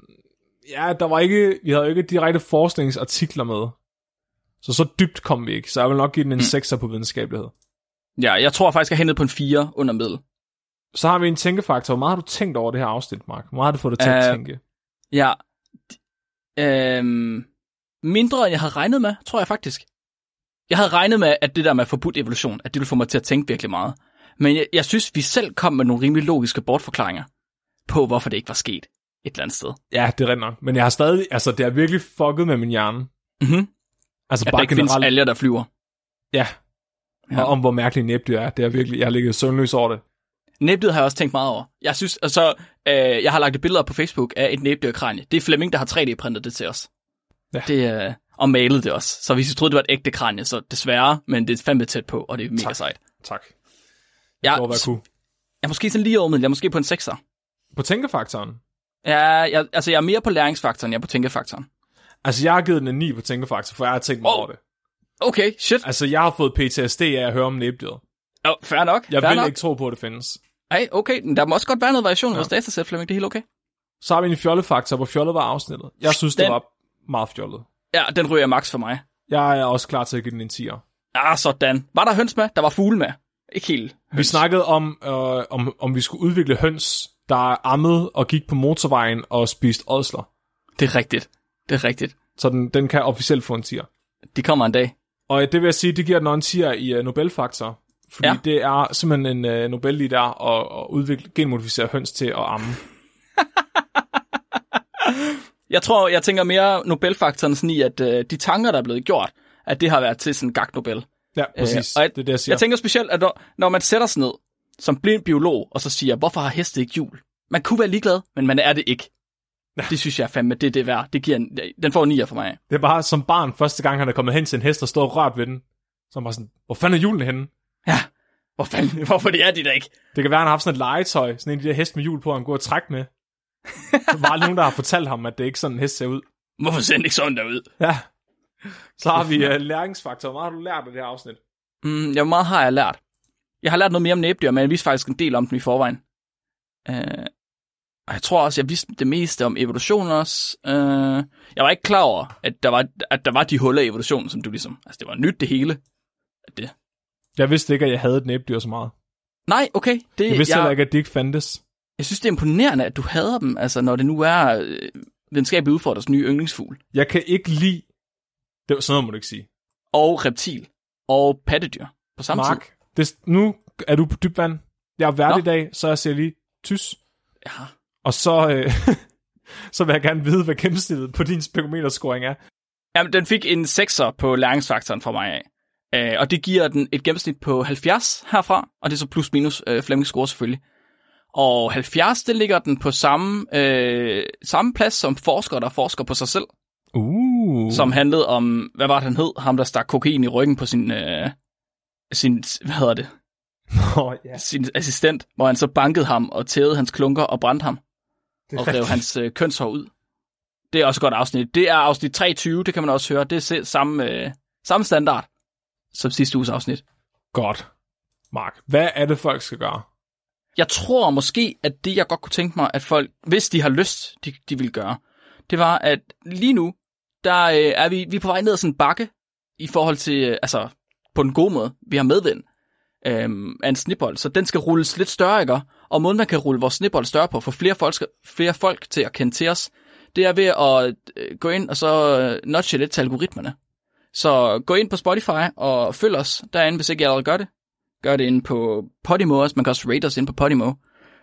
Speaker 1: ja, der var ikke, vi havde jo ikke direkte forskningsartikler med. Så så dybt kom vi ikke, så jeg vil nok give den
Speaker 2: Mhm.
Speaker 1: en 6'er på videnskabelighed.
Speaker 2: Ja, jeg tror faktisk, jeg hændede på en 4 under middel.
Speaker 1: Så har vi en tænkefaktor. Hvor meget har du tænkt over det her afsnit, Mark? Hvor meget har det fået dig til at
Speaker 2: Øh,
Speaker 1: tænke?
Speaker 2: Ja. Øhm, mindre end jeg havde regnet med, tror jeg faktisk. Jeg havde regnet med, at det der med forbudt evolution, at det ville få mig til at tænke virkelig meget. Men jeg, jeg synes, vi selv kom med nogle rimelig logiske bortforklaringer på, hvorfor det ikke var sket et eller andet sted.
Speaker 1: Ja, det er rigtigt nok. Men jeg har stadig, altså det har virkelig fucket med min hjerne.
Speaker 2: Mm-hmm.
Speaker 1: Altså
Speaker 2: At der
Speaker 1: bare
Speaker 2: ikke findes
Speaker 1: generelt.
Speaker 2: alger, der flyver.
Speaker 1: Ja.
Speaker 2: Ja.
Speaker 1: ja. Og om hvor mærkelig næbdyr er. Det har virkelig, jeg har ligget søvnløs over det.
Speaker 2: Næbdyret har jeg også tænkt meget over. Jeg synes, altså, øh, jeg har lagt et billede op på Facebook af et næbdyrkranje. Det er Flemming, der har 3D-printet det til os.
Speaker 1: Ja.
Speaker 2: Det, øh, og malet det også. Så hvis I troede, det var et ægte kranje, så desværre, men det er fandme tæt på, og det er mega
Speaker 1: Tak.
Speaker 2: sejt.
Speaker 1: Tak. Det
Speaker 2: Jeg,
Speaker 1: var, hvad jeg kunne.
Speaker 2: Jeg er måske sådan lige over middel. Jeg er måske på en 6'er.
Speaker 1: På tænkefaktoren.
Speaker 2: Ja, jeg, altså jeg er mere på læringsfaktoren, end jeg er på tænkefaktoren.
Speaker 1: Altså, jeg har givet den en 9 på tænkefaktor, for jeg har tænkt mig
Speaker 2: Wow.
Speaker 1: over det.
Speaker 2: Okay, shit.
Speaker 1: Altså, jeg har fået PTSD af at høre om næbdyret.
Speaker 2: Oh, fair nok.
Speaker 1: Jeg
Speaker 2: fair
Speaker 1: vil
Speaker 2: nok.
Speaker 1: ikke tro på, at det findes.
Speaker 2: Hey, okay, men der må også godt være noget variation i
Speaker 1: Ja.
Speaker 2: vores datasæt, Flemming. Det er helt okay.
Speaker 1: Så har vi en fjollefaktor, hvor fjollet var afsnittet. Jeg synes, det
Speaker 2: Den-
Speaker 1: var meget fjollet.
Speaker 2: Ja, den ryger max for mig.
Speaker 1: Jeg er også klar til at give den en 10'er.
Speaker 2: Ah, sådan. Var der høns med? Der var fugle med. Ikke helt.
Speaker 1: Vi
Speaker 2: høns.
Speaker 1: snakkede om, øh, om, om vi skulle udvikle høns, der ammede og gik på motorvejen og spiste ådsler.
Speaker 2: Det er rigtigt. Det er rigtigt.
Speaker 1: Så den, den kan officielt få en 10'er.
Speaker 2: De kommer en dag.
Speaker 1: Og øh, det vil jeg sige, det giver den også en 10'er i øh, Nobelfaktor. Fordi
Speaker 2: Ja.
Speaker 1: ja. det er simpelthen en øh, Nobel lige der at, at udvikle, genmodificere høns til at amme.
Speaker 2: Jeg tror, jeg tænker mere Nobelfaktoren sådan i, at øh, de tanker, der er blevet gjort, at det har været til sådan gag Nobel.
Speaker 1: Ja, præcis.
Speaker 2: og
Speaker 1: Øh,
Speaker 2: jeg-
Speaker 1: det er det, jeg siger.
Speaker 2: Jeg tænker specielt, at når, når man sætter sig ned som blind biolog, og så siger, hvorfor har heste ikke hjul? Man kunne være ligeglad, men man er det ikke. Det synes jeg fandme, det er det værd. Det giver en, den får en 9'er for mig.
Speaker 1: Det er bare som barn, første gang han er kommet hen til en hest og står og rørt ved den. Så er han bare sådan, hvor fanden er julen henne?
Speaker 2: Hvor fanden, hvorfor det er de der ikke?
Speaker 1: Det kan være, han har haft sådan et legetøj, sådan en af de der hest med hjul på, han går og trækker med. Så var aldrig nogen, der har fortalt ham, at det er ikke sådan, en hest ser ud.
Speaker 2: Hvorfor ser den ikke sådan derud?
Speaker 1: Ja. Så har vi uh, læringsfaktor. Hvor meget har du lært af det her afsnit?
Speaker 2: Mm, ja, hvor meget har jeg lært? Jeg har lært noget mere om næbdyr, men jeg vidste faktisk en del om dem i forvejen. Øh, og jeg tror også, jeg vidste det meste om evolution også. Øh, jeg var ikke klar over, at der, var, at der var de huller i evolutionen, som du ligesom... Altså, det var nyt det hele. Det.
Speaker 1: Jeg vidste ikke, at jeg havde et næbdyr så meget.
Speaker 2: Nej, okay. Det,
Speaker 1: Jeg vidste heller ikke, at det ikke fandtes.
Speaker 2: Jeg synes, det er imponerende, at du hader dem, altså når det nu er øh, videnskabeligt udfordres nye yndlingsfugl,
Speaker 1: Jeg kan ikke lide... Det var sådan noget, må du ikke sige.
Speaker 2: og reptil, og pattedyr på samme tid.
Speaker 1: Mark, det, nu er du på dybt vand. Jeg er vært
Speaker 2: Nå.
Speaker 1: i dag, så jeg siger lige tys.
Speaker 2: Ja.
Speaker 1: Og så, øh, så vil jeg gerne vide, hvad gennemsnittet på din spekometerscoring er.
Speaker 2: Jamen, den fik en 6'er på læringsfaktoren fra mig af. Øh, og det giver den et gennemsnit på 70 herfra, og det er så plus minus øh, Flemmings score selvfølgelig. Og 70, det ligger den på samme, øh, samme plads som forskere, der forsker på sig selv,
Speaker 1: Uh.
Speaker 2: uh. som handlede om, hvad var det, han hed? Ham, der stak kokain i ryggen på sin, øh, sin hvad hedder det,
Speaker 1: Nå, ja.
Speaker 2: sin assistent, hvor han så bankede ham og tævede hans klunker og brændte ham
Speaker 1: Det er
Speaker 2: og rev
Speaker 1: rigtigt.
Speaker 2: hans øh, kønshår ud. Det er også et godt afsnit. Det er afsnit 23, det kan man også høre. Det er se- samme, øh, samme standard som sidste uges afsnit.
Speaker 1: Godt. Mark, hvad er det, folk skal gøre?
Speaker 2: Jeg tror måske, at det, jeg godt kunne tænke mig, at folk, hvis de har lyst, de, de vil gøre, det var, at lige nu, der øh, er vi, vi er på vej ned ad sådan en bakke, i forhold til, øh, altså, på den gode måde, vi har medvind øhm, af en snibbold, så den skal rulles lidt større, ikke? Og måden, man kan rulle vores snibbold større på, for flere folk, skal, flere folk til at kende til os, det er ved at øh, gå ind og så øh, notche lidt til algoritmerne. Så gå ind på Spotify og følg os derinde, hvis ikke jeg allerede gør det gør det inde på Podimo også. Man kan også rate os inde på Podimo.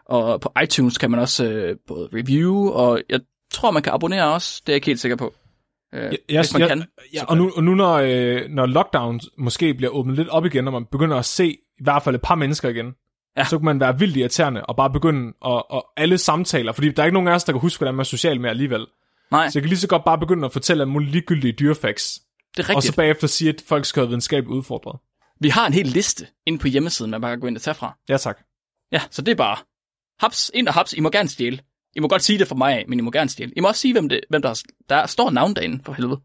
Speaker 2: Og på iTunes kan man også øh, både review, og jeg tror, man kan abonnere også. Det er jeg ikke helt sikker på. Øh,
Speaker 1: Ja,
Speaker 2: ja, hvis man
Speaker 1: ja,
Speaker 2: kan.
Speaker 1: Ja,
Speaker 2: Så-
Speaker 1: og nu, og nu når, øh, når lockdown måske bliver åbnet lidt op igen, og man begynder at se i hvert fald et par mennesker igen,
Speaker 2: Ja.
Speaker 1: ja. så kan man være vildt irriterende og bare begynde at, at alle samtaler, fordi der er ikke nogen af os, der kan huske, hvordan man er social med alligevel.
Speaker 2: Nej,
Speaker 1: Så jeg kan lige så godt bare begynde at fortælle alle mulige ligegyldige dyrefacts,
Speaker 2: det
Speaker 1: og
Speaker 2: er rigtigt.
Speaker 1: så bagefter sige, at folk skal have videnskabeligt udfordret.
Speaker 2: Vi har en hel liste inde på hjemmesiden, man bare kan gå ind og tage fra.
Speaker 1: Ja tak.
Speaker 2: Ja, så det er bare haps, ind og haps. I må gerne stjæle. I må godt sige det for mig af, men I må gerne stjæle. I må også sige, hvem, det, hvem der, har- der står navn derinde, for helvede.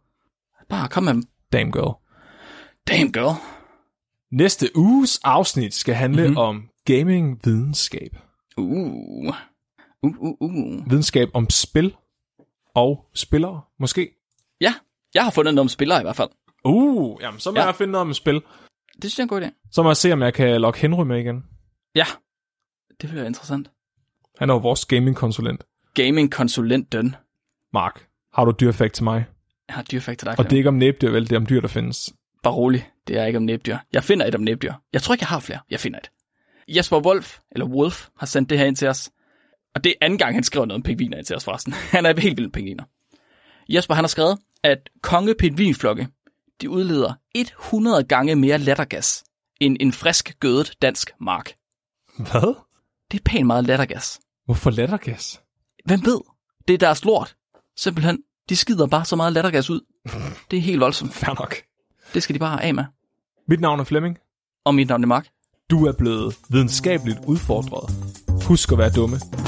Speaker 2: Bare kom med dem.
Speaker 1: Damn girl.
Speaker 2: Damn girl.
Speaker 1: Næste uges afsnit skal handle
Speaker 2: Mhm.
Speaker 1: mm-hmm. om gaming-videnskab.
Speaker 2: Uh. Uh, uh, uh.
Speaker 1: Videnskab om spil og spillere, måske.
Speaker 2: Ja, jeg har fundet noget om spillere i hvert fald.
Speaker 1: Uh, jamen så må
Speaker 2: Ja.
Speaker 1: ja. jeg finde noget om spil.
Speaker 2: Det synes jeg er en god idé.
Speaker 1: Så må jeg se, om jeg kan lokke Henry med igen.
Speaker 2: Ja, det bliver interessant.
Speaker 1: Han er jo vores gaming-konsulent.
Speaker 2: Gaming-konsulenten
Speaker 1: Mark, har du dyrefakt til mig?
Speaker 2: Jeg har et dyrfakt til dig.
Speaker 1: Og det er
Speaker 2: det...
Speaker 1: ikke om næbdyr, vel? Det er om dyr, der findes.
Speaker 2: Bare rolig. Det er ikke om næbdyr. Jeg finder et om næbdyr. Jeg tror ikke, jeg har flere. Jeg finder et. Jesper Wolf, eller Wolf, har sendt det her ind til os. Og det er anden gang, han skriver noget om pingviner ind til os forresten. Han er helt vild med pingviner. Jesper, han har skrevet, at kongepingvinflokke, de udleder 100 gange mere lattergas end en frisk gødet dansk mark.
Speaker 1: Hvad?
Speaker 2: Det er pænt meget lattergas.
Speaker 1: Hvorfor lattergas?
Speaker 2: Hvem ved? Det er deres lort. Simpelthen, de skider bare så meget lattergas ud. Det er helt voldsomt.
Speaker 1: Fair nok.
Speaker 2: Det skal de bare have af med.
Speaker 1: Mit navn er Flemming.
Speaker 2: Og mit navn er Mark.
Speaker 1: Du er blevet videnskabeligt udfordret. Husk at være dumme.